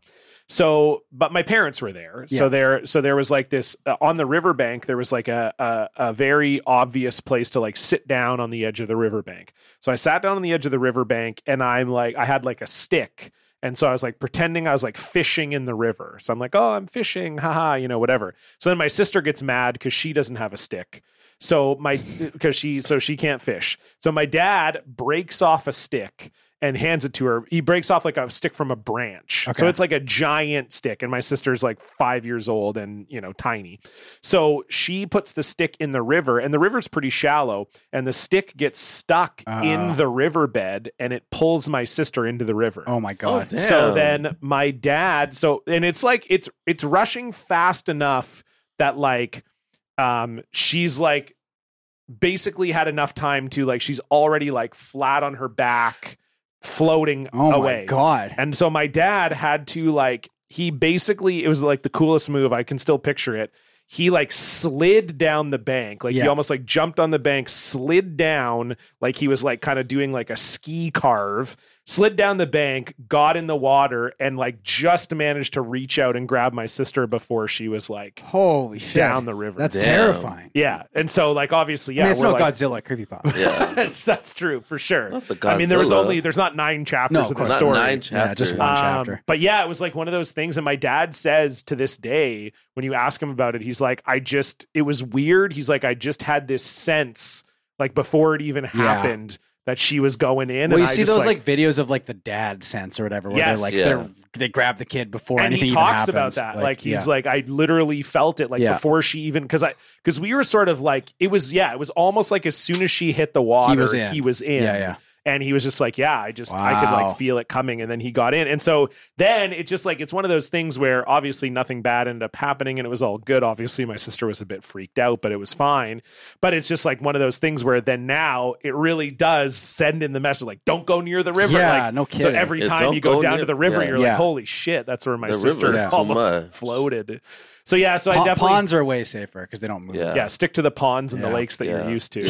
[SPEAKER 1] so but my parents were there so
[SPEAKER 3] Yeah.
[SPEAKER 1] there so there was like this uh, on the riverbank there was like a, a a very obvious place to like sit down on the edge of the riverbank so i sat down on the edge of the riverbank and i'm like i had like a stick and so I was like pretending I was like fishing in the river. So I'm like, oh, I'm fishing, haha, you know, whatever. So then my sister gets mad because she doesn't have a stick. So my because she so she can't fish. So my dad breaks off a stick and hands it to her. He breaks off like a stick from a branch. So
[SPEAKER 3] Okay.
[SPEAKER 1] it's like a giant stick. And my sister's like five years old and you know, tiny. So she puts the stick in the river, and the river's pretty shallow, and the stick gets stuck
[SPEAKER 3] Ah.
[SPEAKER 1] in the riverbed and it pulls my sister into the river.
[SPEAKER 3] oh my god
[SPEAKER 4] damn.
[SPEAKER 1] So then my dad, so and it's like it's it's rushing fast enough that like um she's like basically had enough time to like she's already like flat on her back floating
[SPEAKER 3] oh my
[SPEAKER 1] away.
[SPEAKER 3] god
[SPEAKER 1] And so my dad had to like he basically it was like the coolest move. I can still picture it. He like slid down the bank. Like he
[SPEAKER 3] Yeah.
[SPEAKER 1] almost like jumped on the bank, slid down like he was like kind of doing like a ski carve, slid down the bank, got in the water, and like just managed to reach out and grab my sister before she was like
[SPEAKER 3] Holy shit.
[SPEAKER 1] down the river.
[SPEAKER 3] That's
[SPEAKER 4] Damn.
[SPEAKER 3] terrifying.
[SPEAKER 1] yeah, and so like obviously, yeah,
[SPEAKER 3] I mean, it's
[SPEAKER 1] we're
[SPEAKER 3] no
[SPEAKER 1] like,
[SPEAKER 3] Godzilla creepypop.
[SPEAKER 4] Yeah.
[SPEAKER 1] that's that's true for sure.
[SPEAKER 4] Not the
[SPEAKER 1] I mean, there was
[SPEAKER 4] Godzilla.
[SPEAKER 1] only there's not nine chapters
[SPEAKER 3] No,
[SPEAKER 1] of
[SPEAKER 3] of
[SPEAKER 1] the
[SPEAKER 3] course
[SPEAKER 4] Not
[SPEAKER 1] story.
[SPEAKER 4] nine chapters.
[SPEAKER 3] Yeah, just one
[SPEAKER 1] Um,
[SPEAKER 3] chapter.
[SPEAKER 1] but yeah, it was like one of those things. And my dad says to this day, when you ask him about it, he's like, I just, it was weird. He's like, I just had this sense, like before it even happened, that she was going in. and
[SPEAKER 3] Well, you
[SPEAKER 1] I
[SPEAKER 3] see
[SPEAKER 1] just,
[SPEAKER 3] those like, videos of like the dad sense or whatever, where
[SPEAKER 1] Yes.
[SPEAKER 3] they're like
[SPEAKER 4] Yeah.
[SPEAKER 3] they're, they grab the kid before
[SPEAKER 1] and he
[SPEAKER 3] anything even
[SPEAKER 1] talks
[SPEAKER 3] happens.
[SPEAKER 1] about that. Like, he's
[SPEAKER 3] yeah.
[SPEAKER 1] like, I literally felt it like
[SPEAKER 3] Yeah.
[SPEAKER 1] before she even, cause I, cause we were sort of like, it was, yeah, it was almost like as soon as she hit the water,
[SPEAKER 3] was in. Yeah, yeah.
[SPEAKER 1] And he was just like, yeah, I just, I could
[SPEAKER 3] Wow.
[SPEAKER 1] like feel it coming. And then he got in. And so then it just like, it's one of those things where obviously nothing bad ended up happening and it was all good. Obviously, my sister was a bit freaked out, but it was fine. But it's just like one of those things where then now it really does send in the message like, don't go near the river.
[SPEAKER 3] Yeah,
[SPEAKER 1] like,
[SPEAKER 3] no
[SPEAKER 1] So
[SPEAKER 3] kidding.
[SPEAKER 1] every
[SPEAKER 4] Yeah,
[SPEAKER 1] time
[SPEAKER 4] don't
[SPEAKER 1] you go,
[SPEAKER 4] go
[SPEAKER 1] down
[SPEAKER 4] near-
[SPEAKER 1] to the river,
[SPEAKER 4] yeah.
[SPEAKER 1] you're
[SPEAKER 3] Yeah.
[SPEAKER 1] like, holy shit, that's where my
[SPEAKER 4] The
[SPEAKER 1] sister
[SPEAKER 4] river's too
[SPEAKER 1] almost
[SPEAKER 4] much.
[SPEAKER 1] floated. So yeah, so I
[SPEAKER 3] Pa-
[SPEAKER 1] definitely
[SPEAKER 3] ponds are way safer because they don't move.
[SPEAKER 4] Yeah.
[SPEAKER 1] yeah stick to the ponds and
[SPEAKER 3] Yeah,
[SPEAKER 1] the lakes that
[SPEAKER 4] yeah.
[SPEAKER 1] you're used to.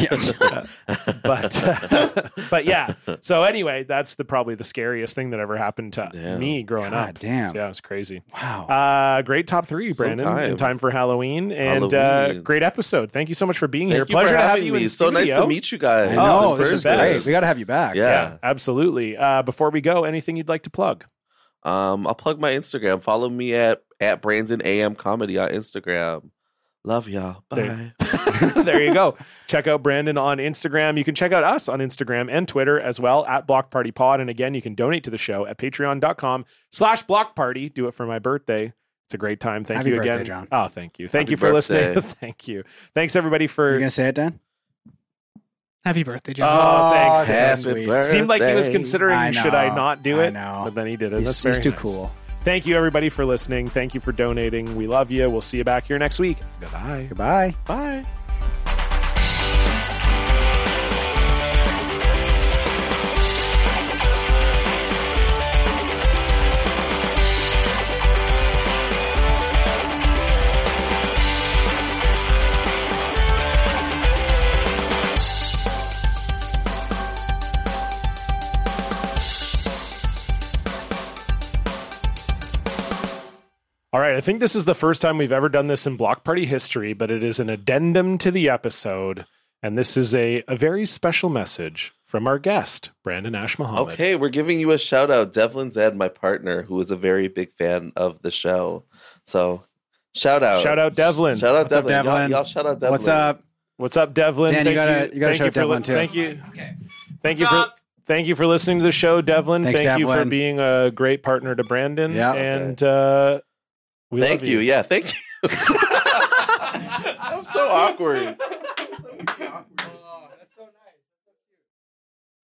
[SPEAKER 3] Yeah.
[SPEAKER 1] but uh, but yeah. So anyway, that's the probably the scariest thing that ever happened to
[SPEAKER 4] Damn.
[SPEAKER 1] me growing
[SPEAKER 3] God
[SPEAKER 1] up.
[SPEAKER 3] damn.
[SPEAKER 1] So, yeah, it was crazy.
[SPEAKER 3] Wow.
[SPEAKER 1] Uh, great top three, Brandon. In
[SPEAKER 4] Sometimes.
[SPEAKER 1] time for Halloween and Uh,
[SPEAKER 4] Halloween.
[SPEAKER 1] great episode. Thank you so much for being
[SPEAKER 4] Thank
[SPEAKER 1] here.
[SPEAKER 4] you
[SPEAKER 1] Pleasure
[SPEAKER 4] for
[SPEAKER 1] to have
[SPEAKER 4] having
[SPEAKER 1] you.
[SPEAKER 4] me.
[SPEAKER 1] In
[SPEAKER 4] so nice to
[SPEAKER 1] studio.
[SPEAKER 4] meet you
[SPEAKER 3] I
[SPEAKER 4] guys.
[SPEAKER 1] Oh,
[SPEAKER 3] know
[SPEAKER 1] this
[SPEAKER 3] this
[SPEAKER 1] is
[SPEAKER 3] is
[SPEAKER 1] best.
[SPEAKER 3] great. We got to have you back.
[SPEAKER 4] Yeah.
[SPEAKER 1] Yeah, absolutely. Uh, before we go, anything you'd like to plug?
[SPEAKER 4] Um, I'll plug my Instagram. Follow me at at Brandon AM Comedy on Instagram. Love y'all. Bye.
[SPEAKER 1] There- there you go. Check out Brandon on Instagram. You can check out us on Instagram and Twitter as well at Block Party Pod. And again, you can donate to the show at patreon.com slash block party. Do it for my birthday. It's a great time. Thank
[SPEAKER 3] Happy
[SPEAKER 1] you
[SPEAKER 3] birthday,
[SPEAKER 1] again.
[SPEAKER 3] John.
[SPEAKER 1] Oh, thank you. Thank
[SPEAKER 4] Happy
[SPEAKER 1] you for listening.
[SPEAKER 4] birthday.
[SPEAKER 1] thank you. Thanks everybody
[SPEAKER 3] You're
[SPEAKER 1] for
[SPEAKER 3] gonna say it, Dan?
[SPEAKER 2] Happy birththday, John.
[SPEAKER 1] Oh, thanks.
[SPEAKER 3] Happy
[SPEAKER 1] Dan.
[SPEAKER 3] so sweet.
[SPEAKER 4] birthday.
[SPEAKER 1] Seemed like he was considering
[SPEAKER 3] I
[SPEAKER 1] should I
[SPEAKER 3] know.
[SPEAKER 1] not do
[SPEAKER 3] I
[SPEAKER 1] it?
[SPEAKER 3] know.
[SPEAKER 1] But then he did it.
[SPEAKER 3] He's,
[SPEAKER 1] That's
[SPEAKER 3] he's
[SPEAKER 1] very
[SPEAKER 3] too
[SPEAKER 1] nice.
[SPEAKER 3] cool.
[SPEAKER 1] Thank you everybody for listening. Thank you for donating. We love you. We'll see you back here next week. Goodbye.
[SPEAKER 3] Goodbye.
[SPEAKER 4] Bye.
[SPEAKER 1] All right, I think this is the first time we've ever done this in Block Party history, but it is an addendum to the episode. And this is a, a very special message from our guest, Brandon Ash Muhammad.
[SPEAKER 4] Okay, we're giving you a shout out. Devlin Zed, my partner, who is a very big fan of the show. So shout out.
[SPEAKER 1] Shout out Devlin.
[SPEAKER 4] Shout out
[SPEAKER 3] What's up,
[SPEAKER 4] Devlin. Y'all-
[SPEAKER 3] Devlin?
[SPEAKER 4] Y'all, shout out Devlin.
[SPEAKER 3] What's up?
[SPEAKER 1] What's up, Devlin?
[SPEAKER 3] Dan, you gotta- you gotta
[SPEAKER 1] thank
[SPEAKER 3] shout
[SPEAKER 1] for
[SPEAKER 3] Devlin, too.
[SPEAKER 1] Thank you. Thank you for thank you for listening to the show, Devlin.
[SPEAKER 3] Thanks,
[SPEAKER 1] thank you for
[SPEAKER 3] Devlin.
[SPEAKER 1] being a great partner to Brandon.
[SPEAKER 3] Yeah.
[SPEAKER 1] And uh we
[SPEAKER 4] Thank
[SPEAKER 1] love
[SPEAKER 4] you. Yeah, thank you. I'm so awkward.